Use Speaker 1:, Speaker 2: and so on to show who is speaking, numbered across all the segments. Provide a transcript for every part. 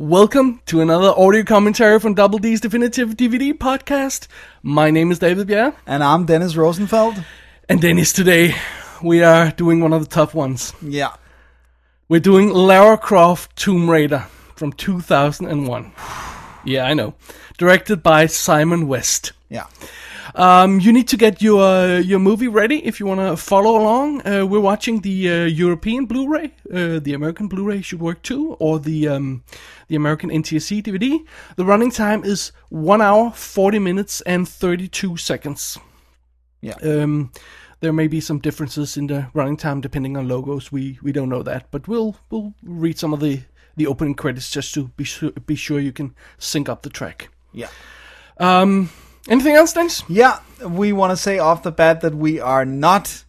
Speaker 1: Welcome to another audio commentary from Double D's Definitive DVD podcast. My name is David Bjerre,
Speaker 2: And I'm Dennis Rosenfeld.
Speaker 1: and Dennis, today we are doing one of the tough ones.
Speaker 2: Yeah.
Speaker 1: We're doing Lara Croft Tomb Raider from 2001. Yeah, I know. Directed by Simon West.
Speaker 2: Yeah.
Speaker 1: Um, you need to get your uh, your movie ready if you want to follow along. Uh, we're watching the uh, European Blu-ray. Uh, the American Blu-ray should work too, or the um, the American NTSC DVD. The running time is one hour forty minutes and thirty-two seconds.
Speaker 2: Yeah.
Speaker 1: Um, there may be some differences in the running time depending on logos. We we don't know that, but we'll we'll read some of the the opening credits just to be sure be sure you can sync up the track.
Speaker 2: Yeah.
Speaker 1: Um, anything else, Dennis?
Speaker 2: Yeah. We want to say off the bat that we are not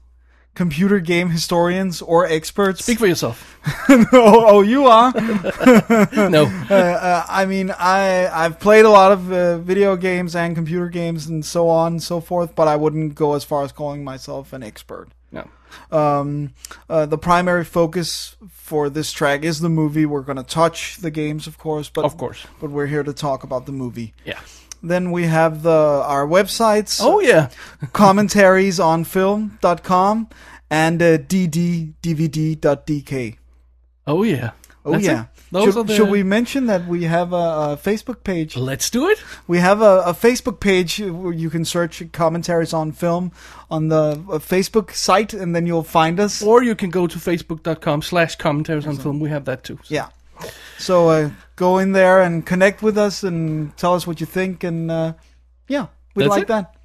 Speaker 2: computer game historians or experts.
Speaker 1: Speak for yourself.
Speaker 2: oh, oh, you are.
Speaker 1: no.
Speaker 2: uh, uh, I mean, I I've played a lot of uh, video games and computer games and so on and so forth, but I wouldn't go as far as calling myself an expert.
Speaker 1: No.
Speaker 2: Um, uh, the primary focus for this track is the movie. We're going to touch the games, of course, but
Speaker 1: Of course.
Speaker 2: but we're here to talk about the movie.
Speaker 1: Yeah.
Speaker 2: Then we have the our websites,
Speaker 1: Oh yeah.
Speaker 2: commentaries on film.com and uh, dddvd.dk.
Speaker 1: Oh yeah.
Speaker 2: Oh
Speaker 1: That's
Speaker 2: yeah.
Speaker 1: it. Those
Speaker 2: should,
Speaker 1: are the...
Speaker 2: should we mention that we have a, a Facebook page?
Speaker 1: Let's do it.
Speaker 2: We have a, a Facebook page where you can search commentaries on film on the uh, Facebook site, and then you'll find us.
Speaker 1: Or you can go to facebook.com slash commentaries on film. We have that too.
Speaker 2: Yeah. So uh, go in there and connect with us, and tell us what you think, and uh, yeah, we
Speaker 1: That's
Speaker 2: like
Speaker 1: it?
Speaker 2: that.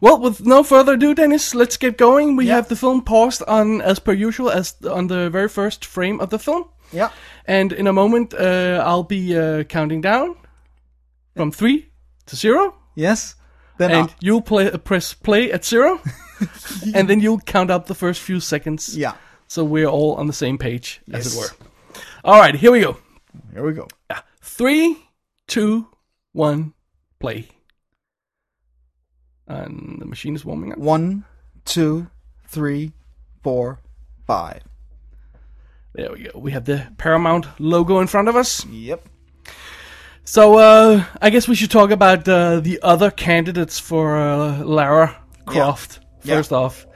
Speaker 1: Well, with no further ado, Dennis, let's get going. We
Speaker 2: Yeah.
Speaker 1: have the film paused on, as per usual, as on the very first frame of the film.
Speaker 2: Yeah.
Speaker 1: And in a moment, uh, I'll be uh, counting down from three to zero.
Speaker 2: Yes. Then
Speaker 1: And
Speaker 2: I-
Speaker 1: you'll play, uh, press play at zero. and then you'll count up the first few seconds.
Speaker 2: yeah.
Speaker 1: So we're all on the same page, as it
Speaker 2: Yes.
Speaker 1: were. All right, here we go.
Speaker 2: Here we go.
Speaker 1: Three, two, one, play. And the machine is warming up.
Speaker 2: One, two, three, four, five.
Speaker 1: There we go. We have the Paramount logo in front of us.
Speaker 2: Yep.
Speaker 1: So uh, I guess we should talk about uh, the other candidates for uh, Lara Croft.
Speaker 2: Yeah.
Speaker 1: First off,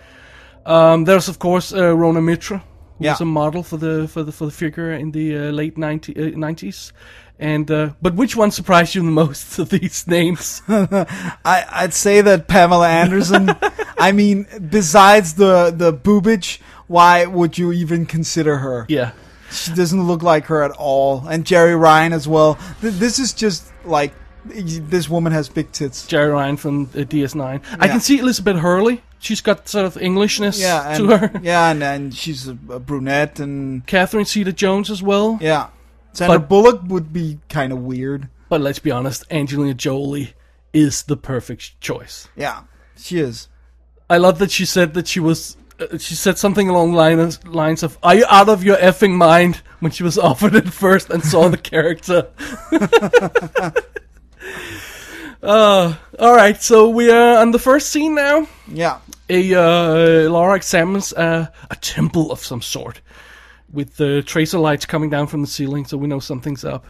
Speaker 1: um, there's of course uh, Rona Mitra, who
Speaker 2: Yeah.
Speaker 1: was a model for the for the for the figure in the uh, late 90, uh, 90s. And uh, but which one surprised you the most of these names?
Speaker 2: I, I'd say that Pamela Anderson. I mean, besides the the boobage, why would you even consider her?
Speaker 1: yeah.
Speaker 2: She doesn't look like her at all, and Jerry Ryan as well. Th- this is just like y- this woman has big tits.
Speaker 1: Jerry Ryan from uh, DS9. I
Speaker 2: Yeah.
Speaker 1: can see Elizabeth Hurley. She's got sort of Englishness
Speaker 2: Yeah, and,
Speaker 1: to her.
Speaker 2: yeah, and, and she's a, a brunette, and
Speaker 1: Catherine Zeta Jones as well.
Speaker 2: yeah, Sandra
Speaker 1: But-
Speaker 2: Bullock would be kind of weird.
Speaker 1: But let's be honest, Angelina Jolie is the perfect choice.
Speaker 2: Yeah, she is.
Speaker 1: I love that she said that she was. Uh, she said something along line of, lines of "Are you out of your effing mind?" when she was offered it first and saw the character. uh, all right, so we are on the first scene now.
Speaker 2: Yeah,
Speaker 1: a uh, Laura examines uh, a temple of some sort with the tracer lights coming down from the ceiling, so we know something's up.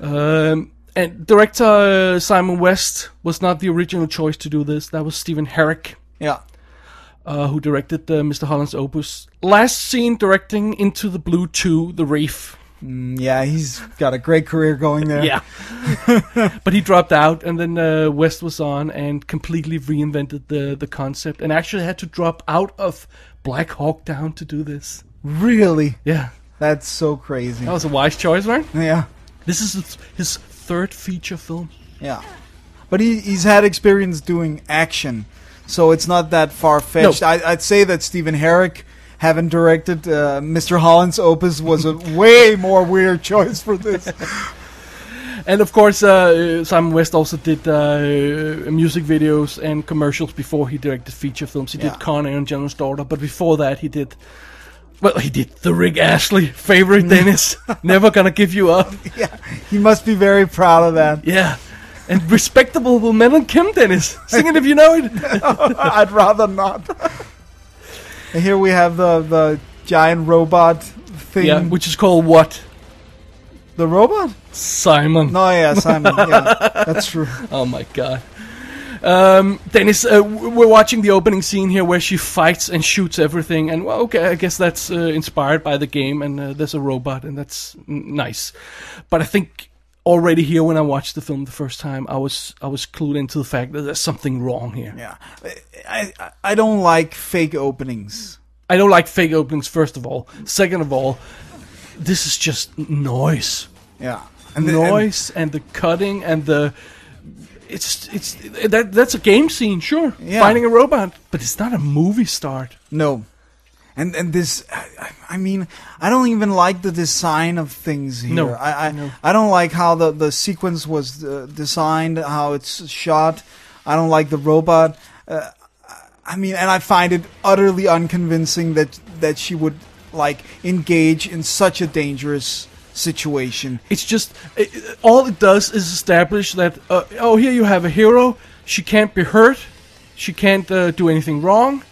Speaker 1: Um, and director uh, Simon West was not the original choice to do this. That was Stephen Herrick,
Speaker 2: yeah,
Speaker 1: uh, who directed uh, Mr. Holland's opus. Last seen directing Into the Blue 2, The Reef.
Speaker 2: Mm, yeah. He's got a great career going there.
Speaker 1: Yeah. but he dropped out, and then uh, West was on and completely reinvented the, the concept and actually had to drop out of Black Hawk Down to do this.
Speaker 2: really,
Speaker 1: Yeah,
Speaker 2: that's so crazy.
Speaker 1: that was a wise choice, right?
Speaker 2: Yeah,
Speaker 1: This is his- his third feature film.
Speaker 2: yeah. But he he's had experience doing action, so it's not that far fetched.
Speaker 1: No.
Speaker 2: I'd say that Stephen Herrick. Having directed uh, Mr. Holland's opus was a way more weird choice for this.
Speaker 1: And of course, uh, Simon West also did uh, music videos and commercials before he directed feature films. He
Speaker 2: Yeah.
Speaker 1: did Con Air and General's Daughter, but before that, he did. Well, he did the Rick Ashley
Speaker 2: Mm.
Speaker 1: favorite, Dennis. Never gonna give you up.
Speaker 2: yeah, he must be very proud of that.
Speaker 1: Yeah. And respectable will men and Kim, Dennis. Sing it if you know it.
Speaker 2: I'd rather not. and here we have the the giant robot thing.
Speaker 1: Yeah, which is called what?
Speaker 2: The robot?
Speaker 1: Simon.
Speaker 2: No, yeah, Simon. yeah, that's true.
Speaker 1: Oh my god. Um, Dennis, uh, w- we're watching the opening scene here where she fights and shoots everything, and well, okay, I guess that's uh, inspired by the game, and uh, there's a robot, and that's n- nice. But I think already here when I watched the film the first time, I was I was clued into the fact that there's something wrong here.
Speaker 2: Yeah, I I, I don't like fake openings.
Speaker 1: I don't like fake openings. First of all, second of all, this is just noise,
Speaker 2: Yeah, the-
Speaker 1: noise, and the cutting and the. It's it's that that's a game scene, sure.
Speaker 2: Yeah.
Speaker 1: Finding a robot, but it's not a movie start.
Speaker 2: No. And and this, I, I mean, I don't even like the design of things here.
Speaker 1: No,
Speaker 2: I I,
Speaker 1: no.
Speaker 2: I don't like how the, the sequence was uh, designed, how it's shot. I don't like the robot. Uh, I mean, and I find it utterly unconvincing that that she would like engage in such a dangerous situation.
Speaker 1: It's just it, it- all it does is establish that uh, oh here you have a hero. She can't be hurt. She can't uh, do anything wrong.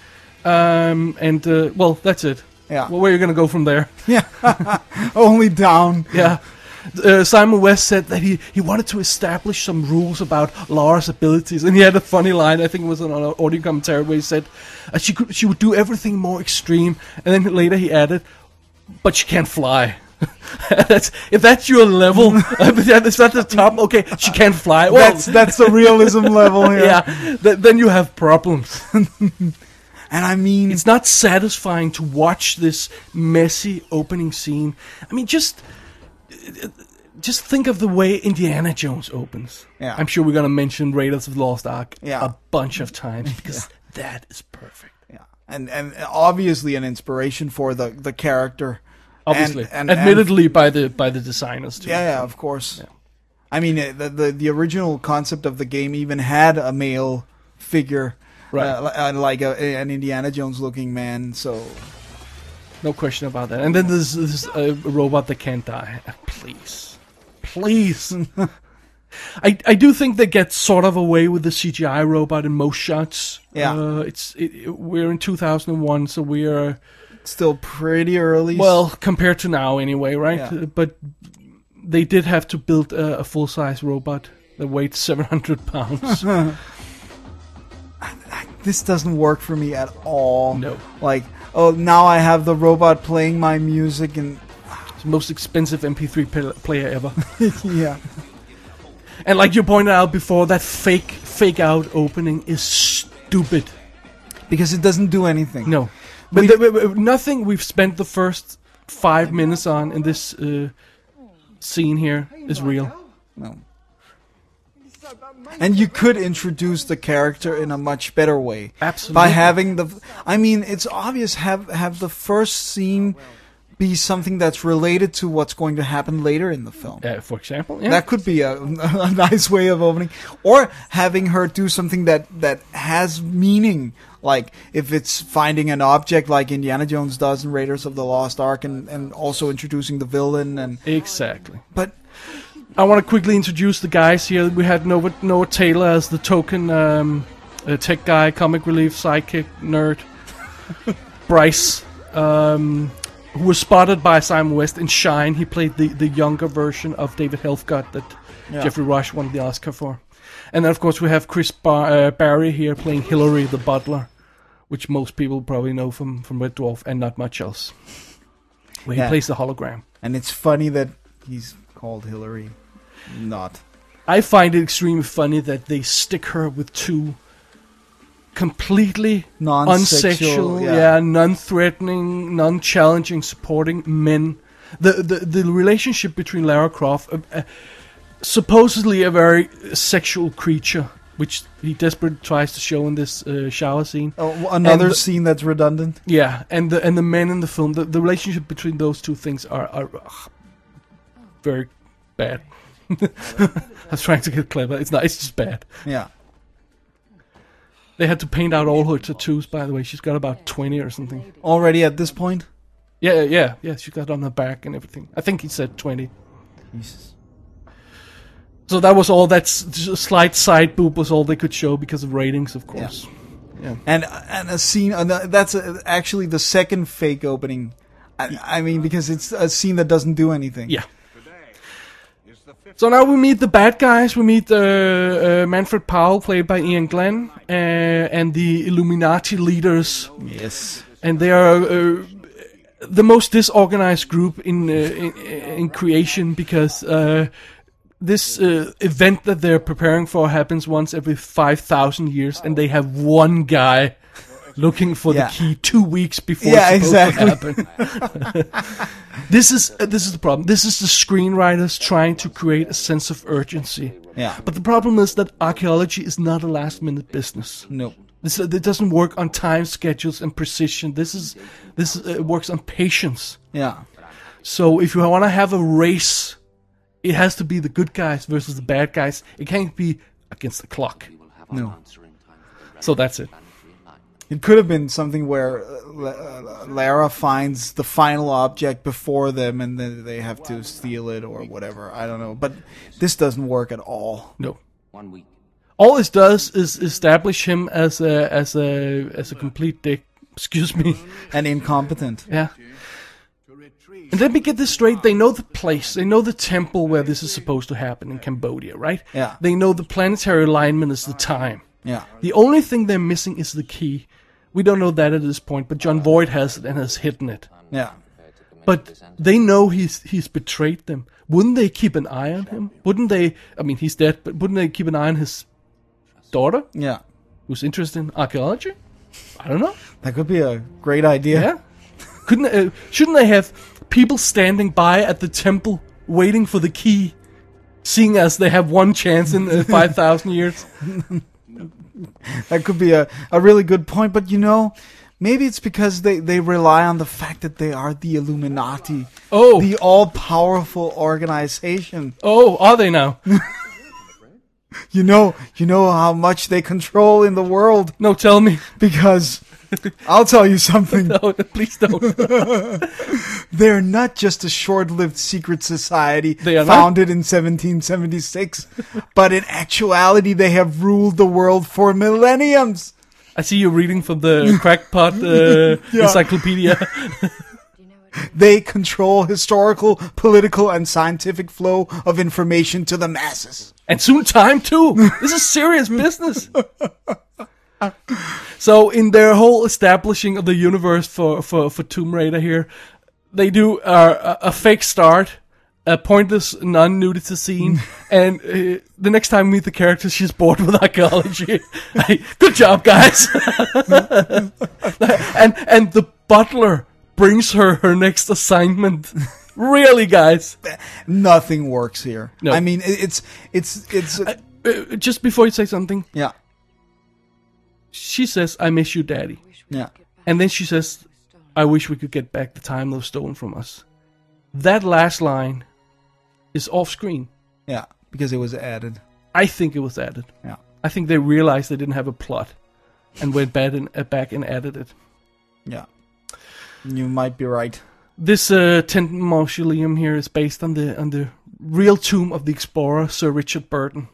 Speaker 1: Um, and uh, well, that's it.
Speaker 2: Yeah.
Speaker 1: Well, where are you gonna go from there?
Speaker 2: Yeah, only down.
Speaker 1: Yeah. Uh, Simon West said that he, he wanted to establish some rules about Lara's abilities, and he had a funny line. I think it was on an audio commentary where he said uh, she could she would do everything more extreme, and then later he added, "But she can't fly." that's if that's your level, if that's not the top. Okay, she can't fly. Well,
Speaker 2: that's that's the realism level here.
Speaker 1: yeah, th- then you have problems.
Speaker 2: and I mean,
Speaker 1: It's not satisfying to watch this messy opening scene. I mean, just just think of the way Indiana Jones opens.
Speaker 2: Yeah.
Speaker 1: I'm sure we're gonna mention Raiders of the Lost Ark
Speaker 2: Yeah.
Speaker 1: a bunch of times because that is perfect.
Speaker 2: Yeah, and and obviously an inspiration for the the character. And-
Speaker 1: Obviously,
Speaker 2: and- and-
Speaker 1: admittedly by the by the designers too.
Speaker 2: yeah, yeah, of course. I mean, uh, the, the the original concept of the game even had a male figure,
Speaker 1: Right.
Speaker 2: uh, li- uh, like a, an Indiana Jones looking man. So
Speaker 1: No question about that. And then there's this uh, robot that can't die. Please. Please. I, I do think they get sort of away with the CGI robot in most shots.
Speaker 2: Yeah.
Speaker 1: Uh, it's it, it- we're in 2001, so we are
Speaker 2: still pretty early.
Speaker 1: well compared to now anyway, right? Uh,
Speaker 2: Yeah.
Speaker 1: But they did have to build a, a full size robot that weighed 700 pounds.
Speaker 2: this doesn't work for me at all.
Speaker 1: No.
Speaker 2: Like, oh, now I have the robot playing my music and
Speaker 1: it's the most expensive MP3 pl- player ever.
Speaker 2: yeah,
Speaker 1: and like you pointed out before, that fake fake out opening is stupid.
Speaker 2: because it doesn't do anything.
Speaker 1: No, but
Speaker 2: We-
Speaker 1: the- w- w- nothing we've spent the first five minutes on in this uh, scene here is real.
Speaker 2: No. And you could introduce the character in a much better way.
Speaker 1: Absolutely.
Speaker 2: By having the I mean, it's obvious have have the first scene be something that's related to what's going to happen later in the film.
Speaker 1: Uh, for example, yeah,
Speaker 2: That could be a, a nice way of opening or having her do something that that has meaning like if it's finding an object like Indiana Jones does in Raiders of the Lost Ark and and also introducing the villain and
Speaker 1: exactly.
Speaker 2: but
Speaker 1: I want to quickly introduce the guys here. We had Noah, Noah Taylor as the token um, uh, tech guy, comic relief, sidekick, nerd. Bryce, um, who was spotted by Simon West in Shine. He played the, the younger version of David Helfgott that
Speaker 2: Yeah.
Speaker 1: Jeffrey Rush won the Oscar for. And then, of course, we have Chris Bar- uh, Barry here playing Hillary the Butler, which most people probably know from, from Red Dwarf and not much else. Where he
Speaker 2: Yeah.
Speaker 1: plays the hologram.
Speaker 2: And it's funny that he's called Hillary. Not.
Speaker 1: I find it extremely funny that they stick her with two completely
Speaker 2: Non-sexual.
Speaker 1: unsexual, yeah, non-threatening, non-challenging, supporting men. The the the relationship between Lara Croft, uh, uh, supposedly a very sexual creature, which he desperately tries to show in this uh, shower scene.
Speaker 2: Oh, another
Speaker 1: And the-
Speaker 2: scene that's redundant.
Speaker 1: Yeah, and the and the men in the film, the, the relationship between those two things are are ugh, very bad. I was trying to get clever. It's not. It's just bad.
Speaker 2: Yeah.
Speaker 1: They had to paint out all her tattoos. By the way, she's got about twenty or something.
Speaker 2: Already at this point.
Speaker 1: Yeah, yeah, yeah. She got on her back and everything. I think he said twenty. So that was all. That s- just a slight side boob was all they could show because of ratings, of course.
Speaker 2: And and a scene. and That's uh actually the second fake opening. I, I mean, because it's a scene that doesn't do anything.
Speaker 1: Yeah. So now we meet the bad guys. We meet uh, uh, Manfred Powell, played by Ian Glenn, uh, and the Illuminati leaders,
Speaker 3: Yes.
Speaker 1: and they are uh, the most disorganized group in uh, in, in creation because uh, this uh, event that they're preparing for happens once every five thousand years, and they have one guy looking for
Speaker 2: Yeah.
Speaker 1: the key two weeks before
Speaker 2: Yeah,
Speaker 1: it's supposed
Speaker 2: exactly.
Speaker 1: to happen. this is uh, this is the problem. This is the screenwriters trying to create a sense of urgency.
Speaker 2: Yeah.
Speaker 1: But the problem is that archaeology is not a last minute business.
Speaker 2: No.
Speaker 1: This it doesn't work on time schedules and precision. This is this uh, works on patience.
Speaker 2: Yeah.
Speaker 1: So if you want to have a race, it has to be the good guys versus the bad guys. It can't be against the clock.
Speaker 2: No.
Speaker 1: So that's it.
Speaker 2: It could have been something where uh, La- uh, Lara finds the final object before them, and then they have to steal it or whatever. I don't know, but this doesn't work at all.
Speaker 1: No.
Speaker 3: One week.
Speaker 1: All this does is establish him as a as a as a complete dick. Excuse me.
Speaker 2: And incompetent.
Speaker 1: Yeah. And let me get this straight. They know the place. They know the temple where this is supposed to happen in Cambodia, right?
Speaker 2: Yeah.
Speaker 1: They know the planetary alignment is the time.
Speaker 2: Yeah.
Speaker 1: The only thing they're missing is the key. We don't know that at this point, but John Voight has it and has hidden it.
Speaker 2: Yeah.
Speaker 4: uh,
Speaker 1: But they know he's he's betrayed them. Wouldn't they keep an eye on him? Wouldn't they? I mean, he's dead, but wouldn't they keep an eye on his daughter,
Speaker 2: Yeah.
Speaker 1: who's interested in archaeology? I don't know.
Speaker 2: That could be a great idea.
Speaker 1: Yeah. Couldn't uh, shouldn't they have people standing by at the temple waiting for the key, seeing as they have one chance in uh, five thousand years?
Speaker 2: That could be a, a really good point, but you know, maybe it's because they, they rely on the fact that they are the Illuminati.
Speaker 1: Oh.
Speaker 2: The all powerful organization.
Speaker 1: Oh, are they now?
Speaker 2: You know you know how much they control in the world
Speaker 1: No, tell me.
Speaker 2: because I'll tell you something.
Speaker 1: No, please don't.
Speaker 2: They're not just a short-lived secret society
Speaker 1: They are not?
Speaker 2: founded in 1776, but in actuality they have ruled the world for millenniums.
Speaker 1: I see you're reading from the crackpot uh, encyclopedia.
Speaker 2: They control historical, political, and scientific flow of information to the masses.
Speaker 1: and soon time too. This is serious business. so in their whole establishing of the universe for for for Tomb Raider here, they do uh, a, a fake start, a pointless non-nudity scene, and uh, the next time we meet the character, she's bored with archaeology. hey, good job, guys. and and the butler brings her her next assignment. really, guys.
Speaker 2: Nothing works here.
Speaker 1: No.
Speaker 2: I mean, it- it's it's it's
Speaker 1: Uh, just before you say something,
Speaker 2: yeah,
Speaker 1: she says, "I miss you, daddy."
Speaker 2: yeah,
Speaker 1: And then she says, I wish we could get back the time that was stolen from us. That last line is off screen.
Speaker 2: yeah, because it was added.
Speaker 1: I think it was added.
Speaker 2: Yeah,
Speaker 1: I think they realized they didn't have a plot and went back and, uh, back and added it.
Speaker 2: yeah. You might be right.
Speaker 1: This uh, tent mausoleum here is based on the on the real tomb of the explorer Sir Richard Burton,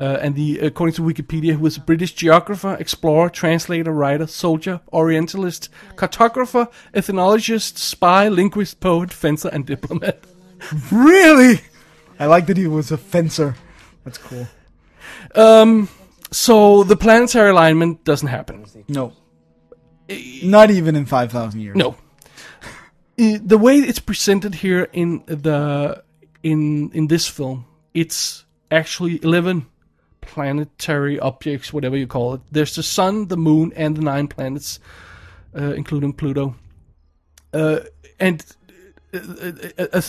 Speaker 1: uh, and the according to Wikipedia, who was a British geographer, explorer, translator, writer, soldier, Orientalist, cartographer, ethnologist, spy, linguist, poet, fencer, and diplomat.
Speaker 2: Really, I like that he was a fencer. That's cool.
Speaker 1: Um, so the planetary alignment doesn't happen.
Speaker 2: No, not even in five thousand years.
Speaker 1: No. Uh, the way it's presented here in the in in this film, it's actually eleven planetary objects, whatever you call it. There's the sun, the moon, and the nine planets, uh, including Pluto. Uh, and uh, a, a,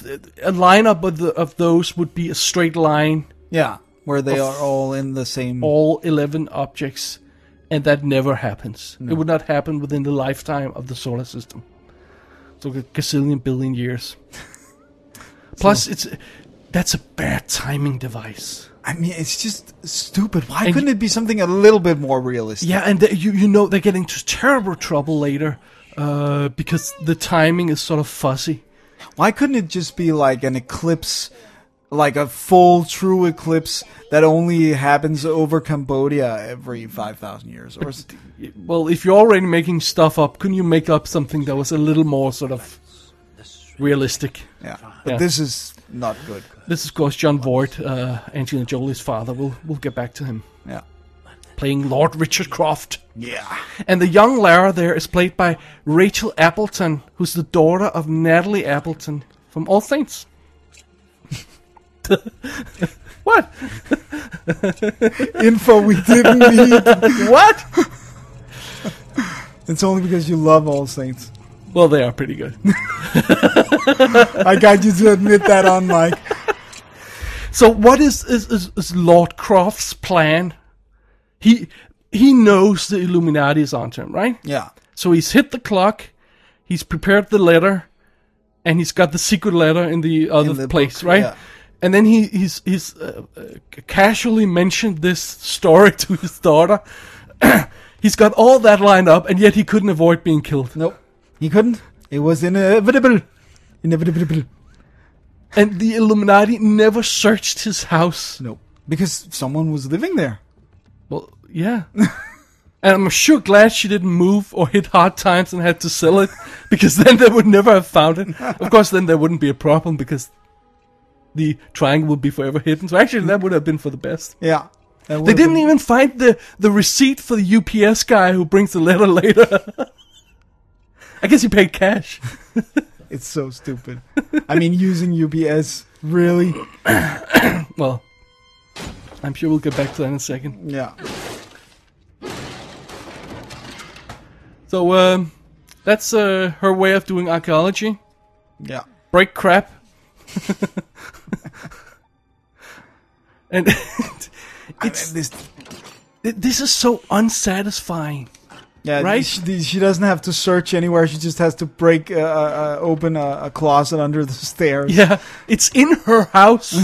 Speaker 1: a lineup of the of those would be a straight line,
Speaker 2: Yeah, where
Speaker 1: Oh.
Speaker 2: they are all in the same.
Speaker 1: all eleven objects, and that never happens. It would not happen within the lifetime of the solar system. So a gazillion billion years. Plus, it's that's a bad timing device.
Speaker 2: I mean, it's just stupid. Why
Speaker 1: And-
Speaker 2: couldn't it be something a little bit more realistic?
Speaker 1: Yeah, and they, you you know they get into terrible trouble later uh, because the timing is sort of fuzzy.
Speaker 2: Why couldn't it just be like an eclipse, like a full true eclipse that only happens over Cambodia every 5,000 years? Or s-
Speaker 1: Well, if you're already making stuff up, couldn't you make up something that was a little more sort of realistic.
Speaker 2: Yeah, but
Speaker 1: Yeah.
Speaker 2: this is not good.
Speaker 1: This is, of course, John Voight, uh, Angelina Jolie's father. We'll we'll get back to him
Speaker 2: Yeah.
Speaker 1: playing Lord Richard Croft.
Speaker 2: Yeah.
Speaker 1: And the young Lara there is played by Rachel Appleton, who's the daughter of Natalie Appleton from All Saints. what?
Speaker 2: Info we didn't need.
Speaker 1: What?
Speaker 2: It's only because you love All Saints.
Speaker 1: Well, they are pretty good.
Speaker 2: I got you to admit that on Mike.
Speaker 1: So, what is is, is, is Lord Croft's plan? He he knows the Illuminati is onto him, right?
Speaker 2: Yeah.
Speaker 1: So he's hit the clock, he's prepared the letter, and he's got the secret letter in the other
Speaker 2: In the
Speaker 1: place,
Speaker 2: book,
Speaker 1: right?
Speaker 2: yeah.
Speaker 1: And then he he's he's uh, uh, c- casually mentioned this story to his daughter. he's got all that lined up, and yet he couldn't avoid being killed.
Speaker 2: Nope. He couldn't. It was inevitable. Inevitable.
Speaker 1: And the Illuminati never searched his house.
Speaker 2: Nope. Because someone was living there.
Speaker 1: Well, yeah. and I'm sure glad she didn't move or hit hard times and had to sell it, because then they would never have found it. Of course, then there wouldn't be a problem because the triangle would be forever hidden. So actually, that would have been for the best.
Speaker 2: Yeah. That
Speaker 1: They
Speaker 2: would've
Speaker 1: didn't
Speaker 2: been-
Speaker 1: even find the, the receipt for the UPS guy who brings the letter later. I guess he paid cash.
Speaker 2: It's so stupid. I mean, using UPS. Really?
Speaker 1: Well, I'm sure we'll get back to that in a second.
Speaker 2: Yeah.
Speaker 1: So, um, that's uh, her way of doing archaeology.
Speaker 2: Yeah.
Speaker 1: break crap. and
Speaker 2: It's this.
Speaker 1: this is so unsatisfying.
Speaker 2: Yeah,
Speaker 1: Right?
Speaker 2: She, she doesn't have to search anywhere. She just has to break, uh, uh, open a, a closet under the stairs.
Speaker 1: Yeah, it's in her house.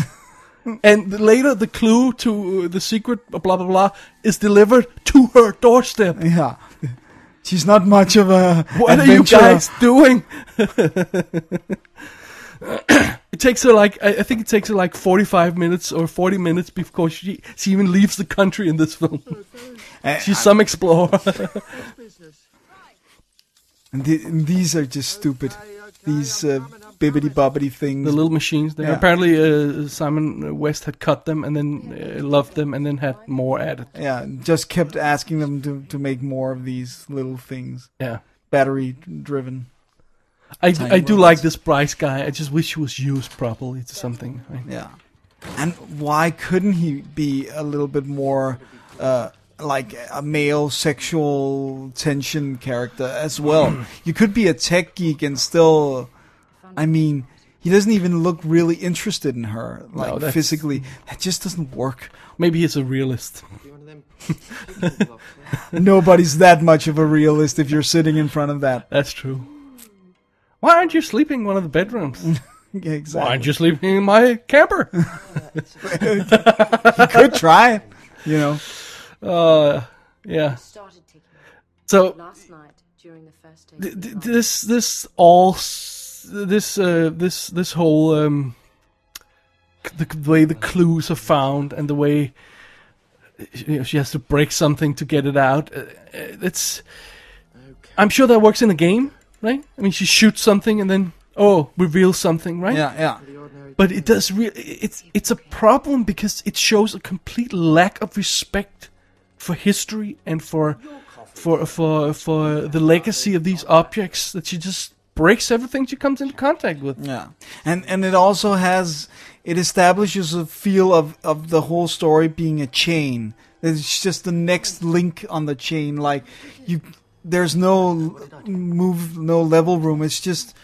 Speaker 1: and the- later, the clue to uh, the secret, blah, blah, blah, is delivered to her doorstep.
Speaker 2: Yeah. She's not much of a
Speaker 1: What are you
Speaker 2: adventurer.
Speaker 1: guys doing? it takes her like I I think it takes her like forty-five minutes or forty minutes before she she even leaves the country in this film.
Speaker 2: Eh,
Speaker 1: She's some explorer.
Speaker 2: And, the, and these are just stupid. These uh, bibbity bobbity things.
Speaker 1: the little machines there.
Speaker 2: Yeah.
Speaker 1: Apparently, uh, Simon West had cut them and then uh, loved them and then had more added.
Speaker 2: yeah, just kept asking them to, to make more of these little things,
Speaker 1: Yeah,
Speaker 2: battery driven.
Speaker 1: I,
Speaker 2: Tiny
Speaker 1: I do
Speaker 2: robots.
Speaker 1: like this Bryce guy. I just wish he was used properly to something. right?
Speaker 2: Yeah, and why couldn't he be a little bit more uh, like a male sexual tension character as well? you could be a tech geek and still, I mean. He doesn't even look really interested in her, like
Speaker 1: that's-
Speaker 2: physically. That just doesn't work.
Speaker 1: Maybe he's a realist.
Speaker 2: Nobody's that much of a realist if you're sitting in front of that.
Speaker 1: That's true. Why aren't you sleeping in one of the bedrooms?
Speaker 2: Yeah,
Speaker 1: Why
Speaker 2: exactly.
Speaker 1: aren't you sleeping in my camper?
Speaker 2: You could try it, you know.
Speaker 1: Uh, yeah.
Speaker 3: started ticking
Speaker 1: So
Speaker 3: last night during the first day.
Speaker 1: th-
Speaker 3: of the
Speaker 1: th-
Speaker 3: month.
Speaker 1: this this all s- this uh, this this whole um, c- the, the way the clues are found and the way you know, she has to break something to get it out. uh, uh, It's I'm sure that works in a game, right? I mean, she shoots something and then oh, reveals something, right?
Speaker 2: Yeah, yeah.
Speaker 1: But it does really it's it's a problem because it shows a complete lack of respect for history and for for for for the legacy of these objects that she just breaks everything she comes into contact with.
Speaker 2: Yeah, and and it also has it establishes a feel of of the whole story being a chain. It's just the next link on the chain. Like you, there's no l- move, no level room. It's just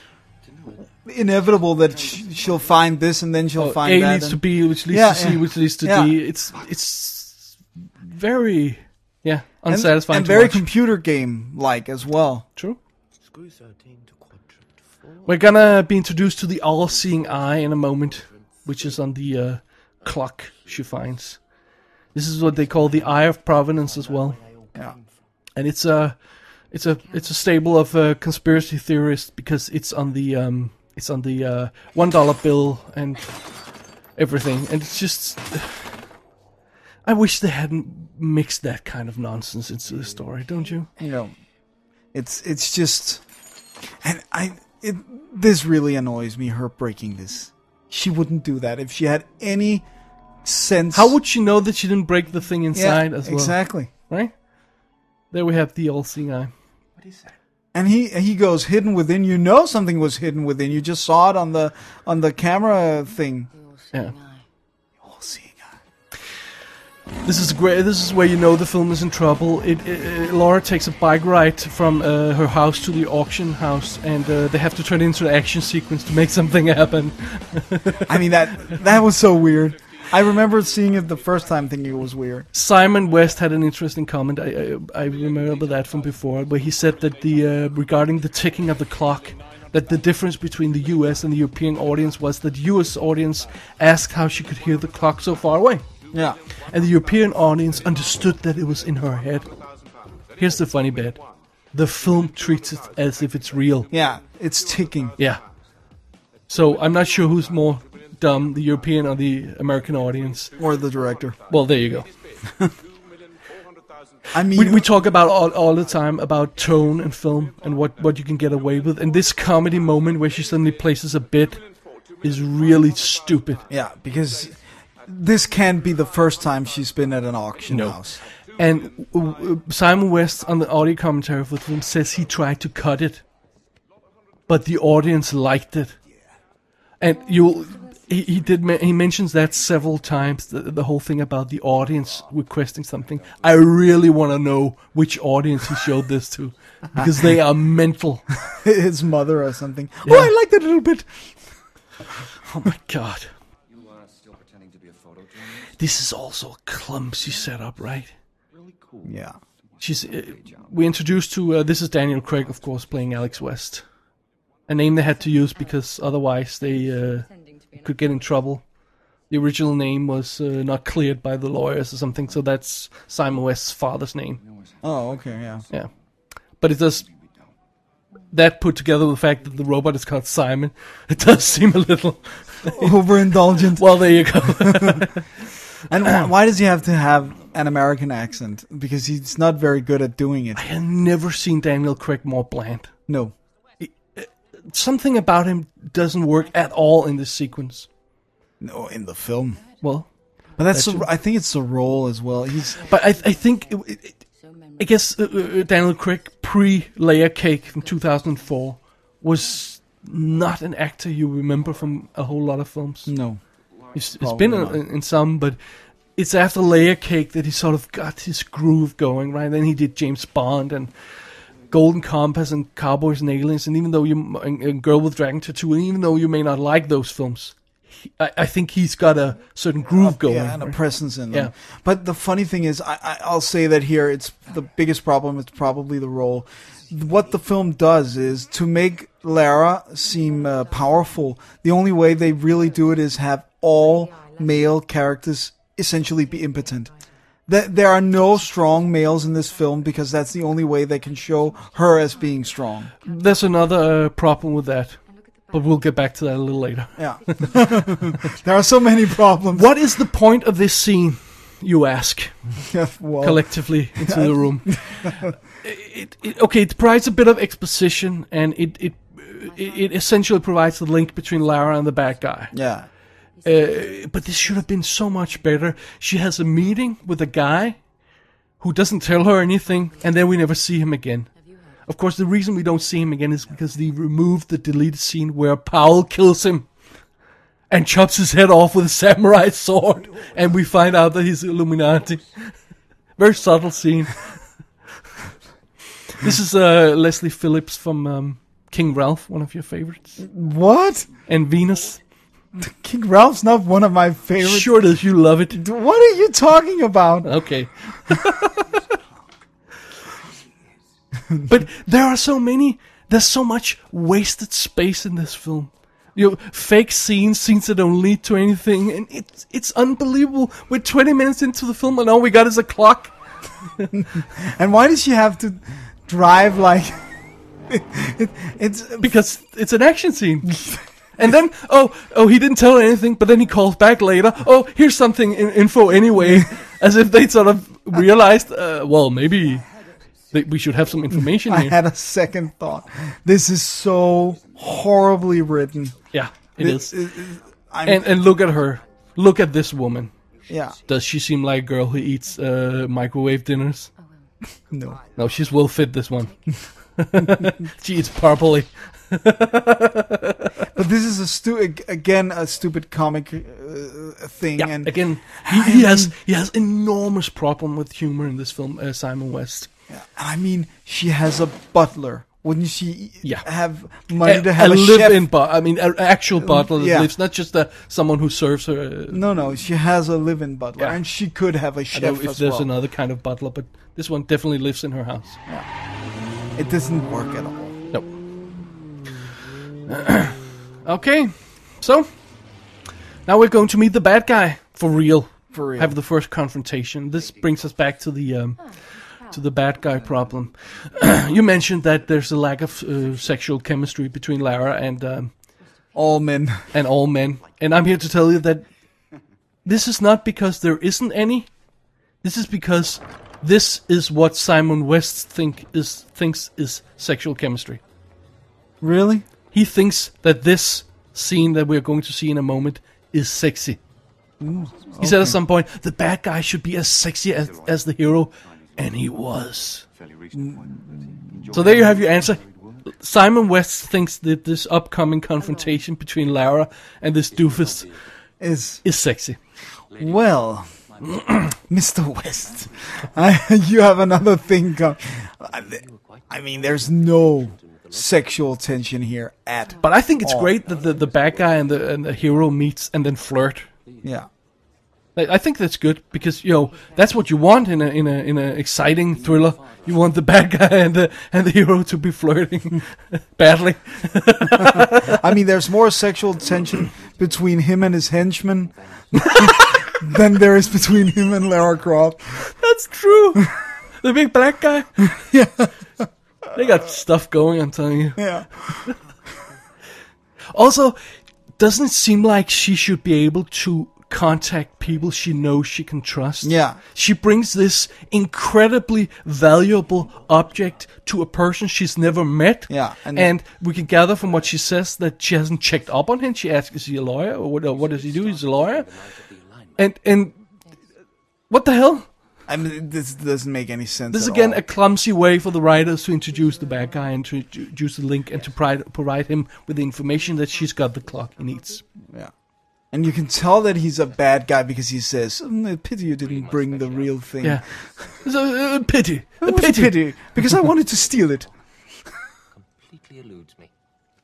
Speaker 2: inevitable that sh- she'll find this and then she'll
Speaker 1: Or
Speaker 2: find
Speaker 1: A
Speaker 2: that.
Speaker 1: leads to
Speaker 2: and-
Speaker 1: B, which leads
Speaker 2: Yeah,
Speaker 1: to C,
Speaker 2: yeah.
Speaker 1: which leads to
Speaker 2: Yeah.
Speaker 1: D. It's it's very yeah
Speaker 2: and-
Speaker 1: unsatisfying.
Speaker 2: and
Speaker 1: to
Speaker 2: very
Speaker 1: watch.
Speaker 2: computer game like as well.
Speaker 1: true.
Speaker 4: Screw 13 to quadrant 4.
Speaker 1: We're gonna be introduced to the all-seeing eye in a moment, which is on the uh, clock she finds. This is what they call the Eye of Providence as well,
Speaker 2: Yeah,
Speaker 1: and it's a, it's a, it's a staple of uh, conspiracy theorists because it's on the, um, it's on the uh, one dollar bill and everything, and it's just. I wish they hadn't mixed that kind of nonsense into the story, don't you?
Speaker 2: you know, it's it's just, and I it this really annoys me. Her breaking this, she wouldn't do that if she had any sense.
Speaker 1: How would she know that she didn't break the thing inside as well?
Speaker 2: Exactly.
Speaker 1: Right? There we have the all-seeing eye.
Speaker 4: What is that?
Speaker 2: And he he goes hidden within. You know something was hidden within. You just saw it on the on the camera thing.
Speaker 3: The all-seeing
Speaker 1: Yeah.
Speaker 3: eye.
Speaker 2: All seeing eye.
Speaker 1: This is great. This is where you know the film is in trouble. It, it, it- Laura takes a bike ride from uh, her house to the auction house, and uh, they have to turn it into an action sequence to make something happen.
Speaker 2: I mean that that was so weird. I remember seeing it the first time, thinking it was weird.
Speaker 1: Simon West had an interesting comment. I, I, I remember that from before, where he said that the uh, regarding the ticking of the clock, that the difference between the U.S. and the European audience was that U.S. audience asked how she could hear the clock so far away,
Speaker 2: Yeah,
Speaker 1: and the European audience understood that it was in her head. Here's the funny bit: the film treats it as if it's real.
Speaker 2: yeah, it's ticking.
Speaker 1: Yeah. So I'm not sure who's more dumb, the European or the American audience.
Speaker 2: Or the director.
Speaker 1: Well, there you go.
Speaker 2: I mean,
Speaker 1: We, we talk about all, all the time about tone and film and what, what you can get away with. And this comedy moment where she suddenly places a bit is really stupid.
Speaker 2: yeah, because this can't be the first time she's been at an auction
Speaker 1: No.
Speaker 2: house.
Speaker 1: And uh, uh, Simon West on the audio commentary for the film says he tried to cut it, but the audience liked it. And you'll. He, he did. ma- He mentions that several times. The, the whole thing about the audience requesting something. I really want to know which audience he showed this to, because they are mental.
Speaker 2: His mother or something. Oh, I like that a little bit.
Speaker 1: Oh my god. This is also a clumsy setup, right?
Speaker 2: Yeah,
Speaker 1: She's. Uh, we introduced to. Uh, this is Daniel Craig, of course, playing Alex West. A name they had to use because otherwise they uh,
Speaker 3: Pretending to be an
Speaker 1: could get in trouble. The original name was uh, not cleared by the lawyers or something, so that's Simon West's father's name.
Speaker 2: Oh, okay, yeah.
Speaker 1: Yeah. But it does. That put together with the fact that the robot is called Simon, it does seem a little.
Speaker 2: Overindulgent.
Speaker 1: Well, there you go.
Speaker 2: And wh- why does he have to have an American accent? Because he's not very good at doing it.
Speaker 1: I have never seen Daniel Craig more bland.
Speaker 2: No.
Speaker 1: Something about him doesn't work at all in this sequence.
Speaker 2: No, in the film.
Speaker 1: Well,
Speaker 2: But that's, the- I think it's the role as well. He's
Speaker 1: but I, I think it, it,
Speaker 3: so
Speaker 1: I
Speaker 3: memorable.
Speaker 1: guess uh, uh, Daniel Craig pre Layer Cake from 2004 was not an actor you remember from a whole lot of films.
Speaker 2: no.
Speaker 1: It's, it's
Speaker 2: Probably
Speaker 1: been
Speaker 2: not.
Speaker 1: in, in some, but it's after Layer Cake that he sort of got his groove going, right? Then he did James Bond and Golden Compass and Cowboys and Aliens, and even though you m- and, and Girl with Dragon Tattoo, and even though you may not like those films, he, I, I think he's got a certain groove going.
Speaker 2: Yeah, and a
Speaker 1: right?
Speaker 2: presence in them.
Speaker 1: Yeah.
Speaker 2: But the funny thing is, I, I, I'll say that here, it's the biggest problem. It's probably the role. What the film does is to make Lara seem uh, powerful. The only way they really do it is have all male characters essentially be impotent. Th- There are no strong males in this film because that's the only way they can show her as being strong.
Speaker 1: There's another uh, problem with that, but we'll get back to that a little later.
Speaker 2: Yeah. there are so many problems.
Speaker 1: What is the point of this scene, you ask?
Speaker 2: Yeah, well,
Speaker 1: collectively into the room. it, it, okay, it provides a bit of exposition, and it it it it essentially provides the link between Lara and the bad guy.
Speaker 2: yeah.
Speaker 1: Uh, but this should have been so much better. She has a meeting with a guy who doesn't tell her anything, and then we never see him again. Of course, the reason we don't see him again is because they removed the deleted scene where Powell kills him and chops his head off with a samurai sword, and we find out that he's Illuminati. Very subtle scene. this is uh, Leslie Phillips from um, King Ralph, one of your favorites,
Speaker 2: What?
Speaker 1: and Venus.
Speaker 2: King Ralph's not one of my favorite.
Speaker 1: Sure does. You love it.
Speaker 2: What are you talking about?
Speaker 1: Okay. but there are so many. There's so much wasted space in this film. You know, fake scenes, scenes that don't lead to anything, and it's it's unbelievable. We're 20 minutes into the film, and all we got is a clock.
Speaker 2: And why does she have to drive like it, it's
Speaker 1: because it's an action scene. And then, oh, oh, he didn't tell her anything, but then he calls back later. Oh, here's something in info anyway, as if they sort of realized, uh, well, maybe that we should have some information
Speaker 2: I
Speaker 1: here.
Speaker 2: had a second thought. This is so horribly written.
Speaker 1: Yeah, it is.
Speaker 2: It- it- it- I'm-
Speaker 1: And and look at her. Look at this woman.
Speaker 2: yeah,
Speaker 1: Does she seem like a girl who eats uh, microwave dinners?
Speaker 2: Oh. no.
Speaker 1: No, she's well fit. This one. she eats properly.
Speaker 2: But this is a stu- ag- again a stupid comic uh, thing,
Speaker 1: Yeah,
Speaker 2: and
Speaker 1: again, he, he has he has enormous problem with humor in this film, uh, Simon West.
Speaker 2: I mean, she has a butler. Wouldn't she
Speaker 1: Yeah.
Speaker 2: have money
Speaker 1: a,
Speaker 2: to have a,
Speaker 1: a
Speaker 2: chef? Mm,
Speaker 1: live-in but I mean, an actual butler that
Speaker 2: yeah. Mm,
Speaker 1: lives, not just uh, someone who serves her. uh,
Speaker 2: no, no, she has a live-in butler,
Speaker 1: Yeah.
Speaker 2: and she could have a
Speaker 1: I
Speaker 2: chef
Speaker 1: don't know if
Speaker 2: as
Speaker 1: there's
Speaker 2: well.
Speaker 1: another kind of butler, but this one definitely lives in her house.
Speaker 2: It doesn't work at all.
Speaker 1: No. okay, so now we're going to meet the bad guy for real.
Speaker 2: For real.
Speaker 1: Have the first confrontation. This brings us back to the um, to the bad guy problem. you mentioned that there's a lack of uh, sexual chemistry between Lara and um,
Speaker 2: All men.
Speaker 1: and all men, and I'm here to tell you that this is not because there isn't any. This is because this is what Simon West think is thinks is sexual chemistry
Speaker 2: Really?
Speaker 1: he thinks that this scene that we're going to see in a moment is sexy. He said at some point, the bad guy should be as sexy as, as the hero, and he was. So there you have your answer. Simon West thinks that this upcoming confrontation between Lara and this doofus
Speaker 2: Is
Speaker 1: is sexy.
Speaker 2: well, Mr. West, I, you have another thing. Com- I, I mean, there's no sexual tension here at.
Speaker 1: But I think it's great that the, the bad guy and the, and the hero meets and then flirt.
Speaker 2: Yeah.
Speaker 1: I I think that's good because you know that's what you want in a in a in an exciting thriller. You want the bad guy and the and the hero to be flirting badly.
Speaker 2: I mean, there's more sexual tension between him and his henchmen than there is between him and Lara Croft.
Speaker 1: That's true. the big black guy. yeah. They got stuff going. I'm telling you.
Speaker 2: Yeah.
Speaker 1: Also, doesn't it seem like she should be able to contact people she knows she can trust?
Speaker 2: Yeah.
Speaker 1: She brings this incredibly valuable object to a person she's never met.
Speaker 2: Yeah, and-
Speaker 1: And, we can gather from what she says that she hasn't checked up on him. She asks, is he a lawyer? Or what, or what does he do? He's a lawyer. And, and what the hell?
Speaker 2: I mean, this doesn't make any sense.
Speaker 1: This is
Speaker 2: at
Speaker 1: again
Speaker 2: all.
Speaker 1: a clumsy way for the writers to introduce the bad guy and to introduce the link and to provide, provide him with the information that she's got the clock he needs.
Speaker 2: Yeah. And you can tell that he's a bad guy because he says, "Mm, "Pity you didn't bring the real thing."
Speaker 1: Yeah. It's a, a pity. A
Speaker 2: It was
Speaker 1: pity.
Speaker 2: pity because I wanted to steal it.
Speaker 4: Completely eludes me.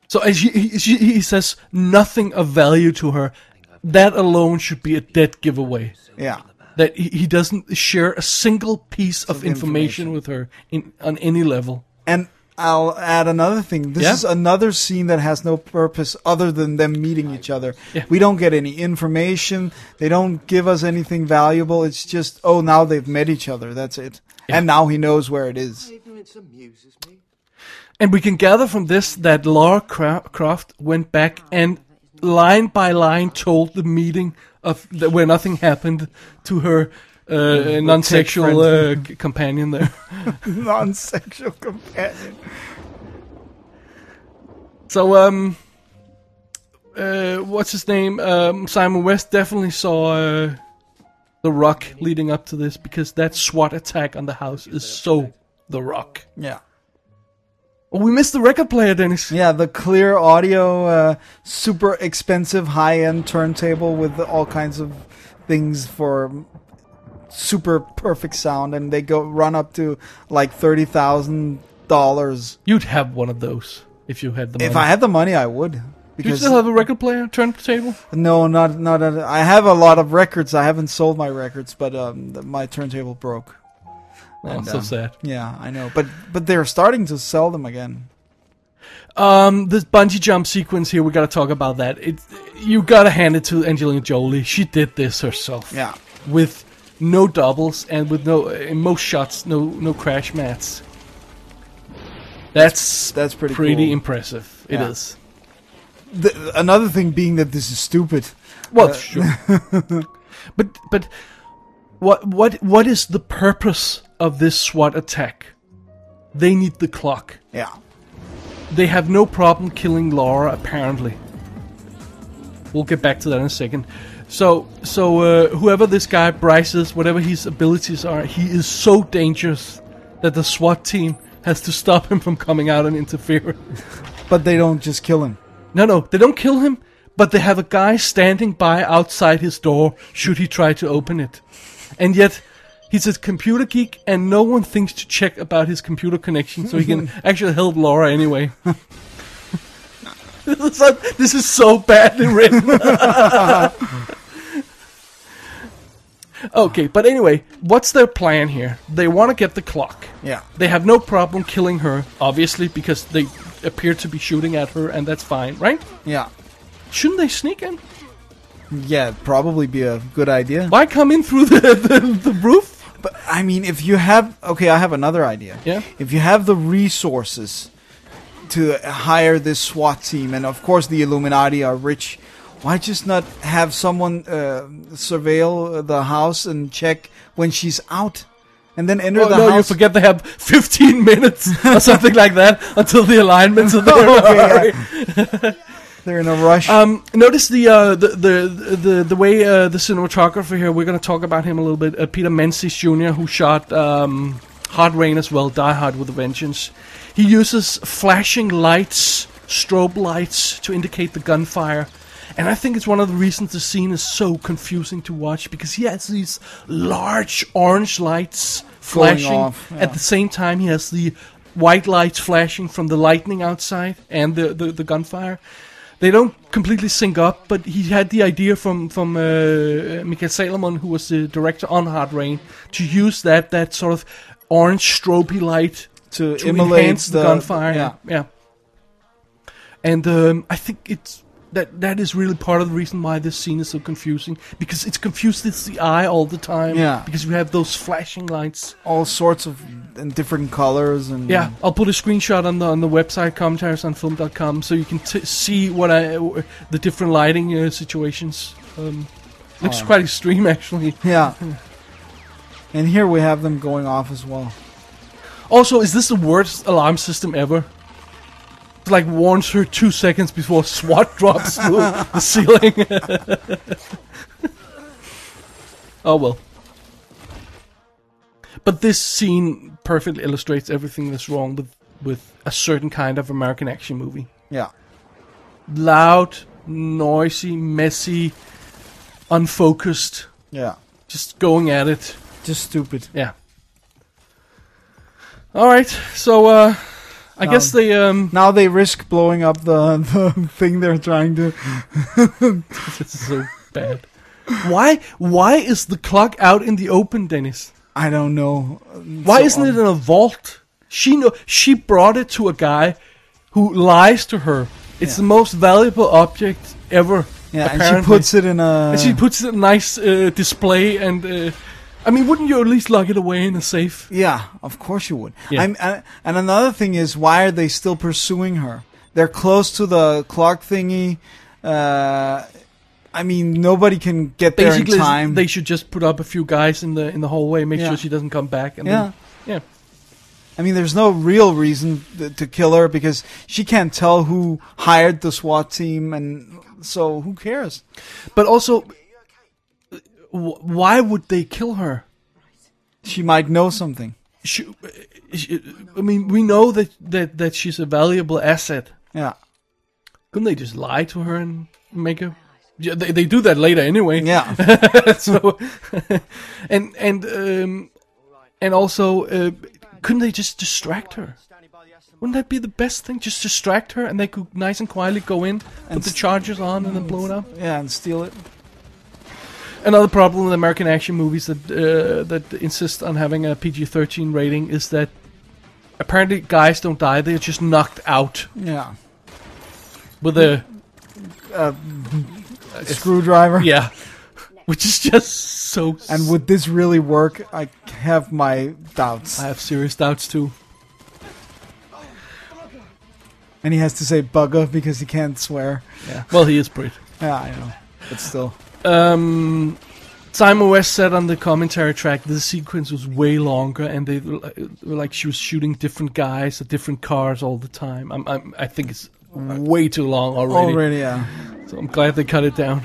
Speaker 1: So and she, he, she, he says nothing of value to her. That alone should be a dead giveaway.
Speaker 2: Yeah.
Speaker 1: That he, he doesn't share a single piece of information,
Speaker 2: information.
Speaker 1: with her in, on any level.
Speaker 2: And I'll add another thing. This
Speaker 1: Yeah.
Speaker 2: is another scene that has no purpose other than them meeting each other.
Speaker 1: Yeah.
Speaker 2: We don't get any information. They don't give us anything valuable. It's just, oh, now they've met each other. That's it. And now he knows where it is.
Speaker 4: Ignorance amuses me.
Speaker 1: And we can gather from this that Laura Cra- Croft went back and line by line told the meeting of that where nothing happened to her uh, non-sexual uh,
Speaker 2: friend.
Speaker 1: c- companion there.
Speaker 2: Non-sexual companion.
Speaker 1: So um, uh, what's his name? Um, Simon West definitely saw uh, the Rock leading up to this because that SWAT attack on the house is so the Rock.
Speaker 2: Yeah.
Speaker 1: Oh, we missed the record player, Dennis.
Speaker 2: Yeah, the clear audio, uh, super expensive high-end turntable with all kinds of things for super perfect sound, and they go run up to like thirty thousand dollars.
Speaker 1: You'd have one of those if you had the money.
Speaker 2: If I had the money, I would.
Speaker 1: Do you
Speaker 2: Because
Speaker 1: still have a record player, turntable?
Speaker 2: no, not not. I have a lot of records. I haven't sold my records, but um, th- my turntable broke.
Speaker 1: Oh,
Speaker 2: And,
Speaker 1: so
Speaker 2: um,
Speaker 1: sad.
Speaker 2: Yeah, I know, but but they're starting to sell them again.
Speaker 1: Um, this bungee jump sequence here, we gotta talk about that. It, you gotta hand it to Angelina Jolie. She did this herself.
Speaker 2: Yeah.
Speaker 1: With no doubles and with no uh, in most shots, no no crash mats. That's
Speaker 2: that's pretty
Speaker 1: pretty
Speaker 2: cool.
Speaker 1: impressive. It
Speaker 2: Yeah.
Speaker 1: is.
Speaker 2: Th another thing being that this is stupid.
Speaker 1: Well, sure. but but what what what is the purpose of this SWAT attack? They need the clock.
Speaker 2: Yeah.
Speaker 1: They have no problem killing Laura, apparently. We'll get back to that in a second. So, so uh, whoever this guy Bryce is, whatever his abilities are, he is so dangerous that the SWAT team has to stop him from coming out and interfering.
Speaker 2: But they don't just kill him.
Speaker 1: No, no, they don't kill him, but they have a guy standing by outside his door should he try to open it. And yet, he's a computer geek, and no one thinks to check about his computer connection, so he can actually help Laura anyway. this, is not- this is so badly written. okay, but anyway, what's their plan here? They want to get the clock.
Speaker 2: Yeah.
Speaker 1: They have no problem killing her, obviously, because they appear to be shooting at her, and that's fine, right?
Speaker 2: Yeah.
Speaker 1: Shouldn't they sneak in?
Speaker 2: Yeah, it'd probably be a good idea.
Speaker 1: Why come in through the, the, the roof?
Speaker 2: But I mean, if you have okay, I have another idea.
Speaker 1: Yeah.
Speaker 2: If you have the resources to hire this SWAT team, and of course the Illuminati are rich, why just not have someone uh, surveil the house and check when she's out, and then enter
Speaker 1: Oh,
Speaker 2: the
Speaker 1: no, you
Speaker 2: house?
Speaker 1: forget they have 15 minutes or something like that until the alignments are there.
Speaker 2: Okay, yeah. They're in a rush.
Speaker 1: Um, notice the, uh, the the the the way uh, the cinematographer here. We're going to talk about him a little bit. Uh, Peter Menzies Jr., who shot um, Hard Rain as well, Die Hard with a Vengeance. He uses flashing lights, strobe lights, to indicate the gunfire. And I think it's one of the reasons the scene is so confusing to watch because he has these large orange lights
Speaker 2: Going
Speaker 1: flashing
Speaker 2: off, yeah.
Speaker 1: at the same time he has the white lights flashing from the lightning outside and the, the, the gunfire they don't completely sync up but he had the idea from from uh, Mikael Salomon who was the director on Hard Rain to use that that sort of orange stroby light
Speaker 2: to,
Speaker 1: to
Speaker 2: immolate
Speaker 1: enhance the, gunfire
Speaker 2: Yeah.
Speaker 1: yeah and um, I think it's that that is really part of the reason why this scene is so confusing because it's confused it's the eye all the time
Speaker 2: Yeah.
Speaker 1: because we have those flashing lights
Speaker 2: all sorts of and different colors and
Speaker 1: yeah, I'll put a screenshot on the on the website commentariesonfilm.com so you can t- see what I w- the different lighting uh, situations. Um, looks quite extreme actually.
Speaker 2: yeah. And here we have them going off as well.
Speaker 1: Also, is this the worst alarm system ever? It, like warns her two seconds before SWAT drops through the ceiling. oh well. But this scene perfectly illustrates everything that's wrong with with a certain kind of American action movie.
Speaker 2: Yeah.
Speaker 1: loud, noisy, messy, unfocused,
Speaker 2: Yeah.
Speaker 1: just going at it.
Speaker 2: Just stupid.
Speaker 1: Yeah. All right. So uh I guess they um
Speaker 2: Now they risk blowing up the, the thing they're trying to.
Speaker 1: this is so bad. Why why is the clock out in the open, Dennis?
Speaker 2: I don't know. um,
Speaker 1: Why isn't it in a vault? She know she brought it to a guy who lies to her. It's
Speaker 2: Yeah.
Speaker 1: the most valuable object ever.
Speaker 2: Yeah, and
Speaker 1: apparently.
Speaker 2: she puts it in a.
Speaker 1: And she puts a nice uh, display, and uh, I mean, wouldn't you at least lock it away in a safe?
Speaker 2: yeah, of course you would.
Speaker 1: Yeah.
Speaker 2: I'm, I, and another thing is, why are they still pursuing her? They're close to the clock thingy. Uh, I mean, nobody can get there in
Speaker 1: Basically,
Speaker 2: time.
Speaker 1: they should just put up a few guys in the in the hallway, make
Speaker 2: Yeah.
Speaker 1: sure she doesn't come back, and
Speaker 2: yeah.
Speaker 1: then,
Speaker 2: I mean, there's no real reason th- to kill her because she can't tell who hired the SWAT team, and so who cares?
Speaker 1: yeah. But also, wh- why would they kill her?
Speaker 2: She might know something.
Speaker 1: She, she, I mean, we know that, that that she's a valuable asset.
Speaker 2: Yeah.
Speaker 1: Couldn't they just lie to her and make her? Yeah, they they do that later anyway.
Speaker 2: Yeah.
Speaker 1: so and and um and also uh, couldn't they just distract her wouldn't that be the best thing just distract her and they could nice and quietly go in put the charges on and then
Speaker 2: Mm.
Speaker 1: blow it up
Speaker 2: Yeah, and steal it.
Speaker 1: another problem with american action movies that uh, that insist on having a pg-13 rating is that apparently guys don't die they're just knocked out
Speaker 2: Yeah.
Speaker 1: with a
Speaker 2: Screwdriver.
Speaker 1: yeah which is just so
Speaker 2: And would this really work? I have my doubts.
Speaker 1: i have serious doubts too
Speaker 2: And he has to say bugger because he can't swear.
Speaker 1: well he is pretty
Speaker 2: Yeah, I know. But still.
Speaker 1: Um, Simon West said on the commentary track, this sequence was way longer, and they were like she was shooting different guys at different cars all the time. I'm, I'm, I think it's way too long already.
Speaker 2: Already, yeah.
Speaker 1: So I'm glad they cut it down.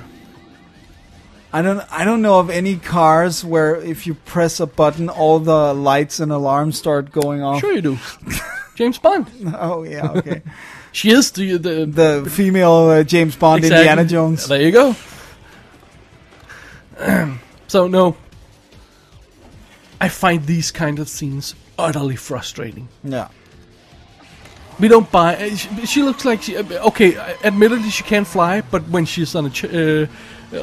Speaker 2: I don't I don't know of any cars where if you press a button all the lights and alarms start going off.
Speaker 1: Sure you do. James Bond.
Speaker 2: Oh yeah, okay.
Speaker 1: She is the the,
Speaker 2: the female uh, James Bond
Speaker 1: exactly.
Speaker 2: Indiana Jones.
Speaker 1: There you go. so no, I find these kind of scenes utterly frustrating.
Speaker 2: Yeah.
Speaker 1: We don't buy. uh, She, she looks like she. uh, Okay, uh, admittedly she can't fly, but when she's on a ch- uh,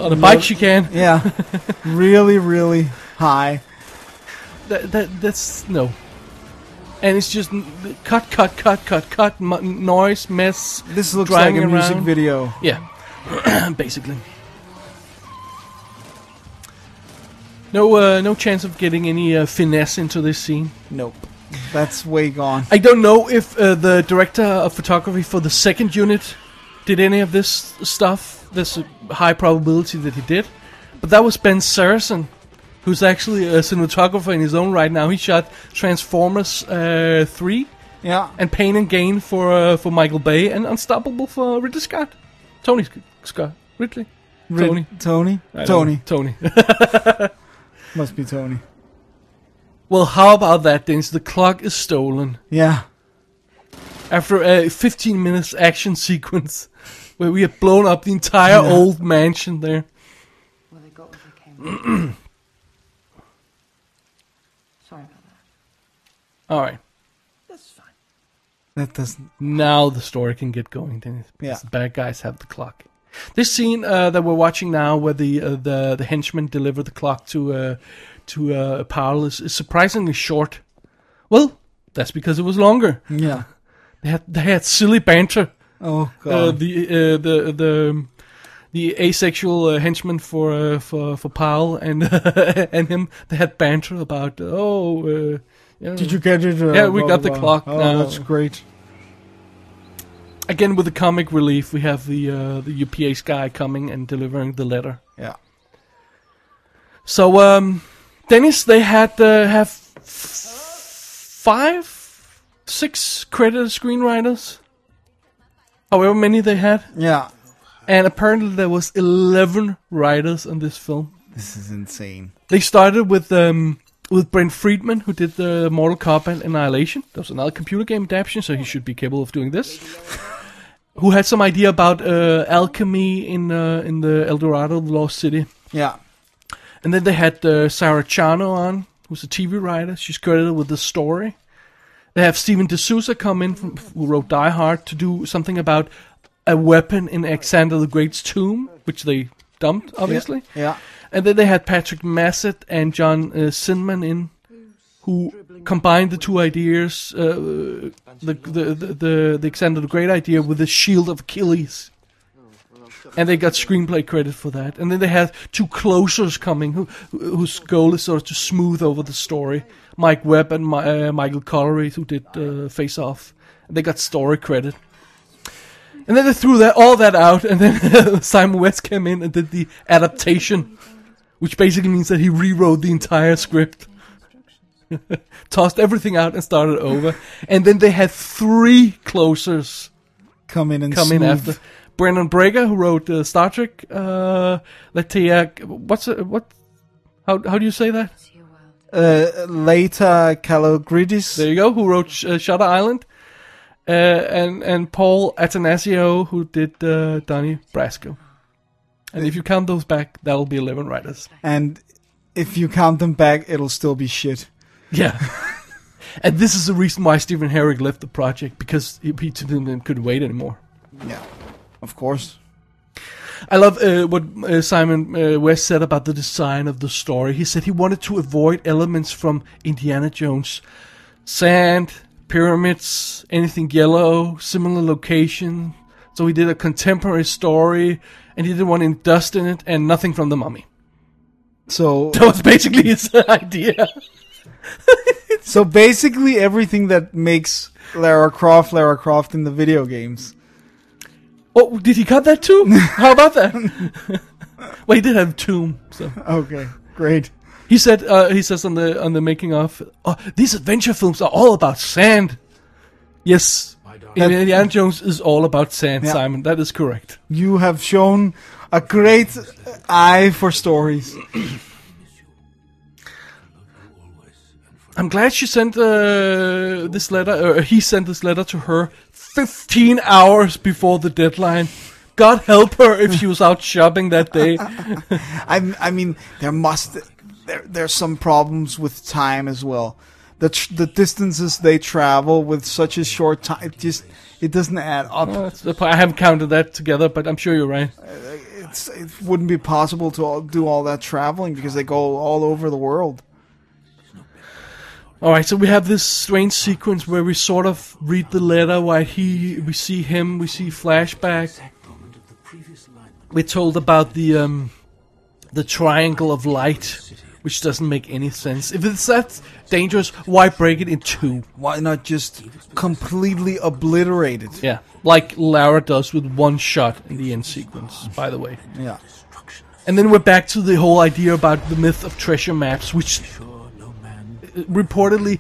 Speaker 1: on a bike, she can.
Speaker 2: Yeah. really really high.
Speaker 1: That, that that's no. And it's just n- cut, cut, cut, cut, cut. mu noise, mess.
Speaker 2: This looks
Speaker 1: Driving
Speaker 2: like a music
Speaker 1: around.
Speaker 2: video.
Speaker 1: Yeah, basically. No, uh, no chance of getting any uh, finesse into this scene.
Speaker 2: Nope. That's way gone.
Speaker 1: I don't know if uh, the director of photography for the second unit did any of this stuff. There's a high probability that he did, but that was Ben Saracen, who's actually a cinematographer in his own right now. He shot Transformers uh, three
Speaker 2: Yeah.
Speaker 1: and Pain and Gain for uh, for Michael Bay and Unstoppable for Ridley Scott, Tony Sc- Scott, Ridley.
Speaker 2: Rid-
Speaker 1: Tony.
Speaker 2: Tony.
Speaker 1: I don't
Speaker 2: Tony.
Speaker 1: know. Tony.
Speaker 2: Must be Tony.
Speaker 1: well, how about that, Dance? The clock is stolen.
Speaker 2: Yeah.
Speaker 1: After a 15 minutes action sequence where we have blown up the entire old mansion there.
Speaker 3: Well, they got what they came with. Sorry about that.
Speaker 1: All right.
Speaker 2: That doesn't
Speaker 1: Now the story can get going, Dennis. Because
Speaker 2: Yeah.
Speaker 1: the bad guys have the clock. This scene uh, that we're watching now, where the uh, the the henchmen deliver the clock to uh, to uh, Powell, is, is surprisingly short. Well, that's because it was longer.
Speaker 2: Yeah.
Speaker 1: They had they had silly banter.
Speaker 2: Oh god.
Speaker 1: Uh, the uh, the the the asexual uh, henchman for uh, for for Powell and and him they had banter about oh uh, yeah.
Speaker 2: Did you get it? Uh,
Speaker 1: Yeah, we
Speaker 2: blah,
Speaker 1: got
Speaker 2: blah,
Speaker 1: the
Speaker 2: blah.
Speaker 1: clock
Speaker 2: Oh,
Speaker 1: now.
Speaker 2: that's great.
Speaker 1: again with the comic relief we have the uh, the UPS guy coming and delivering the letter.
Speaker 2: Yeah.
Speaker 1: So um, Dennis they had uh, have f- five six credited screenwriters. However many they had,
Speaker 2: Yeah.
Speaker 1: and apparently there was eleven writers on this film.
Speaker 2: This is insane.
Speaker 1: They started with um with Brent Friedman, who did the Mortal Kombat Annihilation. That was another computer game adaptation, so he should be capable of doing this. who had some idea about uh, alchemy in uh, in the El Dorado, the Lost City.
Speaker 2: Yeah.
Speaker 1: And then they had uh, Sarah Chano on, who's a TV writer. She's credited with the story. They have Steven D'Souza come in, from, who wrote Die Hard, to do something about a weapon in Alexander the Great's tomb, which they dumped, obviously.
Speaker 2: Yeah.
Speaker 1: And then they had Patrick Massett and John uh, Sinman in, who combined the two ideas, uh, the, the, the, the, the Alexander the Great idea with the Shield of Achilles. And they got screenplay credit for that. And then they had two closers coming, who, who- whose goal is sort of to smooth over the story. Mike Webb and Mi- uh, Michael Collery, who did uh, Face Off. They got story credit. And then they threw that all that out, and then Simon West came in and did the adaptation, which basically means that he rewrote the entire script, tossed everything out, and started over. And then they had three closers
Speaker 2: Come in and
Speaker 1: come
Speaker 2: smooth.
Speaker 1: in after. Brandon Braga, who wrote uh, Star Trek, uh, Letea, what's uh, what? How how do you say that?
Speaker 3: See your world.
Speaker 2: Uh, later, Calogridis.
Speaker 1: There you go. Who wrote uh, Shutter Island? Uh, and and Paul Atanasio, who did uh, Donnie Brasco. And if you count those back, that'll be eleven writers.
Speaker 2: and if you count them back, it'll still be shit.
Speaker 1: Yeah. and this is the reason why Stephen Herrick left the project because he, he didn't- couldn't wait anymore.
Speaker 2: Yeah. Of course.
Speaker 1: I love uh, what uh, Simon uh, West said about the design of the story. He said he wanted to avoid elements from Indiana Jones sand, pyramids, anything yellow, similar location. So he did a contemporary story and he didn't want any dust in it and nothing from the mummy.
Speaker 2: So,
Speaker 1: That was basically his idea.
Speaker 2: so basically everything that makes Lara Croft Lara Croft in the video games.
Speaker 1: Oh, did he cut that too? How about that? Well, he did have Tomb, so.
Speaker 2: Okay, great.
Speaker 1: He said uh, he says on the on the making of oh, these adventure films are all about sand. Yes, Indiana Jones is all about sand,
Speaker 2: Yeah.
Speaker 1: Simon. That is correct.
Speaker 2: You have shown a great eye for stories.
Speaker 1: I'm glad she sent uh, this letter. Or he sent this letter to her 15 hours before the deadline. God help her if she was out shopping that day.
Speaker 2: I, I mean, there must there there's some problems with time as well. The tr- the distances they travel with such a short time, it just it doesn't add up.
Speaker 1: That's the part. I haven't counted that together, but I'm sure you're right.
Speaker 2: It's, it wouldn't be possible to all, do all that traveling because they go all over the world.
Speaker 1: All right, so we have this strange sequence where we sort of read the letter while he, we see him, we see flashback. We're told about the um, the triangle of light, which doesn't make any sense. If it's that dangerous, why break it in two?
Speaker 2: Why not just completely obliterate it?
Speaker 1: Yeah, like Lara does with one shot in the end sequence, by the way.
Speaker 2: Yeah.
Speaker 1: And then we're back to the whole idea about the myth of treasure maps, which uh, reportedly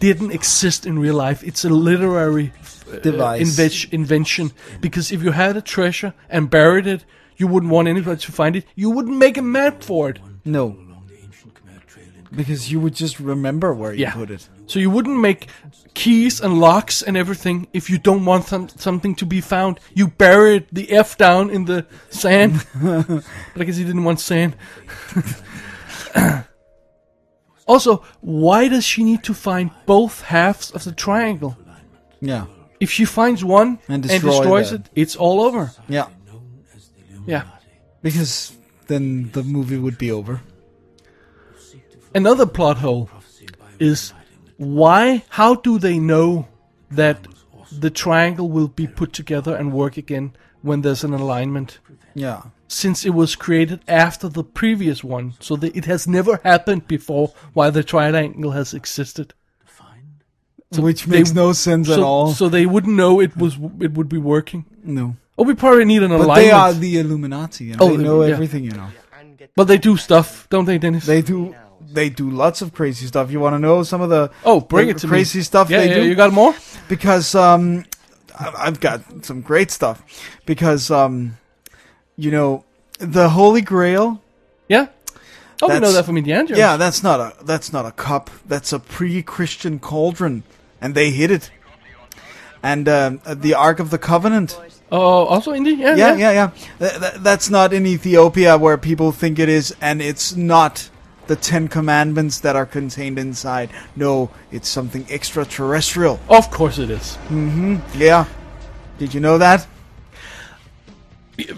Speaker 1: didn't exist in real life. It's a literary uh,
Speaker 2: Device.
Speaker 1: inve- invention because if you had a treasure and buried it, you wouldn't want anybody to find it. You wouldn't make a map for it.
Speaker 2: No. Because you would just remember where you
Speaker 1: Yeah.
Speaker 2: put it.
Speaker 1: So you wouldn't make keys and locks and everything if you don't want some, something to be found. You buried the F down in the sand. but I guess he didn't want sand. also, why does she need to find both halves of the triangle?
Speaker 2: Yeah.
Speaker 1: If she finds one
Speaker 2: And
Speaker 1: and,
Speaker 2: destroy
Speaker 1: destroys
Speaker 2: that.
Speaker 1: it, it's all over.
Speaker 2: Yeah.
Speaker 1: Yeah.
Speaker 2: Because then the movie would be over.
Speaker 1: Another plot hole is why, how do they know that the triangle will be put together and work again when there's an alignment?
Speaker 2: Yeah.
Speaker 1: Since it was created after the previous one, so that it has never happened before while the triangle has existed.
Speaker 2: Which makes no sense at
Speaker 1: so,
Speaker 2: all.
Speaker 1: so they wouldn't know it was it would be working.
Speaker 2: no.
Speaker 1: Oh, we probably need an
Speaker 2: But
Speaker 1: alignment.
Speaker 2: they are the Illuminati, and
Speaker 1: Oh,
Speaker 2: they know
Speaker 1: yeah.
Speaker 2: everything. You know,
Speaker 1: but they do stuff, don't they, Dennis?
Speaker 2: they do. They do lots of crazy stuff. You want to know some of the
Speaker 1: oh, bring
Speaker 2: the
Speaker 1: it to
Speaker 2: crazy
Speaker 1: me.
Speaker 2: stuff
Speaker 1: Yeah,
Speaker 2: they
Speaker 1: yeah,
Speaker 2: do?
Speaker 1: You got more?
Speaker 2: because um, I- I've got some great stuff. Because um, you know, the Holy Grail.
Speaker 1: Yeah. Oh, we know
Speaker 2: That's-
Speaker 1: that from Indiana Jones.
Speaker 2: Yeah, that's not a that's not a cup. That's a pre-Christian cauldron, and they hid it. And um, the Ark of the Covenant.
Speaker 1: Oh, also Indy. Yeah,
Speaker 2: yeah, yeah, yeah. Th- th- that's not in Ethiopia where people think it is, and it's not the Ten Commandments that are contained inside. No, it's something extraterrestrial.
Speaker 1: Of course it is.
Speaker 2: Yeah. Did you know that?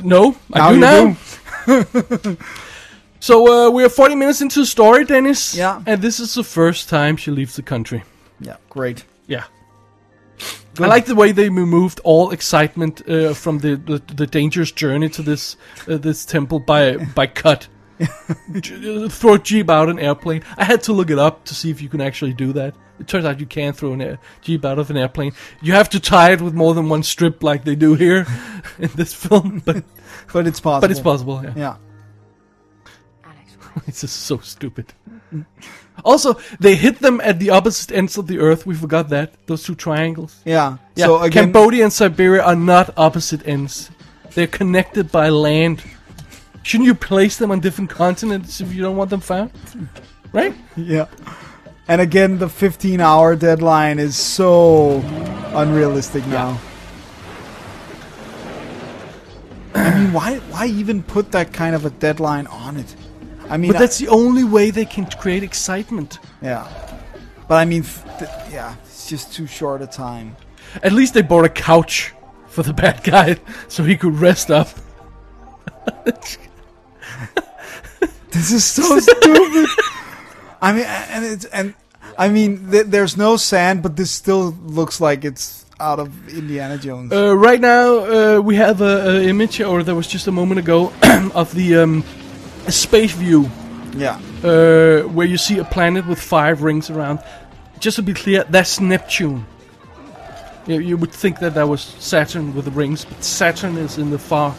Speaker 1: No, I
Speaker 2: Now
Speaker 1: do
Speaker 2: you
Speaker 1: now.
Speaker 2: do.
Speaker 1: So uh, we are 40 minutes into the story, Dennis.
Speaker 2: Yeah.
Speaker 1: And this is the first time she leaves the country.
Speaker 2: Yeah, great.
Speaker 1: Yeah. I like the way they removed all excitement uh, from the, the the dangerous journey to this uh, this temple by by cut. J- uh, throw a jeep out an airplane. I had to look it up to see if you can actually do that. It turns out you can throw an air- jeep out of an airplane. You have to tie it with more than one strip, like they do here in this film. But
Speaker 2: But it's possible.
Speaker 1: but it's possible. Yeah.
Speaker 2: Yeah.
Speaker 3: Alex,
Speaker 1: It's just so stupid. Also, they hit them at the opposite ends of the earth. We forgot that. Those two triangles.
Speaker 2: Yeah.
Speaker 1: Yeah,
Speaker 2: So again,
Speaker 1: Cambodia and Siberia are not opposite ends. They're connected by land. Shouldn't you place them on different continents if you don't want them found? Right?
Speaker 2: yeah. And again, the 15-hour deadline is so unrealistic now. I mean, why why even put that kind of a deadline on it? I mean,
Speaker 1: But that's the only way they can create excitement.
Speaker 2: Yeah. But I mean, f- th- yeah, it's just too short a time.
Speaker 1: At least they bought a couch for the bad guy so he could rest up.
Speaker 2: This is so stupid. I mean, a- and it's and I mean, th- there's no sand, but this still looks like it's out of Indiana Jones.
Speaker 1: Uh, right now, uh, we have a, a image, or there was just a moment ago, of the um, space view
Speaker 2: yeah.
Speaker 1: uh, where you see a planet with five rings around. Just to be clear, that's Neptune. You, you would think that that was Saturn with the rings, but Saturn is in the far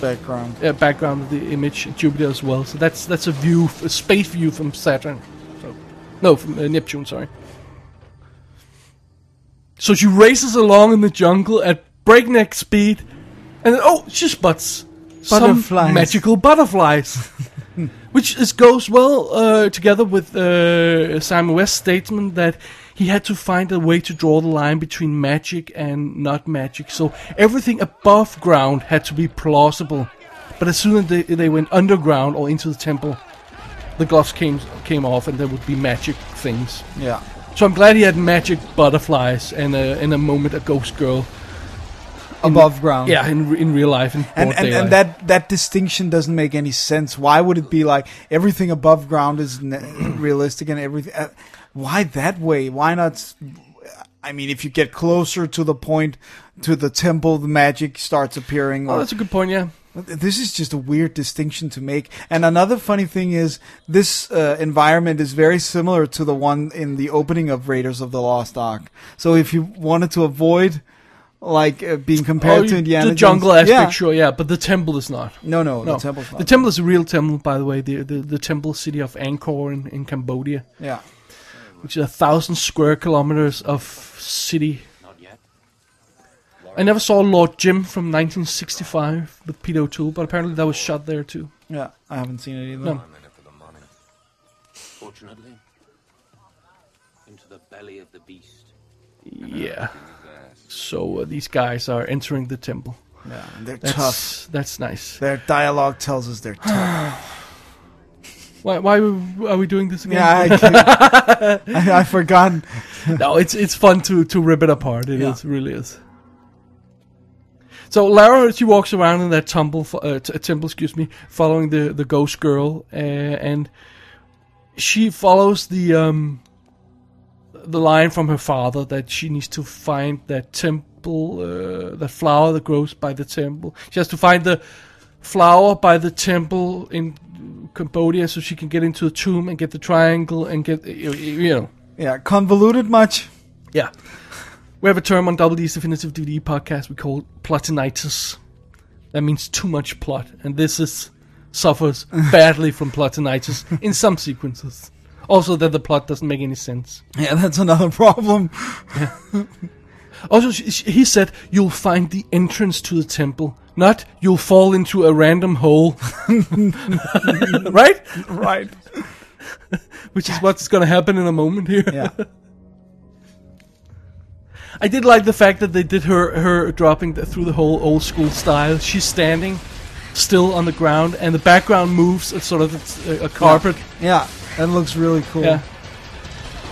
Speaker 2: background.
Speaker 1: uh, background of the image Jupiter as well. So that's that's a view, a space view from Saturn. So, no, from uh, Neptune. Sorry. So she races along in the jungle at breakneck speed, and then, oh, she spots
Speaker 2: Butterflies.
Speaker 1: some magical butterflies. Which is, goes well uh, together with uh, Simon West's statement that he had to find a way to draw the line between magic and not magic. So everything above ground had to be plausible. But as soon as they, they went underground or into the temple, the gloves came, came off and there would be magic things.
Speaker 2: Yeah.
Speaker 1: So I'm glad he had magic butterflies and a, and a moment a ghost girl.
Speaker 2: Above ground.
Speaker 1: Yeah, in, re- in real life. In
Speaker 2: And,
Speaker 1: broad
Speaker 2: and,
Speaker 1: daylight.
Speaker 2: and that, that distinction doesn't make any sense. Why would it be like everything above ground is ne- realistic and everything? Uh, why that way? Why not? s- I mean, if you get closer to the point, to the temple, the magic starts appearing.
Speaker 1: Oh,
Speaker 2: or-
Speaker 1: that's a good point, yeah.
Speaker 2: This is just a weird distinction to make. And another funny thing is, this uh, environment is very similar to the one in the opening of Raiders of the Lost Ark. So if you wanted to avoid, like, uh, being compared
Speaker 1: Oh,
Speaker 2: to Indiana
Speaker 1: the jungle
Speaker 2: Jones,
Speaker 1: aspect,
Speaker 2: yeah.
Speaker 1: sure, yeah, but the temple is not.
Speaker 2: No, no,
Speaker 1: No.
Speaker 2: the temple's not.
Speaker 1: The temple is a real temple, by the way. The the, the temple city of Angkor in, in Cambodia,
Speaker 2: yeah,
Speaker 1: which is a thousand square kilometers of city.
Speaker 4: Not yet.
Speaker 1: I never saw Lord Jim from 1965 with Peter O'Toole, but apparently that was shot there too.
Speaker 2: yeah. I haven't seen it either.
Speaker 1: No.
Speaker 4: I'm in it for the money. Fortunately, into the belly of the beast.
Speaker 1: Yeah. So uh, these guys are entering the temple.
Speaker 2: Yeah, and they're
Speaker 1: That's
Speaker 2: tough.
Speaker 1: that's nice.
Speaker 2: Their dialogue tells us they're tough.
Speaker 1: Why why are we doing this again?
Speaker 2: yeah, I, can't- I, I forgot.
Speaker 1: no, it's it's fun to to rip it apart. It is
Speaker 2: Yeah.
Speaker 1: really is. So Lara, she walks around in that tumble, fo- uh, t- temple, excuse me, following the the ghost girl, uh, and she follows the um the line from her father that she needs to find that temple, uh, that flower that grows by the temple. She has to find the flower by the temple in Cambodia, so she can get into the tomb and get the triangle and get you- you know
Speaker 2: Yeah, convoluted much?
Speaker 1: yeah. We have a term on Double D's Definitive DVD podcast we call plotinitis. That means too much plot, and this is suffers badly from plotinitis in some sequences. Also, that the plot doesn't make any sense.
Speaker 2: Yeah, that's another problem.
Speaker 1: Also, sh sh he said, "You'll find the entrance to the temple, not you'll fall into a random hole." right?
Speaker 2: right.
Speaker 1: Which is what's going to happen in a moment here.
Speaker 2: Yeah.
Speaker 1: I did like the fact that they did her her dropping the, through the whole old school style. She's standing still on the ground, and the background moves. It's sort of it's a, a carpet.
Speaker 2: Yeah, that looks really cool.
Speaker 1: Yeah,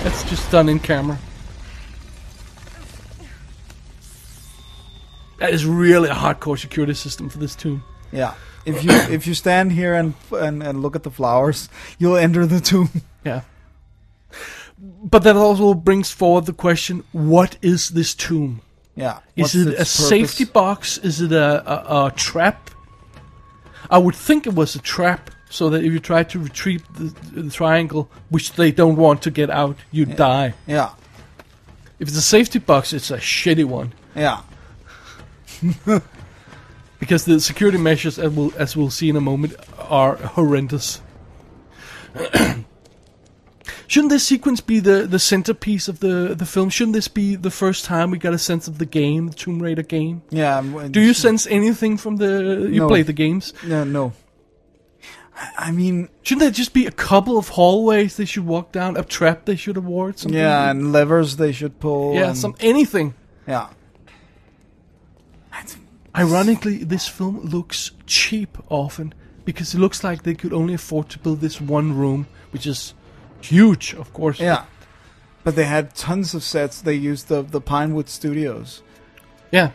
Speaker 1: that's just done in camera. That is really a hardcore security system for this tomb.
Speaker 2: Yeah. If you if you stand here and, and and look at the flowers, you'll enter the tomb.
Speaker 1: Yeah. But that also brings forward the question: What is this tomb?
Speaker 2: Yeah.
Speaker 1: Is
Speaker 2: What's
Speaker 1: it a
Speaker 2: its purpose?
Speaker 1: safety box? Is it a, a, a trap? I would think it was a trap, so that if you try to retrieve the, the triangle, which they don't want to get out, you die.
Speaker 2: Yeah.
Speaker 1: If it's a safety box, it's a shitty one
Speaker 2: Yeah.
Speaker 1: because the security measures, as we'll, as we'll see in a moment, are horrendous. Shouldn't this sequence be the, the centerpiece of the, the film? Shouldn't this be the first time we got a sense of the game, the Tomb Raider game?
Speaker 2: Yeah. I'm-
Speaker 1: Do you sense anything from the you
Speaker 2: No.
Speaker 1: played the games?
Speaker 2: No. No. I- I mean,
Speaker 1: Shouldn't there just be a couple of hallways they should walk down? A trap they should award? Something?
Speaker 2: yeah, and levers they should pull.
Speaker 1: Mm-hmm. yeah,
Speaker 2: and-
Speaker 1: some anything.
Speaker 2: Yeah.
Speaker 1: Ironically, this film looks cheap often because it looks like they could only afford to build this one room, which is huge, of course.
Speaker 2: Yeah. But they had tons of sets. They used the the Pinewood Studios.
Speaker 1: Yeah.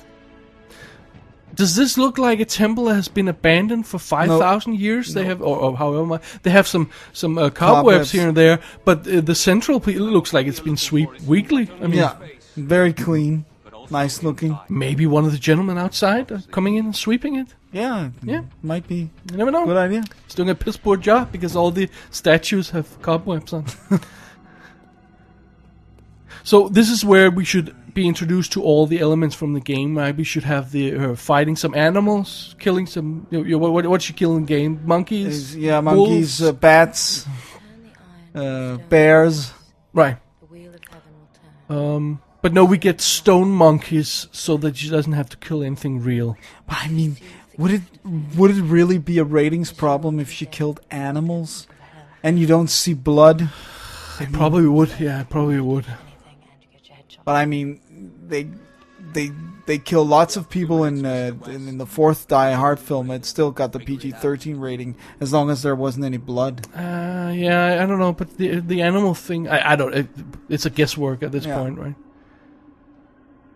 Speaker 1: Does this look like a temple that has been abandoned for five thousand years? They have, or, or however much, they have some some uh, cobwebs,
Speaker 2: Cobwebs.
Speaker 1: here and there, but uh, the central pe- it looks like it's been swept weekly. I mean,
Speaker 2: Yeah. Very clean. Nice looking.
Speaker 1: maybe one of the gentlemen outside uh, coming in and sweeping it.
Speaker 2: Yeah.
Speaker 1: Yeah.
Speaker 2: Might be
Speaker 1: You never know.
Speaker 2: good idea.
Speaker 1: It's doing a piss poor job because all the statues have cobwebs on. so this is where we should be introduced to all the elements from the game. Right? We should have the her fighting some animals, killing some. You know, what, what, what's she killing? Game monkeys,
Speaker 2: Is- yeah, monkeys,
Speaker 1: wolves?
Speaker 2: uh, bats,
Speaker 3: Turn the iron
Speaker 2: uh,
Speaker 3: stone,
Speaker 2: bears. Uh,
Speaker 1: right?
Speaker 3: The wheel of heaven will turn.
Speaker 1: Um, but no, we get stone monkeys so that she doesn't have to kill anything real.
Speaker 2: But I mean, would it would it really be a ratings problem if she killed animals, and you don't see blood?
Speaker 1: It probably would. Yeah, it probably would.
Speaker 3: Anything, and you get your head chopped.
Speaker 2: But I mean, they they they kill lots of people in uh, in, in the fourth Die Hard film. It still got the PG thirteen rating as long as there wasn't any blood.
Speaker 1: Uh, yeah, I- I don't know, but the the animal thing, I, I don't. It, it's a guesswork at this
Speaker 2: Yeah.
Speaker 1: point, right?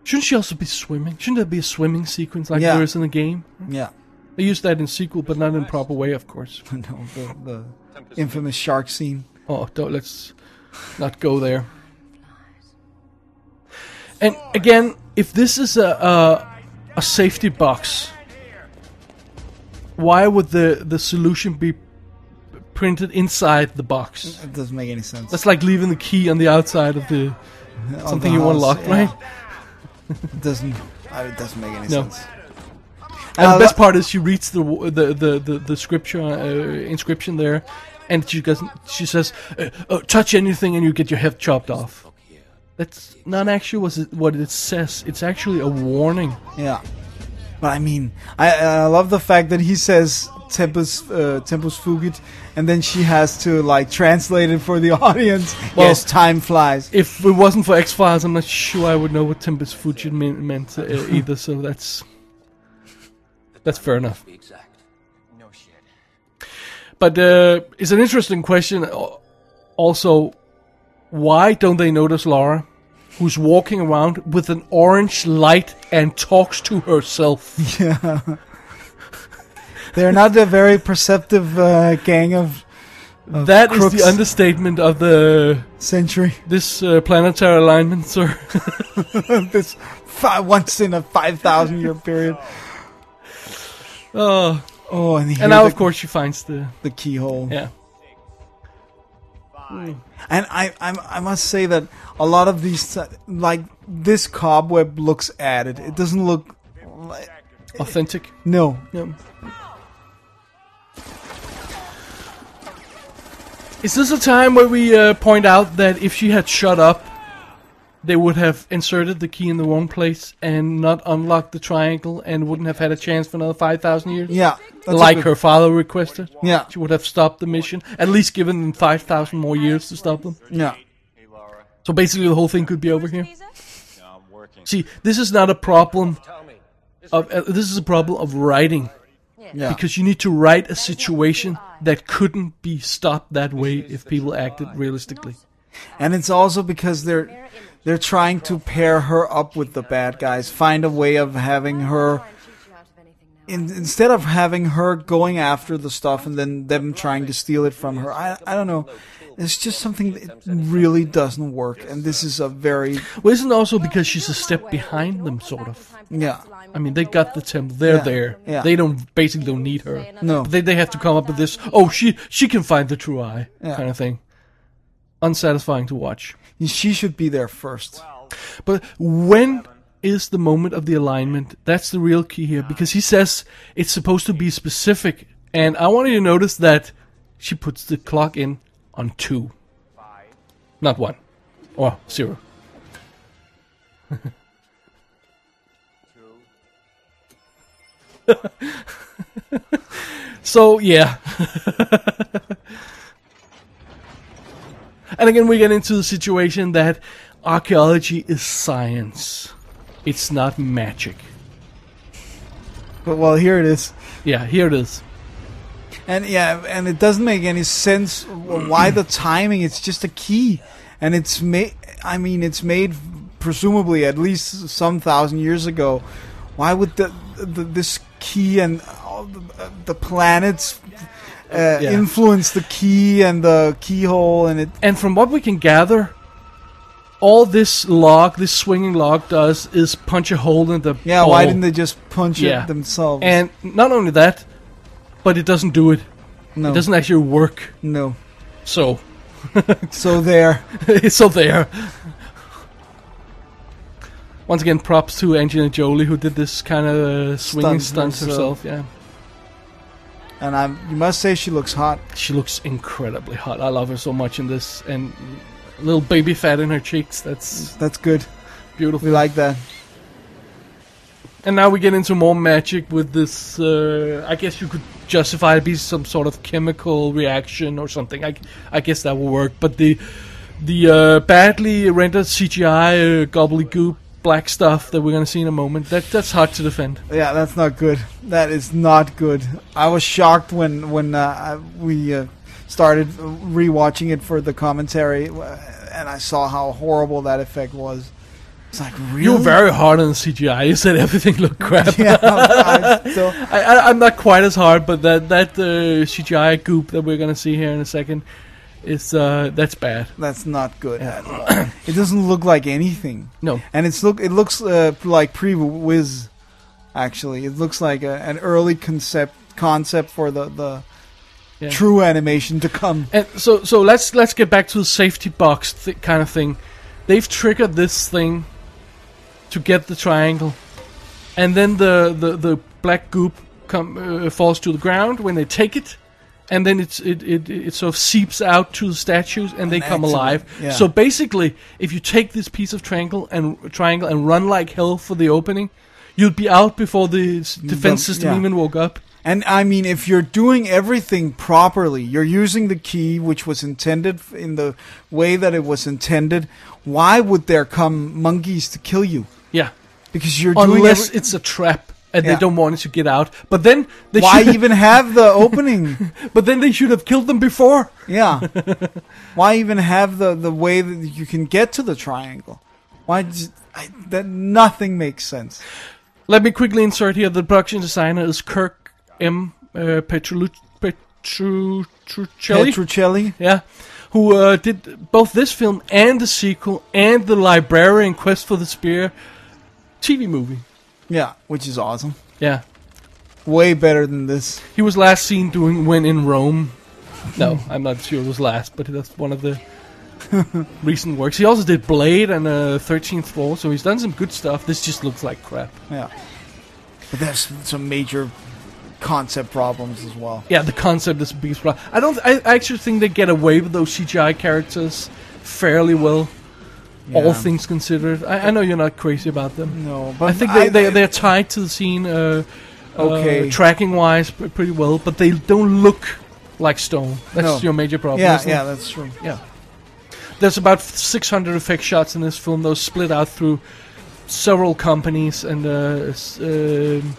Speaker 1: Shouldn't she also be swimming? Shouldn't there be a swimming sequence like
Speaker 2: Yeah.
Speaker 1: there is in the game?
Speaker 2: Yeah,
Speaker 1: They used that in sequel, but not in a proper way, of course.
Speaker 2: no, the, the infamous shark scene.
Speaker 1: Oh, don't, let's not go there. And again, if this is a a, a safety box, why would the the solution be printed inside the box?
Speaker 2: It doesn't make any sense.
Speaker 1: That's like leaving the key on the outside of the
Speaker 2: On the
Speaker 1: something you want
Speaker 2: house,
Speaker 1: locked,
Speaker 2: Oh, yeah.
Speaker 1: right?
Speaker 2: It doesn't. I- It doesn't make any
Speaker 1: No.
Speaker 2: sense.
Speaker 1: And
Speaker 2: Uh,
Speaker 1: the best
Speaker 2: la-
Speaker 1: part is she reads the w- the the the, the scripture uh, inscription there, and she doesn't. She says, uh, oh, "Touch anything, and you get your head chopped off." That's not actually what it, what it says. It's actually a warning.
Speaker 2: Yeah, but I mean, I I love the fact that he says tempus uh, tempus fugit, and then she has to like translate it for the audience.
Speaker 1: Well-
Speaker 2: yes, time flies.
Speaker 1: If it wasn't for X Files, I'm not sure I would know what Tempest Fujin mean, meant uh, either. So that's that's fair enough.
Speaker 4: Be exact. No shit.
Speaker 1: But uh, it's an interesting question. al- Also, why don't they notice Laura, who's walking around with an orange light and talks to herself?
Speaker 2: They're not a very perceptive uh, gang of
Speaker 1: That is
Speaker 2: crooks.
Speaker 1: the understatement of the
Speaker 2: century.
Speaker 1: this uh, planetary alignment, sir.
Speaker 2: this fi- once in a five thousand year period.
Speaker 1: oh,
Speaker 2: Oh, and, here
Speaker 1: and now,
Speaker 2: the,
Speaker 1: of course, she finds the
Speaker 2: the keyhole.
Speaker 1: yeah.
Speaker 2: And I, I, I must say that a lot of these, uh, like this cobweb, looks added. It doesn't look. Like,
Speaker 1: authentic.
Speaker 2: no,
Speaker 1: Yeah. Is this a time where we uh, point out that if she had shut up, they would have inserted the key in the wrong place and not unlocked the triangle and wouldn't have had a chance for another 5,000 years?
Speaker 2: yeah, that's a
Speaker 1: like
Speaker 2: good-
Speaker 1: her father requested?
Speaker 2: Yeah,
Speaker 1: She would have stopped the mission, at least given them 5,000 more years to stop them.
Speaker 2: yeah.
Speaker 5: Hey, Laura.
Speaker 1: So basically, the whole thing could be over here.
Speaker 5: No, I'm working.
Speaker 1: See, this is not a problem
Speaker 4: Tell me. This
Speaker 1: of. Uh, this is a problem of writing.
Speaker 2: Yeah.
Speaker 1: because you need to write a situation that couldn't be stopped that way if people acted realistically.
Speaker 2: and it's also because they're they're trying to pair her up with the bad guys. Find a way of having her
Speaker 3: Try and cheat you out of anything now.
Speaker 2: in, instead of having her going after the stuff and then them trying to steal it from her. I I don't know. It's just something that really doesn't work. And this is a very
Speaker 1: Well, isn't it also because she's a step behind them, sort of.
Speaker 2: Yeah.
Speaker 1: I mean, they got the temple; they're
Speaker 2: Yeah,
Speaker 1: there.
Speaker 2: yeah.
Speaker 1: They don't basically don't need her.
Speaker 2: no.
Speaker 1: But they they have to come up with this. Oh, she she can find the true eye
Speaker 2: Yeah.
Speaker 1: kind of thing. Unsatisfying to watch.
Speaker 2: She should be there first.
Speaker 1: But when is the moment of the alignment? That's the real key here because he says it's supposed to be specific. And I want you to notice that she puts the clock in on two, not one or zero. so, yeah. And again, we get into the situation that archaeology is science, it's not magic.
Speaker 2: But well, here it is.
Speaker 1: Yeah, here it is.
Speaker 2: And yeah, and it doesn't make any sense wh- why the timing. It's just a key, and it's made. I mean, it's made presumably at least some thousand years ago. Why would the, the this key and all the, uh, the planets uh, influence the key and the keyhole? And it
Speaker 1: And from what we can gather, all this log, this swinging log, does is punch a hole in the
Speaker 2: yeah,
Speaker 1: ball.
Speaker 2: why didn't they just punch
Speaker 1: Yeah.
Speaker 2: it themselves?
Speaker 1: And not only that, but it doesn't do it.
Speaker 2: no,
Speaker 1: It doesn't actually work.
Speaker 2: no.
Speaker 1: So
Speaker 2: So there,
Speaker 1: it's up there. Once again, props to Angelina Jolie who did this kind of uh, swinging
Speaker 2: Stunt
Speaker 1: stunts herself. Yeah,
Speaker 2: And I, you must say she looks hot.
Speaker 1: she looks incredibly hot. I love her so much in this, and little baby fat in her cheeks. That's
Speaker 2: That's good.
Speaker 1: beautiful.
Speaker 2: We like that.
Speaker 1: And now we get into more magic with this. Uh, I guess you could justify it be some sort of chemical reaction or something. I, I guess that will work. But the the uh, badly rendered CGI uh, gobbledygook black stuff that we're gonna see in a moment that that's hard to defend.
Speaker 2: Yeah, that's not good. That is not good. I was shocked when when uh, I- we uh, started rewatching it for the commentary, uh, and I saw how horrible that effect was. It's like really.
Speaker 1: You're very hard on the CGI. You said everything looked crap.
Speaker 2: yeah, I still,
Speaker 1: I, I, I'm not quite as hard, but that that uh, CGI goop that we're gonna see here in a second is uh, that's bad.
Speaker 2: that's not good at all. It doesn't look like anything,
Speaker 1: No,
Speaker 2: and it's look it looks uh, like pre Wiz. Actually, it looks like a, an early concept concept for the the
Speaker 1: Yeah.
Speaker 2: true animation to come.
Speaker 1: And so, so let's let's get back to the safety box th- kind of thing. They've triggered this thing to get the triangle, and then the the, the black goop come uh, falls to the ground when they take it, and then it's it it, it sort of seeps out to the statues and they come
Speaker 2: accident,
Speaker 1: alive.
Speaker 2: yeah.
Speaker 1: So basically, if you take this piece of triangle and triangle and run like hell for the opening, you'd be out before the s- defense system
Speaker 2: Mm, yeah.
Speaker 1: even woke up.
Speaker 2: And I mean, if you're doing everything properly, you're using the key which was intended f- in the way that it was intended. Why would there come monkeys to kill you?
Speaker 1: Yeah.
Speaker 2: Because you're doing
Speaker 1: unless
Speaker 2: every-
Speaker 1: it's a trap and
Speaker 2: Yeah.
Speaker 1: they don't want it to get out. But then they
Speaker 2: why
Speaker 1: should,
Speaker 2: even have the opening?
Speaker 1: but then they should have killed them before.
Speaker 2: yeah, why even have the the way that you can get to the triangle? Why just, I, that nothing makes sense?
Speaker 1: Let me quickly insert here: the production designer is Kirk M. Uh, Petru Petruccelli.
Speaker 2: Petruccelli,
Speaker 1: yeah, who uh, did both this film and the sequel and the Librarian Quest for the Spear TV movie.
Speaker 2: yeah, which is awesome.
Speaker 1: Yeah,
Speaker 2: Way better than this.
Speaker 1: he was last seen doing When in Rome. No, I'm not sure it was last, but that's one of the recent works. He also did Blade and uh, 13th Floor, so he's done some good stuff. This just looks like crap.
Speaker 2: Yeah, but there's some major concept problems as well.
Speaker 1: Yeah, the concept is the biggest problem. I don't. I, I actually think they get away with those CGI characters fairly well, all
Speaker 2: Yeah.
Speaker 1: things considered. I, I know you're not crazy about them.
Speaker 2: No, but
Speaker 1: I think they, they they're tied to the scene. Uh,
Speaker 2: Okay.
Speaker 1: tracking wise, pretty well, but they don't look like stone. That's
Speaker 2: No.
Speaker 1: your major problem.
Speaker 2: Yeah,
Speaker 1: isn't it?
Speaker 2: yeah, that's true.
Speaker 1: Yeah. There's about 600 effect shots in this film. Those split out through several companies and uh, s- um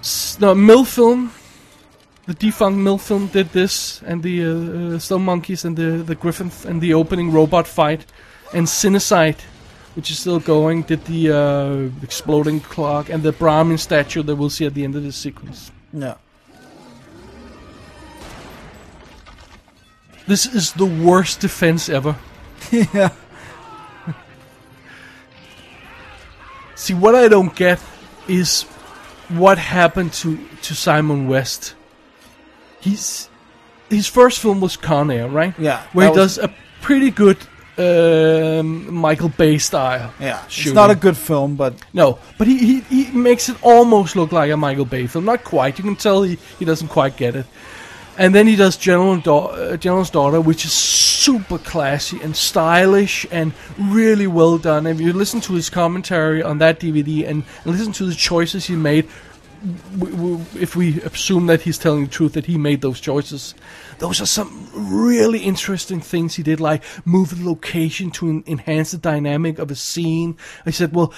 Speaker 1: s- no Mill Film, the defunct Mill Film did this, and the uh, uh, Stone Monkeys and the the Griffin and the opening robot fight, and Cinecide, which is still going, did the uh, exploding clock and the Brahmin statue that we'll see at the end of this sequence.
Speaker 2: Yeah,
Speaker 1: This is the worst defense ever.
Speaker 2: yeah,
Speaker 1: See, what I don't get is what happened to, to Simon West. He's his first film was Con Air, right?
Speaker 2: Yeah,
Speaker 1: where
Speaker 2: that
Speaker 1: he
Speaker 2: was-
Speaker 1: does a pretty good um, Michael Bay style.
Speaker 2: yeah. It's
Speaker 1: Shooting.
Speaker 2: not a good film, but
Speaker 1: No, but he, he he makes it almost look like a Michael Bay film. Not quite. You can tell he, he doesn't quite get it. And then he does General da- uh, General's Daughter, which is super classy and stylish and really well done. If you listen to his commentary on that DVD and listen to the choices he made, w- w- if we assume that he's telling the truth, that he made those choices, those are some really interesting things he did, like move the location to en- enhance the dynamic of a scene. I said, well,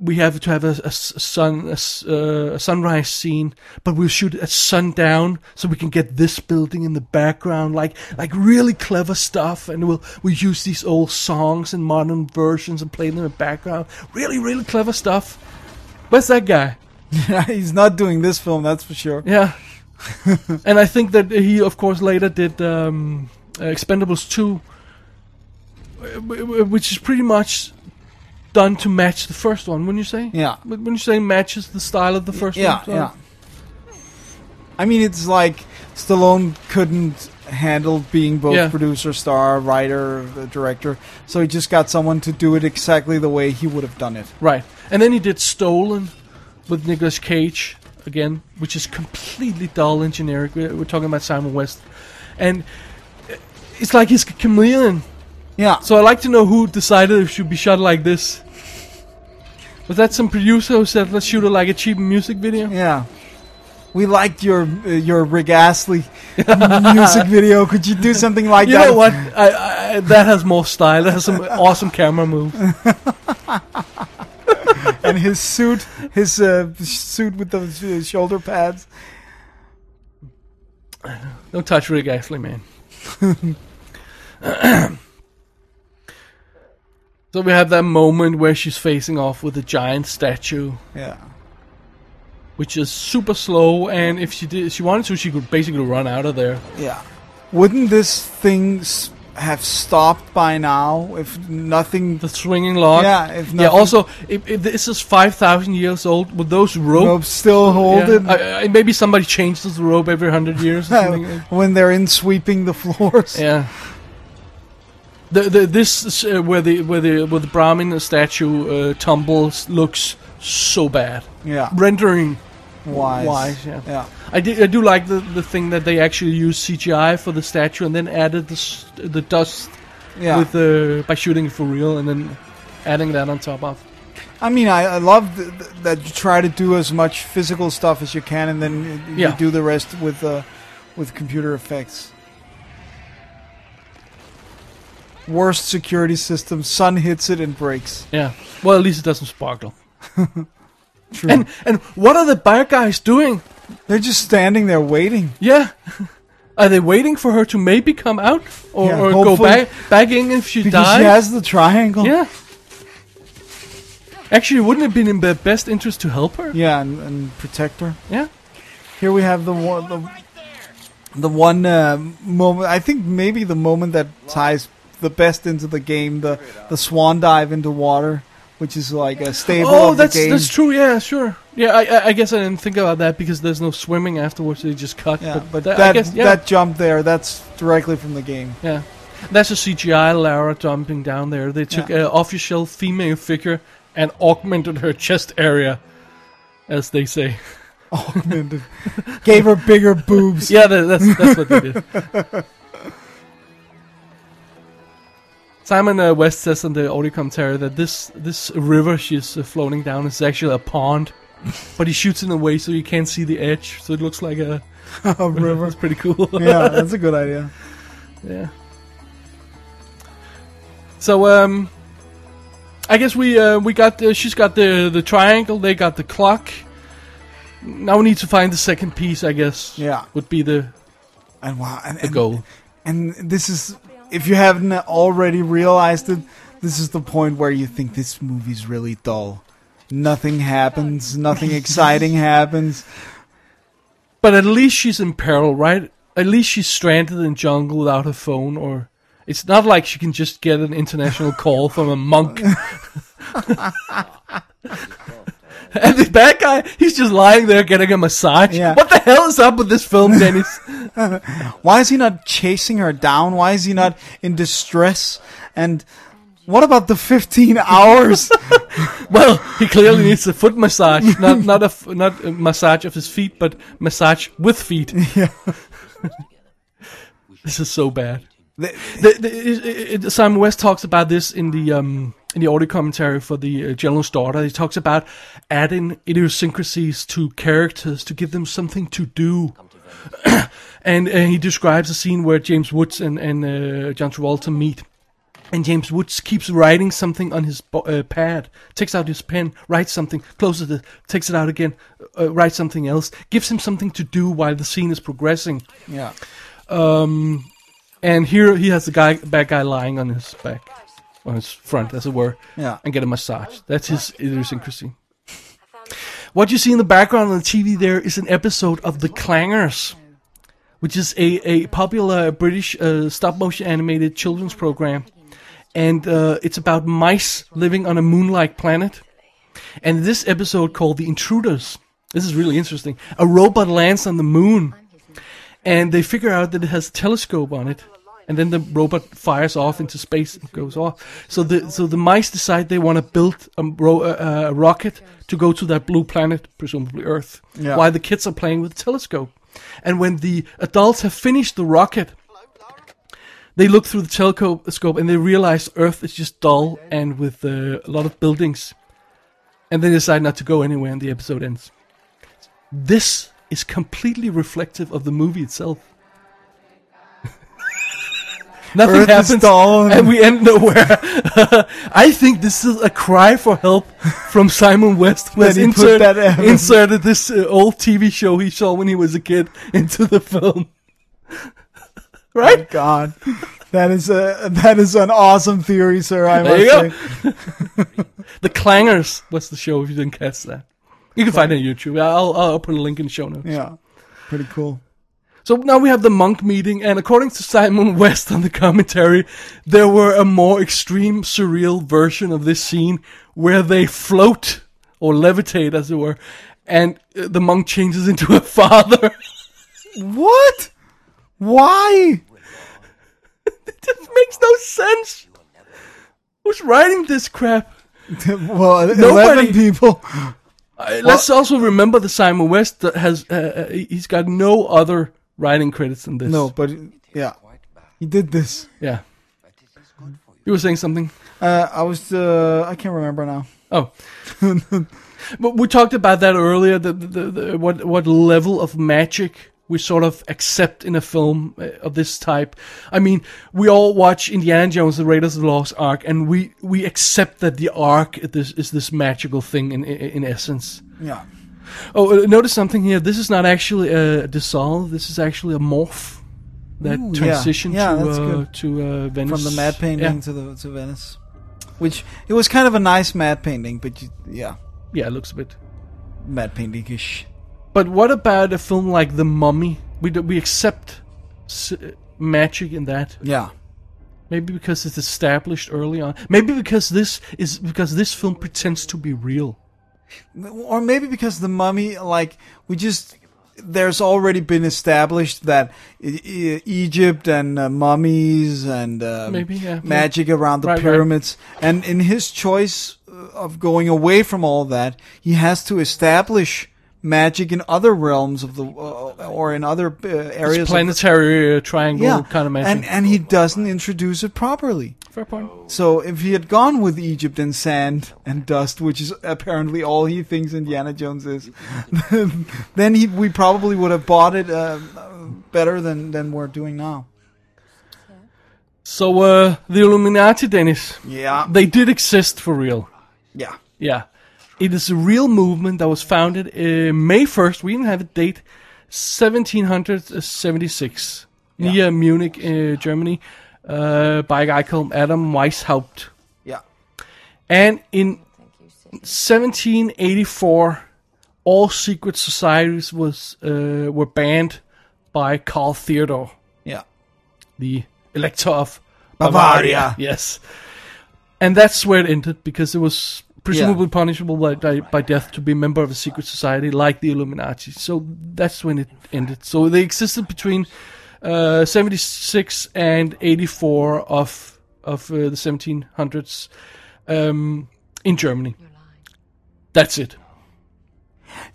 Speaker 1: we have to have a, a s- sun a, s- uh, a sunrise scene, but we'll shoot at sundown so we can get this building in the background, like like really clever stuff. And we'll we use these old songs and modern versions and play them in the background. Really, really clever stuff. Where's that guy?
Speaker 2: he's not doing this film. That's for sure.
Speaker 1: Yeah. and I think that he, of course, later did um, uh, Expendables 2, uh, w- w- which is pretty much done to match the first one, wouldn't you say?
Speaker 2: Yeah.
Speaker 1: Wou- Wouldn't you say matches the style of the first
Speaker 2: Yeah,
Speaker 1: one? So-
Speaker 2: yeah. I mean, it's like Stallone couldn't handled being both
Speaker 1: Yeah.
Speaker 2: producer, star, writer, the director. So he just got someone to do it exactly the way he would have done it.
Speaker 1: Right. And then he did Stolen with Nicolas Cage again, which is completely dull and generic. We're, we're talking about Simon West. And uh, it's like he's a chameleon.
Speaker 2: Yeah.
Speaker 1: So I like to know who decided it should be shot like this. Was that some producer who said, let's shoot it like a cheap music video?
Speaker 2: Yeah. We liked your uh, your Rick Astley music video. Could you do something like
Speaker 1: You
Speaker 2: that?
Speaker 1: know what? I, I, that has more style. That has some awesome camera moves.
Speaker 2: And his suit, his uh, suit with the uh, shoulder pads.
Speaker 1: Don't touch Rick Astley, man. so we have that moment where she's facing off with a giant statue,
Speaker 2: Yeah.
Speaker 1: which is super slow, and if she did, she wanted to, she could basically run out of there.
Speaker 2: Yeah. Wouldn't this thing s- have stopped by now if nothing?
Speaker 1: The swinging log.
Speaker 2: Yeah, if
Speaker 1: yeah.
Speaker 2: nothing-
Speaker 1: Also, if, if this is five thousand years old, would those
Speaker 2: Rope
Speaker 1: ropes?
Speaker 2: still
Speaker 1: Yeah,
Speaker 2: holding
Speaker 1: I- I- maybe somebody changes the rope every hundred years. Or something.
Speaker 2: when they're in sweeping the floors.
Speaker 1: Yeah. The, the this is, uh, where the where the where the Brahmin statue uh, tumbles looks so bad.
Speaker 2: Yeah.
Speaker 1: Rendering,
Speaker 2: Wise.
Speaker 1: Wise, yeah.
Speaker 2: Yeah.
Speaker 1: I, di- I do like the, the thing that they actually used CGI for the statue and then added the s- the dust
Speaker 2: Yeah.
Speaker 1: with uh, by shooting it for real and then adding that on top of.
Speaker 2: I mean, I, I love th- th- that you try to do as much physical stuff as you can, and then you- you
Speaker 1: Yeah.
Speaker 2: do the rest with uh, with computer effects. Worst security system. Sun hits it and breaks.
Speaker 1: Yeah. Well, at least it doesn't sparkle.
Speaker 2: True.
Speaker 1: And and what are the bad guys doing?
Speaker 2: They're just standing there waiting.
Speaker 1: Yeah. Are they waiting for her to maybe come out or,
Speaker 2: Yeah,
Speaker 1: or go
Speaker 2: hopefully.
Speaker 1: back back in if she
Speaker 2: Because
Speaker 1: dies?
Speaker 2: she has the triangle.
Speaker 1: Yeah. Actually, wouldn't it have been in their best interest to help her?
Speaker 2: Yeah, and, and protect her.
Speaker 1: Yeah.
Speaker 2: Here we have the one, the, the one uh, moment. I think maybe the moment that ties the best into the game, the the swan dive into water, which is like a staple
Speaker 1: Oh,
Speaker 2: of the
Speaker 1: that's
Speaker 2: game.
Speaker 1: that's true. Yeah, sure. Yeah, I, I I guess I didn't think about that because there's no swimming afterwards. They just cut.
Speaker 2: Yeah,
Speaker 1: but,
Speaker 2: but
Speaker 1: that,
Speaker 2: that
Speaker 1: I guess yeah,
Speaker 2: that jump there, that's directly from the game.
Speaker 1: yeah. That's a CGI Lara jumping down there. They took
Speaker 2: Yeah.
Speaker 1: a off-your-shelf female figure and augmented her chest area, as they say.
Speaker 2: Augmented. Gave her bigger boobs.
Speaker 1: Yeah, that, that's that's what they did. Simon uh, West says in the audio commentary that this this river she's uh, floating down is actually a pond, but he shoots in a way so you can't see the edge, so it looks like a
Speaker 2: A
Speaker 1: river.
Speaker 2: river.
Speaker 1: It's pretty cool.
Speaker 2: Yeah, that's a good idea.
Speaker 1: yeah. So um, I guess we uh, we got the, she's got the the triangle, they got the clock. Now we need to find the second piece. I guess
Speaker 2: Yeah,
Speaker 1: would be the
Speaker 2: and wow, and,
Speaker 1: the
Speaker 2: and-
Speaker 1: goal.
Speaker 2: And this is, if you haven't already realized it, this is the point where you think this movie's really dull. Nothing happens, nothing exciting happens.
Speaker 1: But at least she's in peril, right? At least she's stranded in jungle without her phone, or it's not like she can just get an international call from a monk. and the bad guy, he's just lying there getting a massage.
Speaker 2: Yeah.
Speaker 1: What the hell is up with this film, Dennis?
Speaker 2: Why is he not chasing her down? Why is he not in distress? And what about the 15 hours?
Speaker 1: well, he clearly needs a foot massage, not not a f- not a massage of his feet, but massage with feet. this is so bad.
Speaker 2: The-
Speaker 1: the, the, it- it- it- Simon West talks about this in the um, in the audio commentary for the uh, General's Daughter. He talks about adding idiosyncrasies to characters to give them something to do. and, and he describes a scene where James Woods and, and uh, John Travolta meet. And James Woods keeps writing something on his bo- uh, pad, takes out his pen, writes something, closes it, takes it out again, uh, writes something else, gives him something to do while the scene is progressing.
Speaker 2: yeah.
Speaker 1: And here he has the guy, bad guy, lying on his back, on his front, as it were,
Speaker 2: Yeah.
Speaker 1: and get a massage. That's his idiosyncrasy. What you see in the background on the TV there is an episode of The Clangers, which is a, a popular British uh, stop motion animated children's program. And uh, it's about mice living on a moonlight planet. And this episode called The Intruders. This is really interesting. A robot lands on the moon and they figure out that it has a telescope on it. And then the robot fires off into space and goes off. So the so the mice decide they want to build a, ro- uh, a rocket to go to that blue planet, presumably Earth,
Speaker 2: Yeah.
Speaker 1: while the kids are playing with the telescope. And when the adults have finished the rocket, they look through the telescope and they realize Earth is just dull and with uh, a lot of buildings. And they decide not to go anywhere, and the episode ends. This is completely reflective of the movie itself. Nothing
Speaker 2: Earth is
Speaker 1: happens,
Speaker 2: dull and-
Speaker 1: and we end nowhere. I think this is a cry for help from Simon West, who
Speaker 2: That
Speaker 1: has
Speaker 2: he put
Speaker 1: insert-
Speaker 2: that, uh,
Speaker 1: inserted this uh, old TV show he saw when he was a kid into the film. right?
Speaker 2: God, that is a that is an awesome theory, sir. I
Speaker 1: There you
Speaker 2: must
Speaker 1: go.
Speaker 2: say.
Speaker 1: The Clangers was the show if you didn't catch that. You can find it on YouTube. I'll, I'll put a link in the show notes.
Speaker 2: Yeah, pretty cool.
Speaker 1: So now we have the monk meeting, and according to Simon West on the commentary, there were a more extreme, surreal version of this scene where they float or levitate, as it were, and uh, the monk changes into a father.
Speaker 2: What? Why?
Speaker 1: it just makes no sense. Who's writing this crap?
Speaker 2: well,
Speaker 1: Nobody-
Speaker 2: eleven people.
Speaker 1: Uh, Let's also remember that Simon West that has uh, uh, he's got no other writing credits than this.
Speaker 2: No, but yeah, he did this.
Speaker 1: Yeah. You were saying something.
Speaker 2: Uh, I was. Uh, I can't remember now.
Speaker 1: Oh. but we talked about that earlier. The, the, the, the- what what level of magic we sort of accept in a film uh, of this type. I mean, we all watch Indiana Jones: The Raiders of the Lost Ark, and we we accept that the Ark is this, is this magical thing in in, in essence.
Speaker 2: Yeah.
Speaker 1: Oh, uh, notice something here. This is not actually a dissolve. This is actually a morph. That transition
Speaker 2: Yeah,
Speaker 1: to
Speaker 2: that's
Speaker 1: uh,
Speaker 2: good.
Speaker 1: to uh, Venice
Speaker 2: From the matte painting
Speaker 1: Yeah.
Speaker 2: to the to Venice, which it was kind of a nice matte painting, but you, yeah,
Speaker 1: yeah, it looks a bit.
Speaker 2: matte painting-ish.
Speaker 1: But what about a film like The Mummy? We do, we accept s- uh, magic in that.
Speaker 2: Yeah.
Speaker 1: Maybe because it's established early on. Maybe because this is because this film pretends to be real.
Speaker 2: or maybe because the mummy like we just there's already been established that E- E- Egypt and uh, mummies and um,
Speaker 1: Maybe, yeah.
Speaker 2: magic around the
Speaker 1: Right, right.
Speaker 2: pyramids and in his choice uh, of going away from all that he has to establish magic in other realms of the uh, or in other uh,
Speaker 1: It's
Speaker 2: areas of the-
Speaker 1: planetary uh, triangle
Speaker 2: yeah
Speaker 1: kind of magic.
Speaker 2: and and he doesn't introduce it properly
Speaker 1: Fair point.
Speaker 2: so if he had gone with Egypt and sand and dust, which is apparently all he thinks Indiana Jones is, then- then he, we probably would have bought it uh, uh, better than, than we're doing now.
Speaker 1: So uh, the Illuminati, Dennis,
Speaker 2: Yeah.
Speaker 1: they did exist for real.
Speaker 2: Yeah.
Speaker 1: Yeah. It is a real movement that was founded uh, May 1st. We even have a date 1776 near Munich, uh, Germany, uh, by a guy called Adam Weishaupt.
Speaker 2: Yeah.
Speaker 1: And in
Speaker 3: Thank you, Sid.
Speaker 1: 1784, all secret societies was uh, were banned by Karl Theodore,
Speaker 2: Yeah.
Speaker 1: the elector of
Speaker 2: Bavaria.
Speaker 1: Yes. And that's where it ended because it was presumably punishable by, by, by death to be a member of a secret society like the Illuminati. So that's when it ended. So they existed between uh, 76 and 84 of of uh, the 1700s um, in Germany. That's it.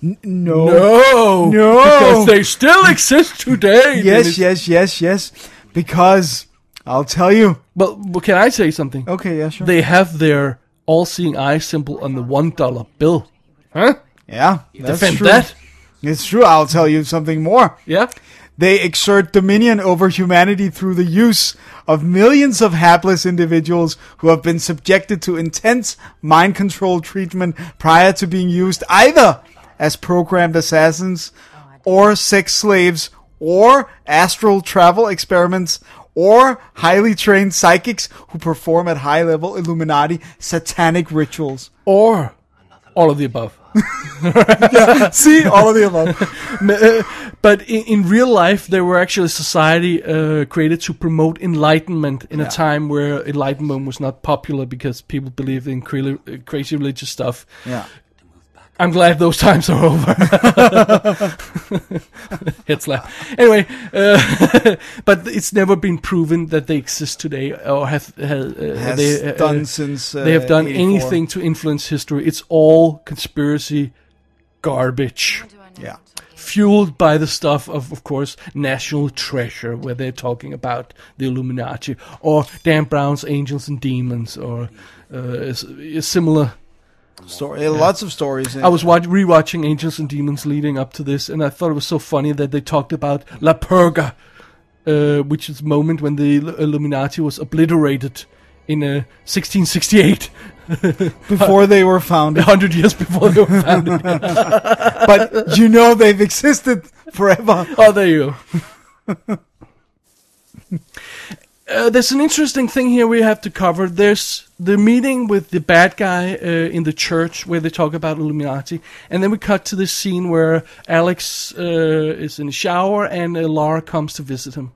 Speaker 2: No.
Speaker 1: No,
Speaker 2: No.
Speaker 1: because they still exist today.
Speaker 2: Yes,
Speaker 1: Dennis.
Speaker 2: yes, yes, yes. Because I'll tell you.
Speaker 1: But, but can I say something?
Speaker 2: Okay, yeah, Oh, sure.
Speaker 1: They have their all-seeing eye symbol on the one dollar bill. Huh?
Speaker 2: yeah. That's
Speaker 1: Defend
Speaker 2: true.
Speaker 1: that.
Speaker 2: It's true. I'll tell you something more.
Speaker 1: Yeah.
Speaker 2: They exert dominion over humanity through the use of millions of hapless individuals who have been subjected to intense mind control treatment prior to being used either as programmed assassins or sex slaves or astral travel experiments or highly trained psychics who perform at high level Illuminati satanic rituals.
Speaker 1: Or all of the above.
Speaker 2: See, all of the above.
Speaker 1: M- uh, but in, in real life, they were actually a society uh, created to promote enlightenment in a time where enlightenment was not popular because people believed in cra- uh, crazy religious stuff.
Speaker 2: Yeah.
Speaker 4: To move back
Speaker 1: I'm glad those times are over. it's left. Anyway, uh, but it's never been proven that they exist today or have, have uh,
Speaker 2: Has
Speaker 1: they, uh,
Speaker 2: done since uh,
Speaker 1: they have done
Speaker 2: 84.
Speaker 1: anything to influence history. It's all conspiracy garbage.
Speaker 3: How do I know
Speaker 2: Yeah.
Speaker 3: I'm talking?
Speaker 1: Fueled by the stuff of, of course, National Treasure, where they're talking about the Illuminati, or Dan Brown's Angels and Demons, or uh, s- similar
Speaker 2: Story, Lots of stories. In
Speaker 1: I was watch- rewatching Angels and Demons leading up to this, and I thought it was so funny that they talked about La Purga, uh, which is the moment when the Ill- Illuminati was obliterated in uh, 1668,
Speaker 2: before they were founded,
Speaker 1: 100 years before they were founded.
Speaker 2: but you know they've existed forever.
Speaker 1: oh, there you go. Uh, there's an interesting thing here we have to cover. There's the meeting with the bad guy uh, in the church where they talk about Illuminati, and then we cut to this scene where Alex uh, is in the shower and uh, Lara comes to visit him.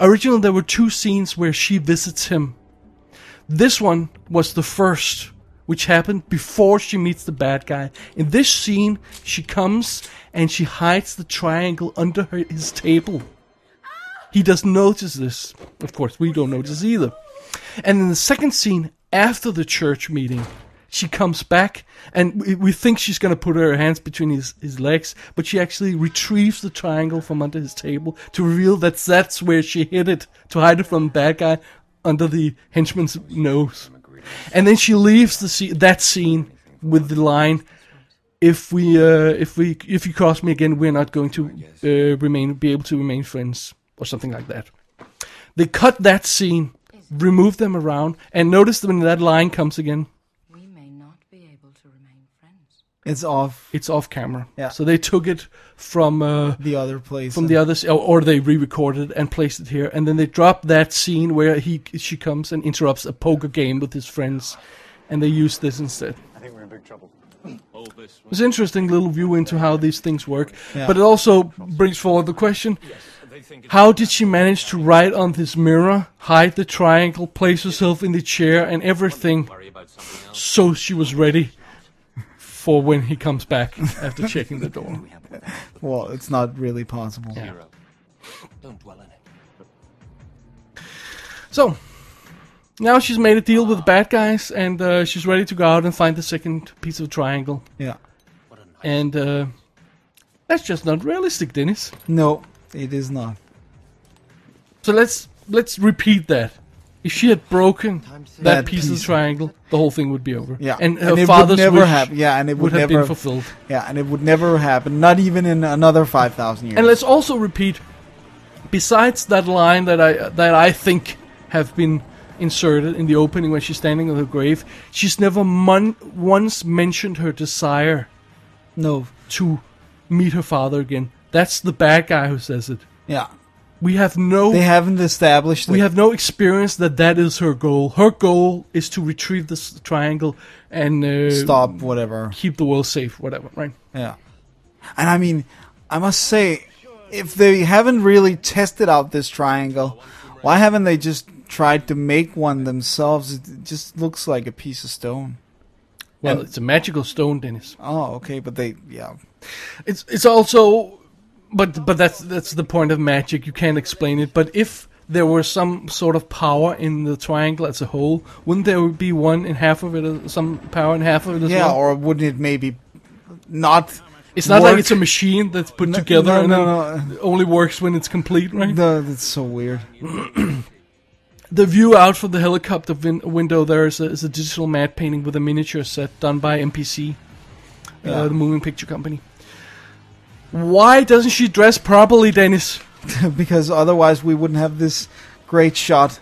Speaker 1: Originally, there were two scenes where she visits him. This one was the first, which happened before she meets the bad guy. In this scene, she comes and she hides the triangle under her, his table. He doesn't notice this. Of course, we don't notice either. And in the second scene, after the church meeting, she comes back and we, we think she's going to put her hands between his, his legs, but she actually retrieves the triangle from under his table to reveal that that's where she hid it to hide it from the bad guy under the henchman's nose. And then she leaves the scene, that scene with the line, if we uh, if we if you cross me again, we're not going to uh, remain be able to remain friends or something like that. They cut that scene, remove them around, and notice when that line comes again,
Speaker 3: We may not be able to remain friends.
Speaker 2: It's off
Speaker 1: it's off camera.
Speaker 2: Yeah.
Speaker 1: So they took it from uh,
Speaker 2: the other place.
Speaker 1: from the other s- or, or they re-recorded it and placed it here, and then they dropped that scene where he she comes and interrupts a poker game with his friends, and they used this instead.
Speaker 4: All this was
Speaker 1: It's an interesting little view into how these things work,
Speaker 2: Yeah.
Speaker 1: but it also brings forward the question: How did she manage to write on this mirror, hide the triangle, place herself in the chair, and everything,
Speaker 4: worry about something else.
Speaker 1: so she was ready for when he comes back after checking the door?
Speaker 2: Well, it's not really possible.
Speaker 1: Yeah.
Speaker 4: Don't dwell on it.
Speaker 1: So now she's made a deal with the bad guys, and uh, she's ready to go out and find the second piece of triangle.
Speaker 2: Yeah.
Speaker 4: What a night.
Speaker 1: And uh, that's just not realistic, Dennis.
Speaker 2: No, it is not.
Speaker 1: So let's let's repeat that. If she had broken that,
Speaker 2: That
Speaker 1: piece, of
Speaker 2: piece.
Speaker 1: the triangle, the whole thing would be over.
Speaker 2: Yeah,
Speaker 1: and her
Speaker 2: it
Speaker 1: father's
Speaker 2: would never
Speaker 1: wish
Speaker 2: happen. Yeah, and it
Speaker 1: would
Speaker 2: would,
Speaker 1: have
Speaker 2: never.
Speaker 1: been fulfilled.
Speaker 2: yeah, and it would never happen. Not even in another five thousand years.
Speaker 1: And let's also repeat. Besides that line that I that I think have been inserted in the opening when she's standing on her grave, she's never mon- once mentioned her desire
Speaker 2: no.
Speaker 1: to meet her father again. That's the bad guy who says it.
Speaker 2: Yeah,
Speaker 1: We have no
Speaker 2: they haven't established.
Speaker 1: We
Speaker 2: it.
Speaker 1: have no experience that that is her goal. Her goal is to retrieve this triangle and uh,
Speaker 2: stop whatever.
Speaker 1: keep the world safe, whatever. Right?
Speaker 2: Yeah, and I mean, I must say, if they haven't really tested out this triangle, why haven't they just tried to make one themselves? It just looks like a piece of stone.
Speaker 1: Well,
Speaker 2: And-
Speaker 1: it's a magical stone, Dennis.
Speaker 2: Oh, okay, but they yeah.
Speaker 1: It's it's also, but but that's that's the point of magic. You can't explain it. But if there were some sort of power in the triangle as a whole, wouldn't there be one in half of it, uh, some power in half of it as
Speaker 2: Yeah,
Speaker 1: well?
Speaker 2: or wouldn't it maybe not?
Speaker 1: it's not like
Speaker 2: work.
Speaker 1: it's a machine that's put
Speaker 2: No,
Speaker 1: together
Speaker 2: no,
Speaker 1: and
Speaker 2: no,
Speaker 1: then
Speaker 2: no.
Speaker 1: it only works when it's complete, right?
Speaker 2: No, that's so weird.
Speaker 1: The view out from the helicopter vin- window there is a, is a digital matte painting with a miniature set done by MPC,
Speaker 2: Yeah.
Speaker 1: uh, the moving picture company. Why doesn't she dress properly, Dennis?
Speaker 2: because otherwise we wouldn't have this great shot.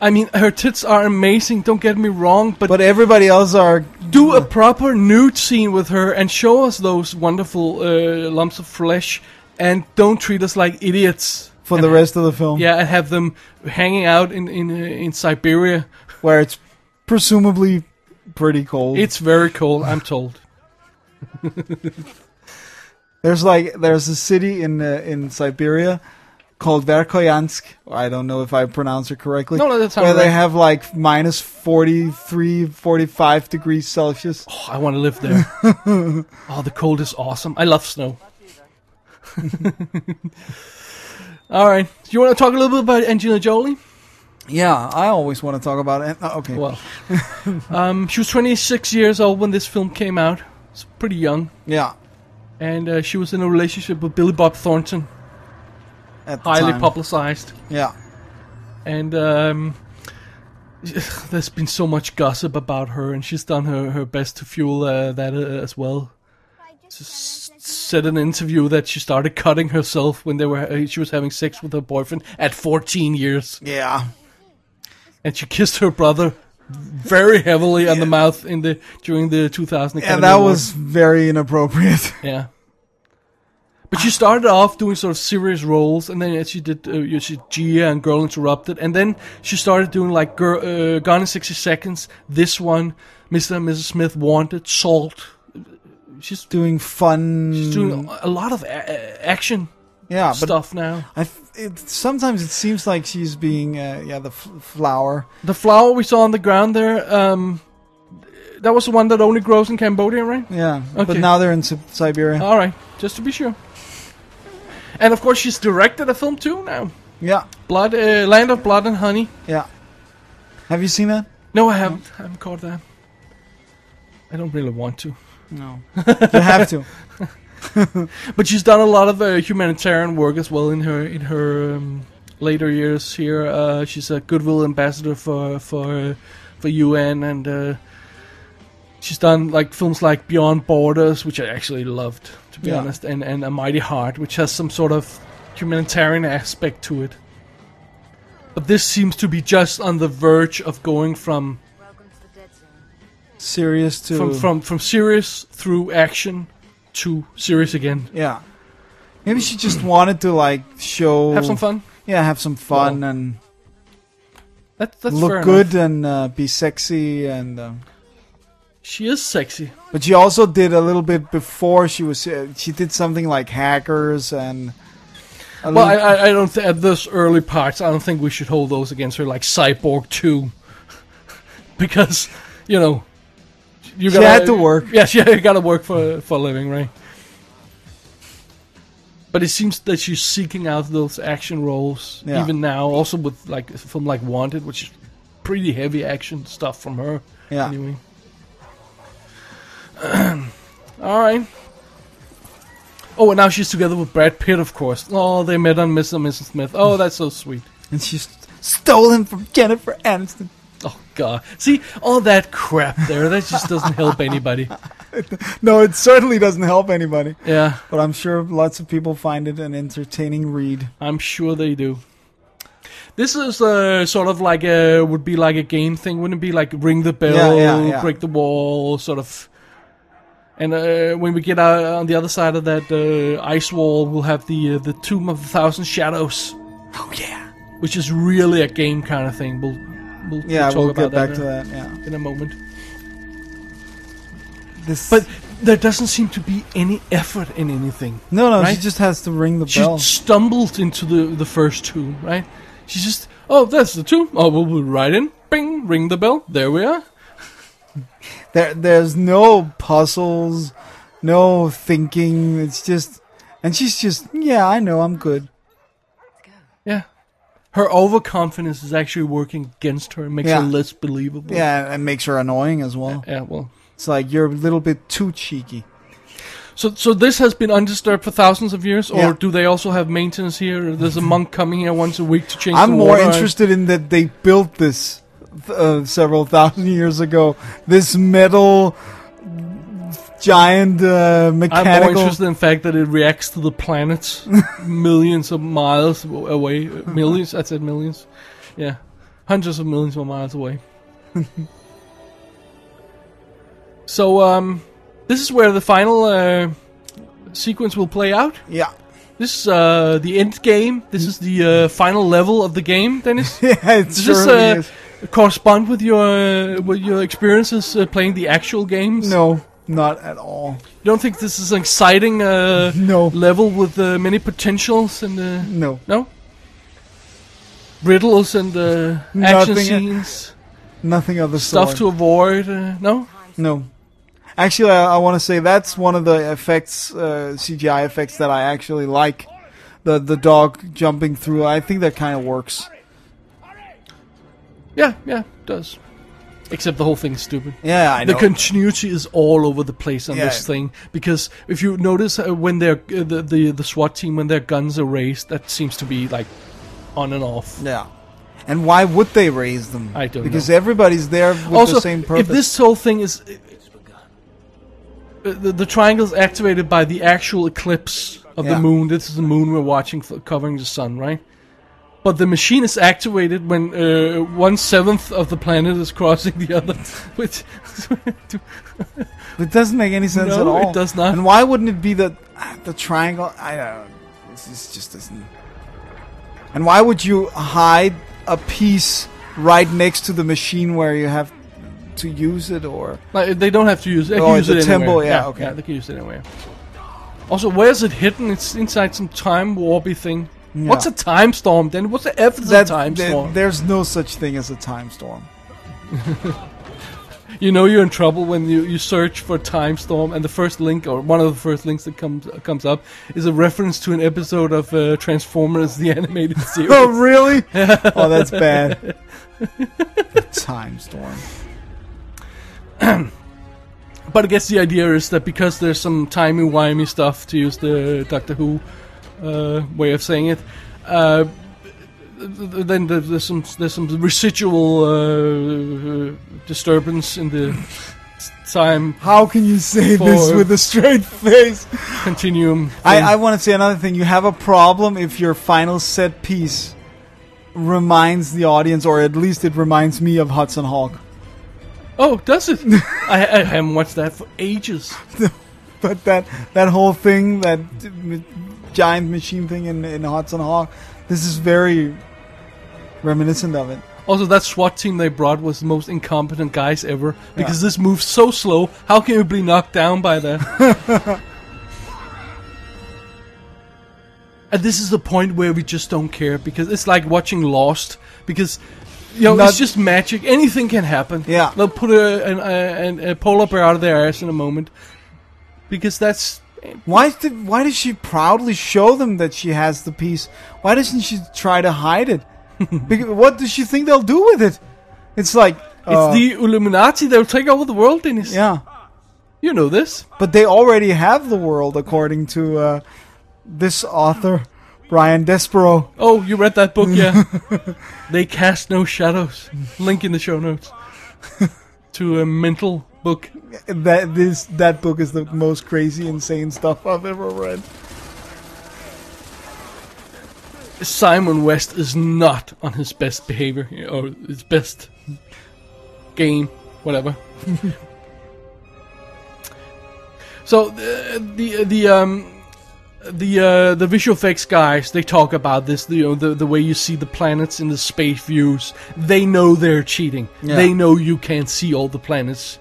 Speaker 1: I mean, her tits are amazing, don't get me wrong, but,
Speaker 2: But everybody else are
Speaker 1: do a proper nude scene with her and show us those wonderful uh, lumps of flesh and don't treat us like idiots.
Speaker 2: for the rest of the film,
Speaker 1: Yeah, and have them hanging out in, in, uh, in Siberia.
Speaker 2: where it's presumably pretty cold.
Speaker 1: It's very cold, I'm told.
Speaker 2: there's like there's a city in uh, in Siberia called Verkhoyansk. I don't know if I pronounce it correctly.
Speaker 1: No, no, that sounds
Speaker 2: Where they
Speaker 1: right.
Speaker 2: have like minus 43, 45 degrees Celsius.
Speaker 1: Oh, I want to live there. oh, the cold is awesome. I love snow. All right. Do you want to talk a little bit about Angelina Jolie?
Speaker 2: Yeah, I always want to talk about it. Oh, okay.
Speaker 1: Well, um, she was 26 years old when this film came out. It's pretty young.
Speaker 2: yeah.
Speaker 1: And uh, she was in a relationship with Billy Bob Thornton,
Speaker 2: At the
Speaker 1: highly
Speaker 2: time.
Speaker 1: publicized.
Speaker 2: Yeah.
Speaker 1: and um, there's been so much gossip about her, and she's done her, her best to fuel uh, that uh, as well. S- said in an interview that she started cutting herself when they were uh, she was having sex with her boyfriend at 14 years,
Speaker 2: Yeah.
Speaker 1: and she kissed her brother very heavily on the mouth in the during the 2000.
Speaker 2: And
Speaker 1: Academy
Speaker 2: that
Speaker 1: Award.
Speaker 2: was very inappropriate.
Speaker 1: yeah. But she started off doing sort of serious roles, and then she did uh, you she Gia and Girl Interrupted, and then she started doing like Girl, uh, Gone in sixty seconds, this one, Mister and Mrs. Smith Wanted, Salt. She's
Speaker 2: doing fun.
Speaker 1: she's
Speaker 2: Hmm.
Speaker 1: doing a lot of a- a- action
Speaker 2: yeah, Ah, but
Speaker 1: stuff now.
Speaker 2: I f- it, sometimes it seems like she's being uh, yeah the f- flower.
Speaker 1: The flower we saw on the ground there, um, that was the one that only grows in Cambodia, right?
Speaker 2: Yeah, but
Speaker 1: Okay. Uh,
Speaker 2: now they're in Sib- Siberia.
Speaker 1: All right, just to be sure. And of course, she's directed a film too now,
Speaker 2: yeah,
Speaker 1: Blood, uh, Land of Blood and Honey.
Speaker 2: yeah. Have you seen that?
Speaker 1: No, I haven't. I haven't caught that. I don't really want to.
Speaker 2: No. you have to.
Speaker 1: But she's done a lot of uh, humanitarian work as well in her in her um, later years here. Uh, she's a goodwill ambassador for for uh, for UN and uh, she's done like films like Beyond Borders, which I actually loved to be
Speaker 2: Yeah.
Speaker 1: honest, and and A Mighty Heart, which has some sort of humanitarian aspect to it. But this seems to be just on the verge of going from
Speaker 3: Welcome to the dead zone.
Speaker 2: Serious to
Speaker 1: from from from serious through action to serious again.
Speaker 2: yeah. Maybe she just wanted to like show
Speaker 1: Have some fun.
Speaker 2: Yeah, have some fun and
Speaker 1: That, that's fair
Speaker 2: look
Speaker 1: enough.
Speaker 2: good and uh, be sexy and. Um,
Speaker 1: She is sexy.
Speaker 2: But she also did a little bit before she was. Uh, she did something like hackers and. a
Speaker 1: Well, I,
Speaker 2: little-
Speaker 1: I, I don't th- at this early parts. I don't think we should hold those against her, like Cyborg Two, because you know you
Speaker 2: She
Speaker 1: gotta,
Speaker 2: had to work.
Speaker 1: Yeah, she got to work for for a living, right? But it seems that she's seeking out those action roles
Speaker 2: Yeah.
Speaker 1: even now. Also with like a film like Wanted, which is pretty heavy action stuff from her.
Speaker 2: yeah.
Speaker 1: Anyway. Ah. All right. Oh, and now she's together with Brad Pitt, of course. Oh, they met on Mr. and Mrs. Smith. Oh, that's so sweet.
Speaker 2: And she st- stole him from Jennifer Aniston.
Speaker 1: Oh God! See all that crap there. That just doesn't help anybody.
Speaker 2: No, it certainly doesn't help anybody.
Speaker 1: Yeah,
Speaker 2: But I'm sure lots of people find it an entertaining read.
Speaker 1: I'm sure they do. This is uh, sort of like a would be like a game thing, wouldn't it be like ring the bell,
Speaker 2: yeah, yeah.
Speaker 1: break the wall, sort of. And uh, when we get out on the other side of that uh, ice wall, we'll have the uh, the tomb of a thousand shadows.
Speaker 2: Oh yeah.
Speaker 1: which is really a game kind of thing. We'll we'll,
Speaker 2: Yeah,
Speaker 1: talk
Speaker 2: we'll
Speaker 1: about
Speaker 2: get back
Speaker 1: that,
Speaker 2: to
Speaker 1: in-
Speaker 2: that. Yeah.
Speaker 1: in a moment.
Speaker 2: This.
Speaker 1: But there doesn't seem to be any effort in anything.
Speaker 2: no, no,
Speaker 1: right?
Speaker 2: she just has to ring the
Speaker 1: She
Speaker 2: bell.
Speaker 1: stumbled into the the first tomb, right? She just oh, that's the tomb. Oh, we'll be right in. Bing, ring the bell. There we are.
Speaker 2: There, there's no puzzles, no thinking. It's just, and she's just, yeah, I know, I'm good.
Speaker 1: Yeah. Her overconfidence is actually working against her. It makes
Speaker 2: Yeah.
Speaker 1: her less believable.
Speaker 2: Yeah, and makes her annoying as well.
Speaker 1: Yeah. Well.
Speaker 2: It's like you're a little bit too cheeky.
Speaker 1: So, so this has been undisturbed for thousands of years, or
Speaker 2: Yeah.
Speaker 1: do they also have maintenance here? There's a monk coming here once a week to change.
Speaker 2: I'm
Speaker 1: the
Speaker 2: more
Speaker 1: water.
Speaker 2: interested in that they built this uh, several thousand years ago. This metal giant uh,
Speaker 1: I'm
Speaker 2: mechanical.
Speaker 1: more interested in the fact that it reacts to the planets millions of miles w- away. Millions? I said millions. Yeah. Hundreds of millions of miles away. so, um, this is where the final uh, sequence will play out.
Speaker 2: Yeah,
Speaker 1: This is uh, the end game. This is the uh, final level of the game, Dennis.
Speaker 2: yeah, it
Speaker 1: Does this
Speaker 2: surely
Speaker 1: uh,
Speaker 2: is.
Speaker 1: correspond with your uh, with your experiences uh, playing the actual games?
Speaker 2: No, not at all.
Speaker 1: You don't think this is an exciting uh,
Speaker 2: No,
Speaker 1: level with uh, many potentials and uh,
Speaker 2: no.
Speaker 1: no riddles and uh, action
Speaker 2: Nothing.
Speaker 1: scenes,
Speaker 2: Nothing of the
Speaker 1: stuff to
Speaker 2: sort.
Speaker 1: avoid. Uh, no,
Speaker 2: no. Actually, I, I want to say that's one of the effects, uh, CGI effects that I actually like. The the dog jumping through. I think that kind of works.
Speaker 1: yeah, yeah, it does. Except the whole thing's stupid.
Speaker 2: Yeah, I know.
Speaker 1: the continuity is all over the place on
Speaker 2: Yeah.
Speaker 1: this thing because if you notice uh, when they're uh, the, the the SWAT team when their guns are raised, that seems to be like on and off.
Speaker 2: yeah. And why would they raise them?
Speaker 1: I don't
Speaker 2: because
Speaker 1: know.
Speaker 2: everybody's there with
Speaker 1: also,
Speaker 2: the same purpose.
Speaker 1: if this whole thing is uh, the, the triangle's activated by the actual eclipse of
Speaker 2: Yeah.
Speaker 1: the moon. This is the moon we're watching for covering the sun, right? But the machine is activated when uh, one seventh of the planet is crossing the other, which
Speaker 2: It doesn't make any sense
Speaker 1: No,
Speaker 2: at
Speaker 1: it
Speaker 2: all.
Speaker 1: does not.
Speaker 2: And why wouldn't it be the ah, the triangle? I don't. know. This is just doesn't. And why would you hide a piece right next to the machine where you have to use it? Or
Speaker 1: Like, they don't have to use. They
Speaker 2: Oh,
Speaker 1: can use
Speaker 2: the
Speaker 1: it
Speaker 2: temple,
Speaker 1: anywhere.
Speaker 2: yeah, okay.
Speaker 1: they can use it anywhere. Also, where's it hidden? It's inside some time warpy thing. What's a time storm? Then what's the F is a
Speaker 2: That-
Speaker 1: time
Speaker 2: there-
Speaker 1: storm?
Speaker 2: There's no such thing as a time storm.
Speaker 1: you know you're in trouble when you, you search for time storm, and the first link or one of the first links that comes comes up is a reference to an episode of uh, Transformers: The Animated Series.
Speaker 2: oh really? oh, that's bad. A time storm.
Speaker 1: But I guess the idea is that because there's some timey wimey stuff to use the Doctor Who uh, way of saying it, uh, th- th- then there- there's some there's some residual uh, disturbance in the s- time
Speaker 2: How can you say this
Speaker 1: For-
Speaker 2: with a straight face?
Speaker 1: continuum.
Speaker 2: I, I want to say another thing. You have a problem if your final set piece reminds the audience, or at least it reminds me of Hudson Hawk.
Speaker 1: oh, does it? I, I haven't watched that for ages.
Speaker 2: But that that whole thing, that m- giant machine thing in, in Hudson Hawk, this is very reminiscent of it.
Speaker 1: Also, that SWAT team they brought was the most incompetent guys ever because this moves so slow. How can you be knocked down by that? and this is the point where we just don't care because it's like watching Lost because you know
Speaker 2: Not-
Speaker 1: it's just magic. Anything can happen.
Speaker 2: Yeah.
Speaker 1: they'll put a an, a, an, a polar bear out of their ass in a moment because that's
Speaker 2: Why did why does she proudly show them that she has the piece? Why doesn't she try to hide it? Because, what does she think they'll do with it? It's like uh,
Speaker 1: it's the Illuminati. They'll take over the world, Dennis.
Speaker 2: yeah.
Speaker 1: you know this.
Speaker 2: But they already have the world, according to uh, this author, Brian Despero.
Speaker 1: Oh, you read that book, yeah. they cast no shadows. Link in the show notes to a mental book.
Speaker 2: That this that book is the most crazy, insane stuff I've ever read.
Speaker 1: Simon West is not on his best behavior or his best game, whatever. so the the, the um the uh, the visual effects guys they talk about this you know the, the way you see the planets in the space views they know they're cheating
Speaker 2: Yeah.
Speaker 1: they know you can't see all the planets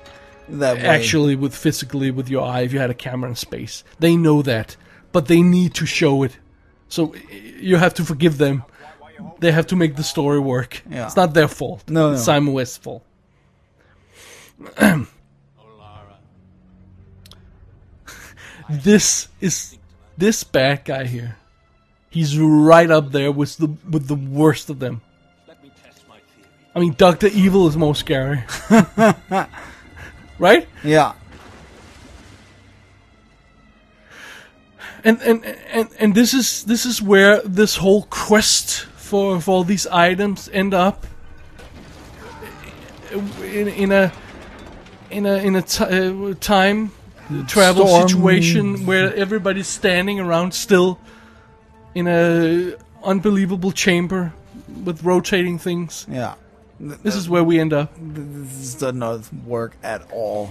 Speaker 2: That
Speaker 1: actually with physically with your eye if you had a camera in space. They know that, but they need to show it. So i- you have to forgive them. They have to make the story work.
Speaker 2: Yeah.
Speaker 1: It's not their fault.
Speaker 2: No,
Speaker 1: it's
Speaker 2: no.
Speaker 1: Simon West's fault. this is this bad guy here. He's right up there with the with the worst of them.
Speaker 4: Let me test my theory.
Speaker 1: I mean, Doctor Evil is more scary, right?
Speaker 2: yeah,
Speaker 1: and and and and this is this is where this whole quest for for all these items end up in in a in a in a ti uh, time travel
Speaker 2: Storm.
Speaker 1: situation where everybody's standing around still in a unbelievable chamber with rotating things.
Speaker 2: yeah.
Speaker 1: This is where we end up.
Speaker 2: This does not work at all.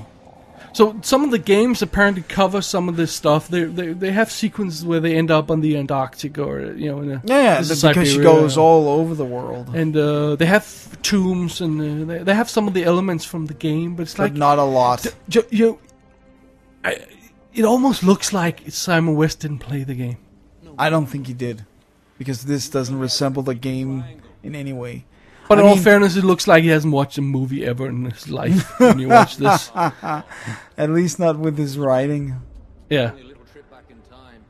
Speaker 1: So some of the games apparently cover some of this stuff. They they, they have sequences where they end up on the Antarctic or you know in a
Speaker 2: Yeah, yeah
Speaker 1: this is
Speaker 2: because she
Speaker 1: Siberia.
Speaker 2: goes all over the world,
Speaker 1: and uh, they have tombs and uh, they, they have some of the elements from the game, but it's
Speaker 2: but
Speaker 1: like
Speaker 2: not a lot.
Speaker 1: ju- you, I, it almost looks like Simon West didn't play the game.
Speaker 2: I don't think he did, because this doesn't resemble the game in any way.
Speaker 1: But
Speaker 2: I
Speaker 1: in all
Speaker 2: mean-
Speaker 1: fairness, it looks like he hasn't watched a movie ever in his life when you watch this.
Speaker 2: At least not with his writing.
Speaker 1: Yeah.
Speaker 4: A little trip back in time.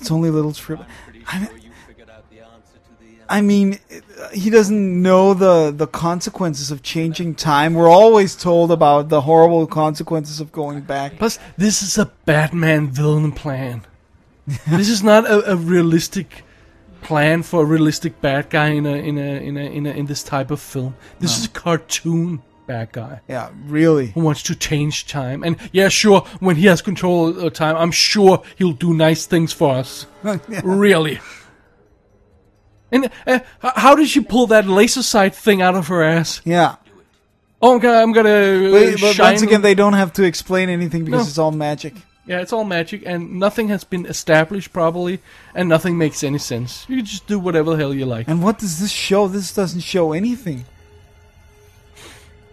Speaker 2: It's only a little trip.
Speaker 4: Pretty
Speaker 2: I,
Speaker 4: sure you figured out the answer to the. Uh,
Speaker 2: I mean, it- he doesn't know the the consequences of changing time. We're always told about the horrible consequences of going back.
Speaker 1: Plus, this is a Batman villain plan. this is not a, a realistic plan for a realistic bad guy in a in a in a in, a, in this type of film. This is a cartoon bad guy
Speaker 2: Yeah, really.
Speaker 1: who wants to change time. And yeah, sure, when he has control of time, I'm sure he'll do nice things for us. Really. And uh, h- how did she pull that laser sight thing out of her ass?
Speaker 2: Yeah.
Speaker 1: Oh, I'm gonna, I'm gonna uh,
Speaker 2: But, but
Speaker 1: shine.
Speaker 2: once again, they don't have to explain anything because
Speaker 1: No.
Speaker 2: it's all magic.
Speaker 1: Yeah, it's all magic, and nothing has been established properly, and nothing makes any sense. You just do whatever the hell you like.
Speaker 2: And what does this show? This doesn't show anything.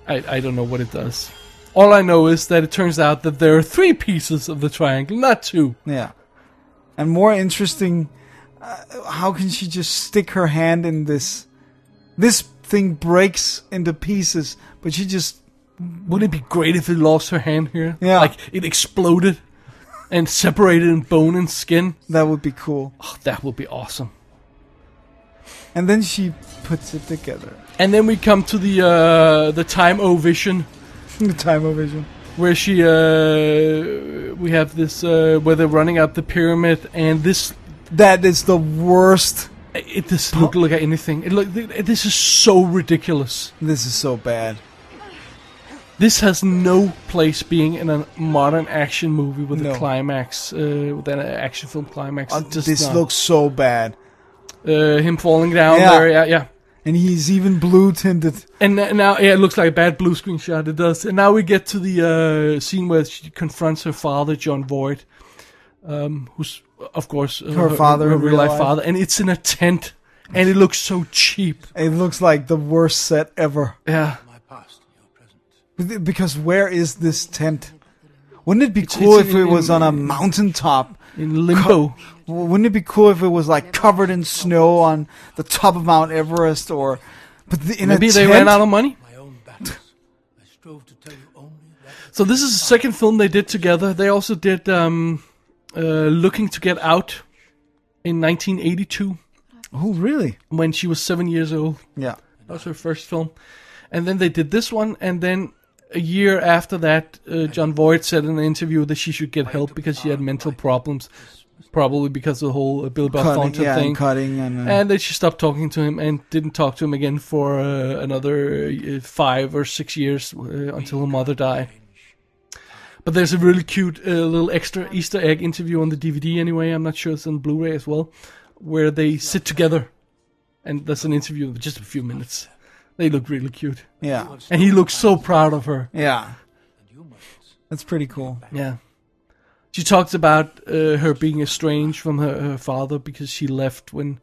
Speaker 1: I, I don't know what it does. All I know is that it turns out that there are three pieces of the triangle, not two.
Speaker 2: Yeah. And more interesting, uh, how can she just stick her hand in this? This thing breaks into pieces, but she just
Speaker 1: Wouldn't it be great if it lost her hand here?
Speaker 2: Yeah.
Speaker 1: Like, it exploded and separated in bone and skin?
Speaker 2: that would be cool.
Speaker 1: Oh, that would be awesome.
Speaker 2: And then she puts it together.
Speaker 1: And then we come to the, uh, the time ovision.
Speaker 2: the time of vision.
Speaker 1: where she uh we have this uh where they're running up the pyramid and this
Speaker 2: That is the worst.
Speaker 1: it doesn't look like anything it look th- this is so ridiculous
Speaker 2: This is so bad.
Speaker 1: this has no place being in a modern action movie with
Speaker 2: No.
Speaker 1: a climax uh with an action film climax
Speaker 2: Uh,
Speaker 1: It just
Speaker 2: this
Speaker 1: not.
Speaker 2: looks so bad.
Speaker 1: uh him falling down
Speaker 2: Yeah.
Speaker 1: there yeah yeah
Speaker 2: And he's even blue tinted.
Speaker 1: and n- now yeah it looks like a bad blue screen shot it does and now we get to the uh scene where she confronts her father John Voight um who's of course uh,
Speaker 2: Her father in
Speaker 1: real life
Speaker 2: real life.
Speaker 1: father and it's in a tent and it looks so cheap
Speaker 2: It looks like the worst set ever.
Speaker 1: yeah
Speaker 4: my past, your present.
Speaker 2: Because where is this tent? Wouldn't it be
Speaker 1: It's-
Speaker 2: cool
Speaker 1: it's
Speaker 2: if it
Speaker 1: in-
Speaker 2: was on a mountaintop?
Speaker 1: in limbo
Speaker 2: W- Wouldn't it be cool if it was like covered in snow on the top of Mount Everest or. But the, in
Speaker 1: maybe
Speaker 2: a
Speaker 1: they
Speaker 2: tent?
Speaker 1: ran out of money
Speaker 4: My own battles. I strove to tell you only that.
Speaker 1: so this is the second film they did together they also did um uh looking to get out in 1982
Speaker 2: Oh, really?
Speaker 1: when she was 7 years old
Speaker 2: Yeah.
Speaker 1: That was her first film. And then they did this one, and then a year after that, uh, John Voight said in an interview that she should get help because she had mental problems, probably because of the whole uh, Billy Bob
Speaker 2: Cutting,
Speaker 1: Thornton
Speaker 2: yeah,
Speaker 1: thing.
Speaker 2: and cutting and. Uh,
Speaker 1: And then she stopped talking to him and didn't talk to him again for uh, another uh, five or six years uh, until her mother died. But there's a really cute uh, little extra Easter egg interview on the DVD anyway. I'm not sure it's on Blu-ray as well, where they sit together, and there's an interview of just a few minutes. They look really cute,
Speaker 2: yeah.
Speaker 1: and he looks so proud of her.
Speaker 2: Yeah. That's pretty cool.
Speaker 1: Yeah. She talks about uh, her being estranged from her, her father because she left when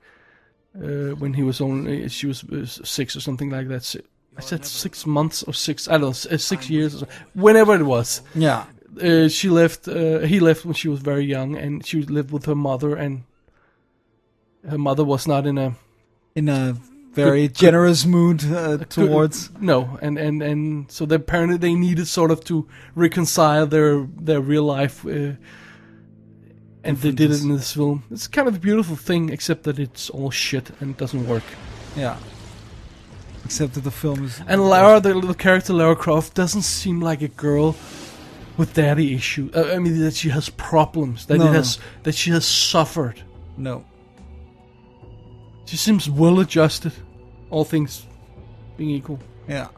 Speaker 1: uh, when he was only she was uh, six or something like that. Si- I said six months or six I don't know s- uh, six years or so. whenever it was.
Speaker 2: Yeah.
Speaker 1: Uh, she left. Uh, he left when she was very young, and she lived with her mother. And her mother was not in a
Speaker 2: in a very generous mood uh, towards.
Speaker 1: no, and and and so they, apparently they needed sort of to reconcile their their real life, uh, and they did it in this film. It's kind of a beautiful thing, except that it's all shit and doesn't work.
Speaker 2: Yeah. Except that the film is.
Speaker 1: And Lara, the little character Lara Croft, doesn't seem like a girl with daddy issue. Uh, I mean, that she has problems, that
Speaker 2: No,
Speaker 1: it
Speaker 2: no.
Speaker 1: has that she has suffered.
Speaker 2: No.
Speaker 1: She seems well adjusted, all things being equal.
Speaker 2: Yeah.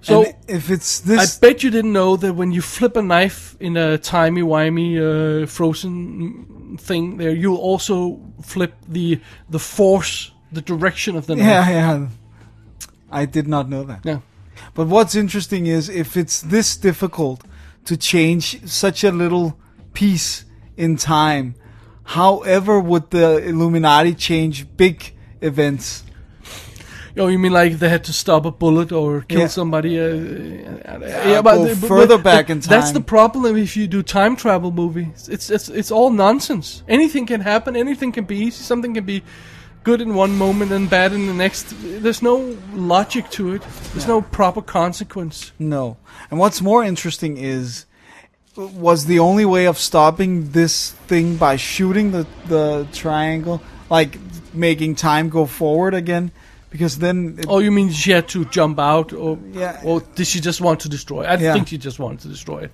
Speaker 1: So
Speaker 2: And if it's
Speaker 1: I
Speaker 2: this.
Speaker 1: bet you didn't know that when you flip a knife in a timey wimey uh, frozen mm, thing there, you'll also flip the the force, the direction of the knife.
Speaker 2: yeah, yeah. I did not know that.
Speaker 1: Yeah.
Speaker 2: But what's interesting is if it's this difficult to change such a little piece in time, however would the Illuminati change big events?
Speaker 1: Oh, you mean like they had to stop a bullet or kill
Speaker 2: Yeah.
Speaker 1: somebody? Uh, yeah,
Speaker 2: go further back in
Speaker 1: That's
Speaker 2: time.
Speaker 1: the problem if you do time travel movies. It's it's it's all nonsense. Anything can happen. Anything can be easy. Something can be good in one moment and bad in the next. There's no logic to it. There's no proper consequence.
Speaker 2: No. And what's more interesting is was the only way of stopping this thing by shooting the the triangle, like making time go forward again, because then it,
Speaker 1: Oh, you mean she had to jump out, or
Speaker 2: Yeah.
Speaker 1: or did she just want to destroy? it? I
Speaker 2: Yeah.
Speaker 1: think she just wanted to destroy it.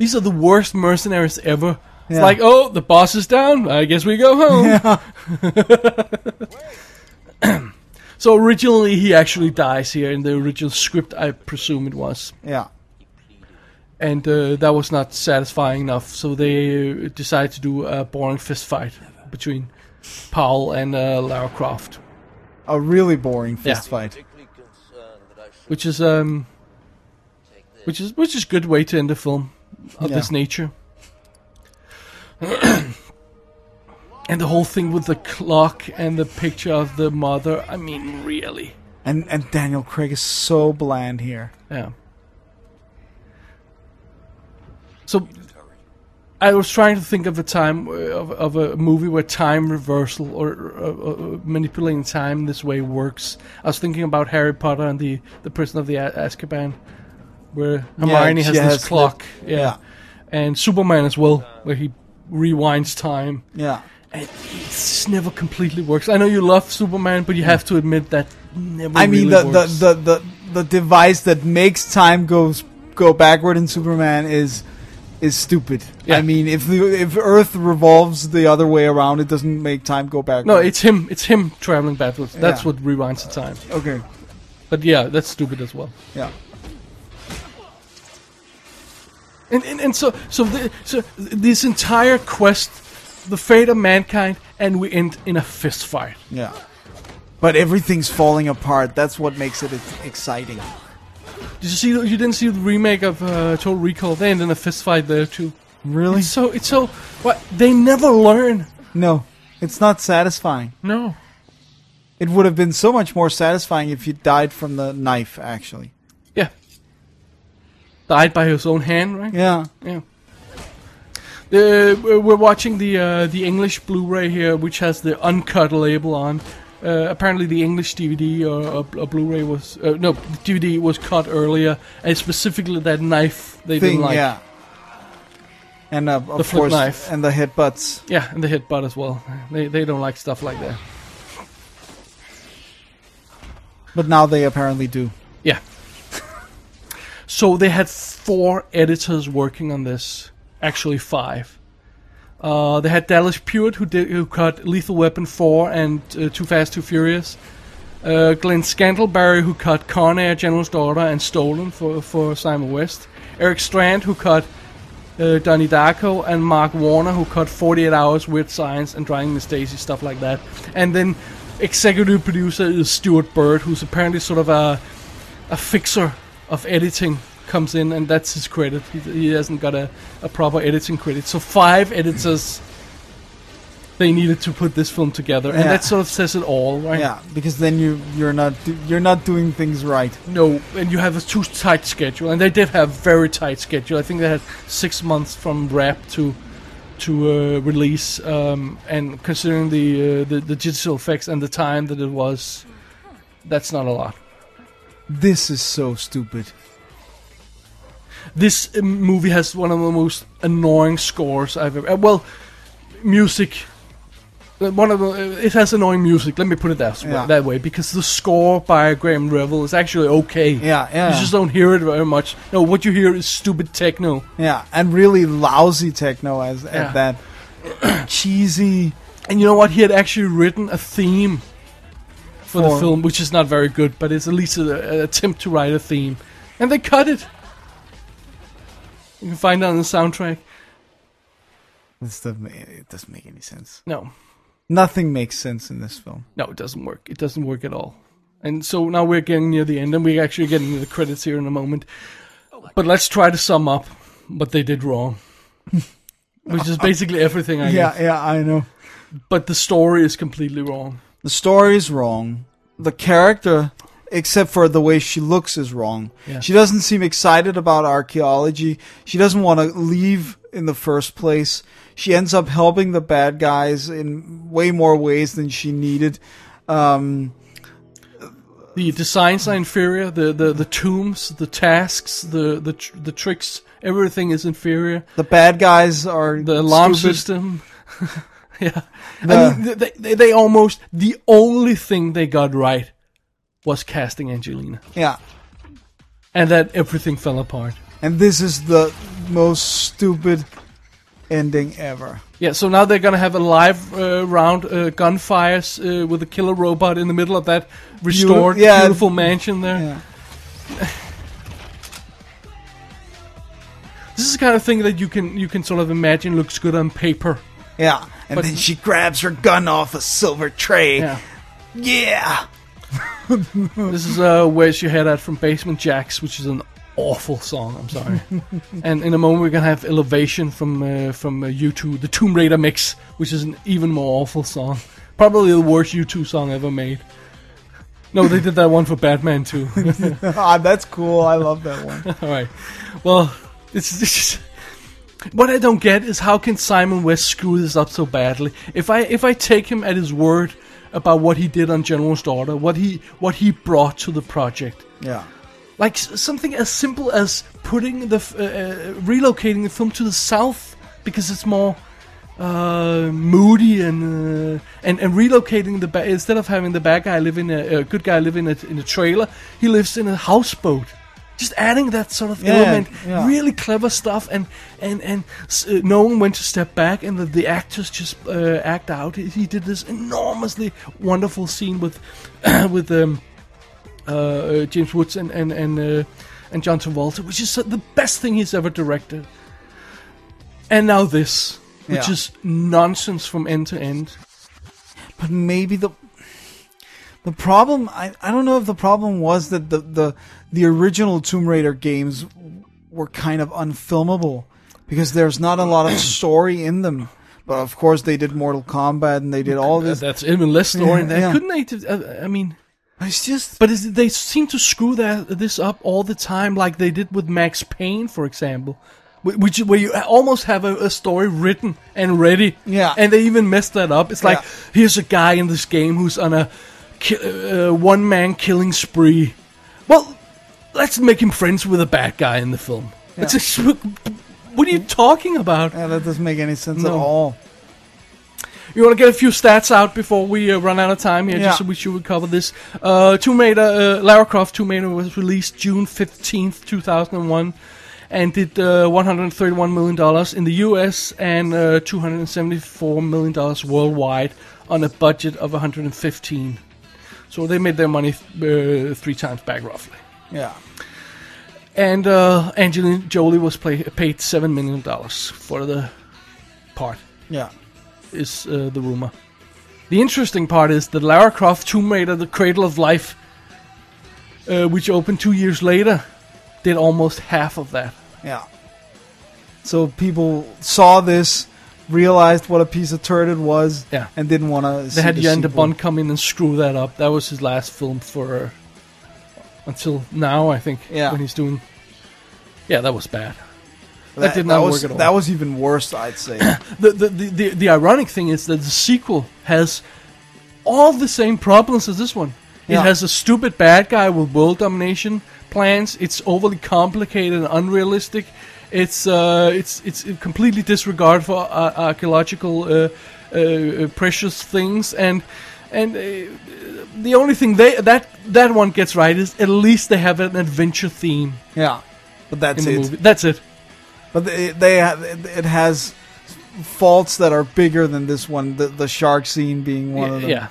Speaker 1: These are the worst mercenaries ever. It's
Speaker 2: Yeah.
Speaker 1: like, oh, the boss is down. I guess we go home. so originally, he actually dies here in the original script, I presume it was,
Speaker 2: yeah.
Speaker 1: and uh, that was not satisfying enough. So they uh, decided to do a boring fist fight between Powell and uh, Lara Croft.
Speaker 2: A really boring fist
Speaker 1: Yeah.
Speaker 2: fight.
Speaker 1: which is um, which is which is good way to end a film of
Speaker 2: Yeah.
Speaker 1: this nature. and the whole thing with the clock and the picture of the mother. I mean, really,
Speaker 2: And and Daniel Craig is so bland here.
Speaker 1: yeah. So. I was trying to think of a time uh, of, of a movie where time reversal or, uh uh, manipulating time this way works. I was thinking about Harry Potter and the the Prison of the A- Azkaban, where Hermione
Speaker 2: she
Speaker 1: has this
Speaker 2: has the-
Speaker 1: clock, yeah.
Speaker 2: yeah.
Speaker 1: and Superman as well, where he rewinds time.
Speaker 2: Yeah.
Speaker 1: And it just never completely works. I know you love Superman, but you have to admit that never.
Speaker 2: I mean
Speaker 1: really
Speaker 2: the, the,
Speaker 1: works.
Speaker 2: the, the, the device that makes time goes go backward in Superman is is stupid.
Speaker 1: Yeah.
Speaker 2: I mean if the, if Earth revolves the other way around it doesn't make time go backward.
Speaker 1: no, it's him. It's him traveling backwards. That's
Speaker 2: Yeah.
Speaker 1: what rewinds the time.
Speaker 2: okay.
Speaker 1: But yeah, that's stupid as well.
Speaker 2: Yeah.
Speaker 1: And, and, and so so the, so th- this entire quest, the fate of mankind, and we end in a fist fight.
Speaker 2: Yeah. But everything's falling apart. That's what makes it ex- exciting.
Speaker 1: Did you see? You didn't see the remake of uh, Total Recall? They end in a fist fight there too.
Speaker 2: Really?
Speaker 1: It's so it's so what they never learn.
Speaker 2: no. It's not satisfying.
Speaker 1: No.
Speaker 2: It would have been so much more satisfying if you died from the knife actually.
Speaker 1: Yeah. Died by his own hand, right?
Speaker 2: Yeah.
Speaker 1: Yeah. The, we're we're watching the uh, the English Blu-ray here, which has the uncut label on. Uh, apparently, the English DVD or uh, a, Blu-ray was uh, no the DVD was cut earlier, and specifically that knife they
Speaker 2: Thing,
Speaker 1: didn't like.
Speaker 2: yeah. And uh, of
Speaker 1: The flip
Speaker 2: course
Speaker 1: knife.
Speaker 2: and the headbutts.
Speaker 1: Yeah, and the hit butt as well. They they don't like stuff like that.
Speaker 2: But now they apparently do.
Speaker 1: Yeah. so they had four editors working on this. Actually, five. Uh, they had Dallas Pewitt, who did who cut Lethal Weapon 4 and uh, Too Fast, Too Furious. Uh, Glenn Scandalberry, who cut Con Air, General's Daughter, and Stolen for, for Simon West. Eric Strand, who cut uh, Donnie Darko, and Mark Warner, who cut 48 Hours, Weird Science, and Driving Miss Daisy, stuff like that. And then executive producer is Stuart Bird, who's apparently sort of a, a fixer of editing, comes in, and that's his credit. He, he hasn't got a, a proper editing credit. So five editors they needed to put this film together, and
Speaker 2: Yeah.
Speaker 1: that sort of says it all, right?
Speaker 2: Yeah, because then you you're not do- you're not doing things right.
Speaker 1: No, and you have a too tight schedule, and they did have very tight schedule. I think they had six months from wrap to to uh, release, um, and considering the, uh, the the digital effects and the time that it was, that's not a lot.
Speaker 2: This is so stupid.
Speaker 1: This um, movie has one of the most annoying scores I've ever. Uh, well, music. uh, One of the, uh, it has annoying music. Let me put it that way,
Speaker 2: Yeah.
Speaker 1: that way because the score by Graham Revel is actually okay.
Speaker 2: Yeah, yeah,
Speaker 1: You just don't hear it very much. No, what you hear is stupid techno.
Speaker 2: yeah, and really lousy techno as
Speaker 1: Yeah.
Speaker 2: at that cheesy.
Speaker 1: And you know what? He had actually written a theme for the
Speaker 2: For-
Speaker 1: film, which is not very good, but it's at least a- a- an attempt to write a theme. And they cut it. You can find it on the soundtrack.
Speaker 2: This doesn't ma- it doesn't make any sense.
Speaker 1: No,
Speaker 2: Nothing makes sense in this film.
Speaker 1: no, it doesn't work. It doesn't work at all. And so now we're getting near the end, and we're actually getting near the credits here in a moment.
Speaker 2: Oh
Speaker 1: But let's try to sum up what they did wrong, which is basically everything I guess.
Speaker 2: yeah, I know.
Speaker 1: But the story is completely wrong.
Speaker 2: The story's wrong. The character, except for the way she looks, is wrong.
Speaker 1: Yeah.
Speaker 2: She doesn't seem excited about archaeology. She doesn't want to leave in the first place. She ends up helping the bad guys in way more ways than she needed. Um,
Speaker 1: The designs are inferior. The, the, the tombs, the tasks, the the tr- the tricks, everything is inferior.
Speaker 2: the bad guys are
Speaker 1: The alarm
Speaker 2: stupid.
Speaker 1: system. yeah, I
Speaker 2: The-
Speaker 1: mean, they, they they almost the only thing they got right was casting Angelina,
Speaker 2: Yeah,
Speaker 1: and that everything fell apart.
Speaker 2: and this is the most stupid ending ever.
Speaker 1: Yeah, so now they're gonna have a live uh, round uh, gunfires uh, with a killer robot in the middle of that restored
Speaker 2: yeah.
Speaker 1: beautiful mansion there.
Speaker 2: Yeah.
Speaker 1: This is the kind of thing that you can you can sort of imagine looks good on paper.
Speaker 2: Yeah, and
Speaker 1: But-
Speaker 2: then she grabs her gun off a silver tray.
Speaker 1: Yeah,
Speaker 2: Yeah.
Speaker 1: this is uh, where's your head at from Basement Jacks, which is an awful song. I'm sorry. and in a moment we're gonna have Elevation from uh, from uh, U2, the Tomb Raider mix, which is an even more awful song. Probably the worst U2 song ever made. No, they did that one for Batman too.
Speaker 2: Ah, that's cool. I love that one.
Speaker 1: All right. Well, it's, it's what I don't get is how can Simon West screw this up so badly? If I if I take him at his word about what he did on General's Daughter, what he what he brought to the project,
Speaker 2: Yeah.
Speaker 1: like s- something as simple as putting the f- uh, uh, relocating the film to the south because it's more uh, moody and uh, and and relocating the ba- instead of having the bad guy live in a uh, good guy live in a in a trailer, he lives in a houseboat. Just adding that sort of
Speaker 2: Yeah,
Speaker 1: element,
Speaker 2: yeah.
Speaker 1: really clever stuff, and and and s- uh, knowing when to step back, and the, the actors just uh, act out. He, he did this enormously wonderful scene with with um, uh, James Woods and and and, uh, and John Travolta, which is the best thing he's ever directed. And now this, which
Speaker 2: Yeah.
Speaker 1: is nonsense from end to end.
Speaker 2: But maybe the the problem I, I don't know if the problem was that the, the the original Tomb Raider games were kind of unfilmable because there's not a lot of story in them. But of course they did Mortal Kombat and they did all
Speaker 1: Uh,
Speaker 2: this.
Speaker 1: That's even less story. than that.
Speaker 2: yeah.
Speaker 1: Couldn't they? t- uh, I mean,
Speaker 2: It's just
Speaker 1: but is, they seem to screw that this up all the time, like they did with Max Payne, for example. wh- Which where you almost have a, a story written and ready,
Speaker 2: Yeah.
Speaker 1: and they even messed that up. It's like
Speaker 2: Yeah.
Speaker 1: here's a guy in this game who's on a ki- uh, one man killing spree. Well, let's make him friends with a bad guy in the film. It's just, what are you talking about?
Speaker 2: yeah, that doesn't make any sense at
Speaker 1: No.
Speaker 2: all.
Speaker 1: You want to get a few stats out before we uh, run out of time here,
Speaker 2: Yeah.
Speaker 1: just so we should cover this. Uh, Tomb Raider, uh, Lara Croft Tomb Raider was released June 15th, 2001, and did uh, $131 million in the US and uh, $274 million worldwide on a budget of 115 So they made their money uh, three times back, roughly.
Speaker 2: Yeah.
Speaker 1: And uh, Angelina Jolie was play- paid $7 million for the part
Speaker 2: Yeah.
Speaker 1: is uh, the rumor. The interesting part is that Lara Croft Tomb Raider: The Cradle of Life, uh, which opened two years later, did almost half of that.
Speaker 2: Yeah. So people saw this, realized what a piece of turd it was,
Speaker 1: Yeah.
Speaker 2: and didn't want to.
Speaker 1: They had Jan de Bond come in and screw that up. That was his last film for uh, until now, I think.
Speaker 2: Yeah.
Speaker 1: When he's doing, yeah, that was bad. That,
Speaker 2: That,
Speaker 1: did not
Speaker 2: that
Speaker 1: work
Speaker 2: was,
Speaker 1: at all.
Speaker 2: That was even worse, I'd say.
Speaker 1: the, the, the, the, the ironic thing is that the sequel has all the same problems as this one.
Speaker 2: Yeah.
Speaker 1: It has a stupid bad guy with world domination plans. It's overly complicated and unrealistic. It's uh, it's it's a completely disregard for ar- archaeological uh, uh, uh, precious things and and uh, the only thing they that that one gets right is at least they have an adventure theme
Speaker 2: yeah, but that's
Speaker 1: in the
Speaker 2: it.
Speaker 1: movie. That's it.
Speaker 2: But they, they have, it it has faults that are bigger than this one. The the shark scene being one
Speaker 1: yeah,
Speaker 2: of them.
Speaker 1: yeah.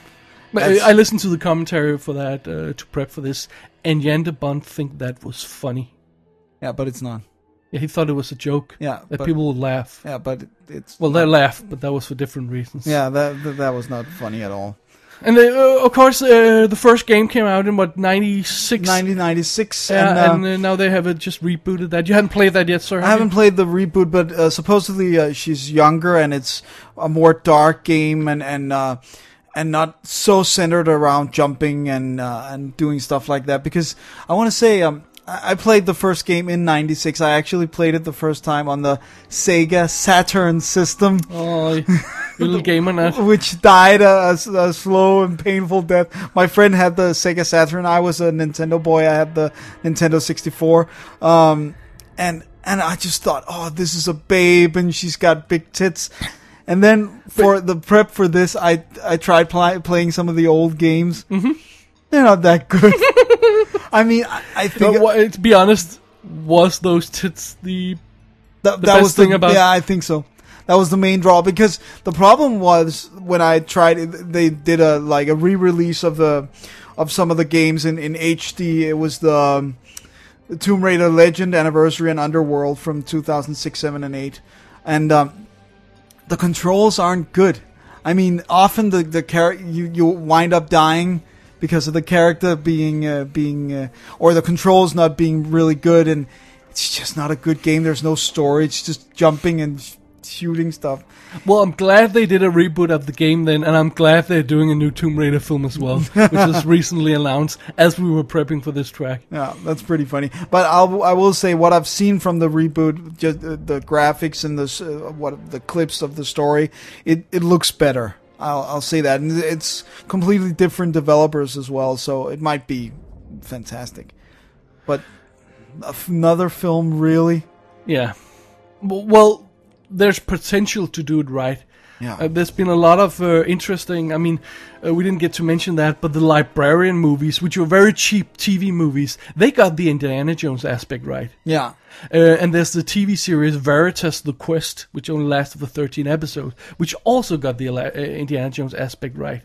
Speaker 1: But
Speaker 2: That's-
Speaker 1: I I listened to the commentary for that uh, to prep for this, and Jan de Bond think that was funny.
Speaker 2: yeah, but it's not.
Speaker 1: Yeah, he thought it was a joke.
Speaker 2: Yeah,
Speaker 1: that
Speaker 2: but-
Speaker 1: people would laugh.
Speaker 2: Yeah, but it, it's
Speaker 1: Well, they laughed, but that was for different reasons.
Speaker 2: yeah. That, that that was not funny at all.
Speaker 1: and they, uh, of course, uh, the first game came out in what ninety six.
Speaker 2: Nineteen ninety six,
Speaker 1: Yeah,
Speaker 2: and,
Speaker 1: and,
Speaker 2: uh,
Speaker 1: uh, now they have it just rebooted that. You haven't played that yet, sir?
Speaker 2: I
Speaker 1: have
Speaker 2: haven't
Speaker 1: you?
Speaker 2: played the reboot, but uh, supposedly uh, she's younger and it's a more dark game and and uh, and not so centered around jumping and uh, and doing stuff like that. Because I want to say, um, I I played the first game in '96. I actually played it the first time on the Sega Saturn system.
Speaker 1: Oh, you little gamer nerd.
Speaker 2: Which died a, a- a slow and painful death. My friend had the Sega Saturn. I was a Nintendo boy. I had the Nintendo 64. Um, and and I just thought, oh, this is a babe, and she's got big tits. And then for the prep for this, I I tried pli- playing some of the old games. Mm-hmm. They're not that good. I mean, I, I think
Speaker 1: But what, to be honest, was those tits the
Speaker 2: Th- that
Speaker 1: best
Speaker 2: was the,
Speaker 1: thing about-
Speaker 2: yeah, I think so. That was the main draw because the problem was when I tried, it, they did a like a re-release of the of some of the games in in HD. It was the um, Tomb Raider Legend Anniversary and Underworld from 2006, 7, and 8, and um, the controls aren't good. I mean, often the the char- you you wind up dying because of the character being uh, being uh, or the controls not being really good, and it's just not a good game. There's no story. It's just jumping and sh- shooting stuff.
Speaker 1: Well, I'm glad they did a reboot of the game then, and I'm glad they're doing a new Tomb Raider film as well, which was recently announced as we were prepping for this track.
Speaker 2: Yeah, that's pretty funny. But I'll, I will say what I've seen from the reboot, just the, the graphics and the s- uh, what the clips of the story, it, it looks better. I'll, I'll say that, and it's completely different developers as well, so it might be fantastic. But another film, really?
Speaker 1: Yeah. W- Well, there's potential to do it right.
Speaker 2: Yeah.
Speaker 1: Uh, there's been a lot of uh, interesting. I mean, uh, we didn't get to mention that, but the librarian movies, which were very cheap TV movies, they got the Indiana Jones aspect right.
Speaker 2: yeah.
Speaker 1: Uh, and there's the TV series Veritas the Quest, which only lasted for 13 episodes, which also got the Ala- uh, Indiana Jones aspect right.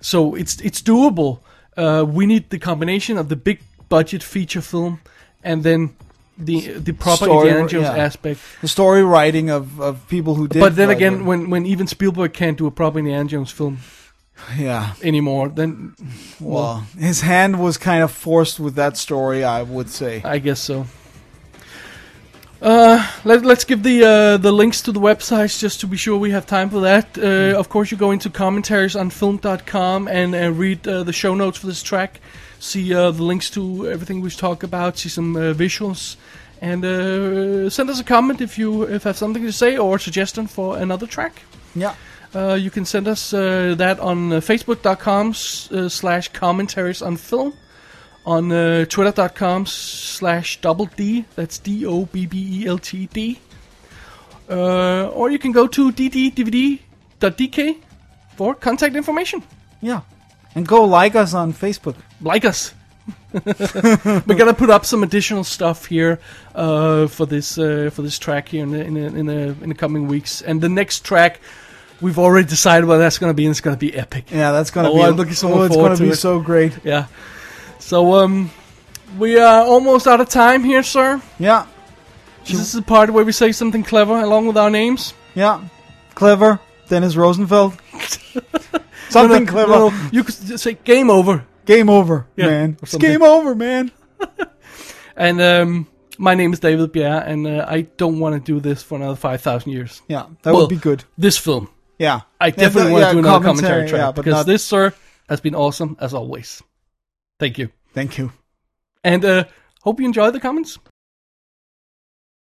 Speaker 1: So it's it's doable. Uh, we need the combination of the big budget feature film and then the the proper
Speaker 2: Story,
Speaker 1: Indiana Jones
Speaker 2: yeah.
Speaker 1: aspect.
Speaker 2: The story writing of, of people who did.
Speaker 1: But then
Speaker 2: like
Speaker 1: again,
Speaker 2: it.
Speaker 1: when, when even Spielberg can't do a proper Indiana Jones film
Speaker 2: yeah.
Speaker 1: anymore, then
Speaker 2: Well, his hand was kind of forced with that story, I would say.
Speaker 1: I guess so. Uh, let, let's give the uh, the links to the websites just to be sure we have time for that. Uh, Of course, you go into commentaries on film.com and uh, read uh, the show notes for this track, see uh, the links to everything we've talked about, see some uh, visuals, and uh, send us a comment if you if have something to say or a suggestion for another track.
Speaker 2: Yeah.
Speaker 1: Uh, you can send us uh, that on uh, facebook.com s- uh, slash commentaries on film, on uh, twitter.com slash double D, that's D O B B E L T D. Uh, or you can go to dddvd.dk for contact information.
Speaker 2: Yeah. And go like us on Facebook.
Speaker 1: Like us. We're gonna put up some additional stuff here uh, for this uh, for this track here in the, in, the, in, the, in the coming weeks. And the next track, we've already decided what that's gonna be, and it's gonna be epic.
Speaker 2: Yeah, that's gonna
Speaker 1: Oh,
Speaker 2: be.
Speaker 1: I'm looking so
Speaker 2: oh, it's
Speaker 1: forward
Speaker 2: gonna
Speaker 1: to
Speaker 2: be
Speaker 1: it.
Speaker 2: so great.
Speaker 1: Yeah. So um we are almost out of time here, sir.
Speaker 2: Yeah,
Speaker 1: This is the part where we say something clever along with our names.
Speaker 2: yeah, clever. Dennis Rosenfeld. Something
Speaker 1: No, no,
Speaker 2: clever.
Speaker 1: no, no. You could just say game over.
Speaker 2: Game over,
Speaker 1: Yeah,
Speaker 2: man.
Speaker 1: or
Speaker 2: It's
Speaker 1: something.
Speaker 2: game over, man.
Speaker 1: And um my name is David Pierre and uh, I don't want to do this for another 5000 years.
Speaker 2: Yeah, that
Speaker 1: Well,
Speaker 2: would be good.
Speaker 1: This film.
Speaker 2: Yeah,
Speaker 1: I
Speaker 2: Yeah,
Speaker 1: definitely
Speaker 2: the-
Speaker 1: want to
Speaker 2: yeah,
Speaker 1: do another commentary, track
Speaker 2: Yeah, but
Speaker 1: because
Speaker 2: not,
Speaker 1: this sir has been awesome as always. Thank you.
Speaker 2: Thank you.
Speaker 1: And uh hope you enjoy the comments.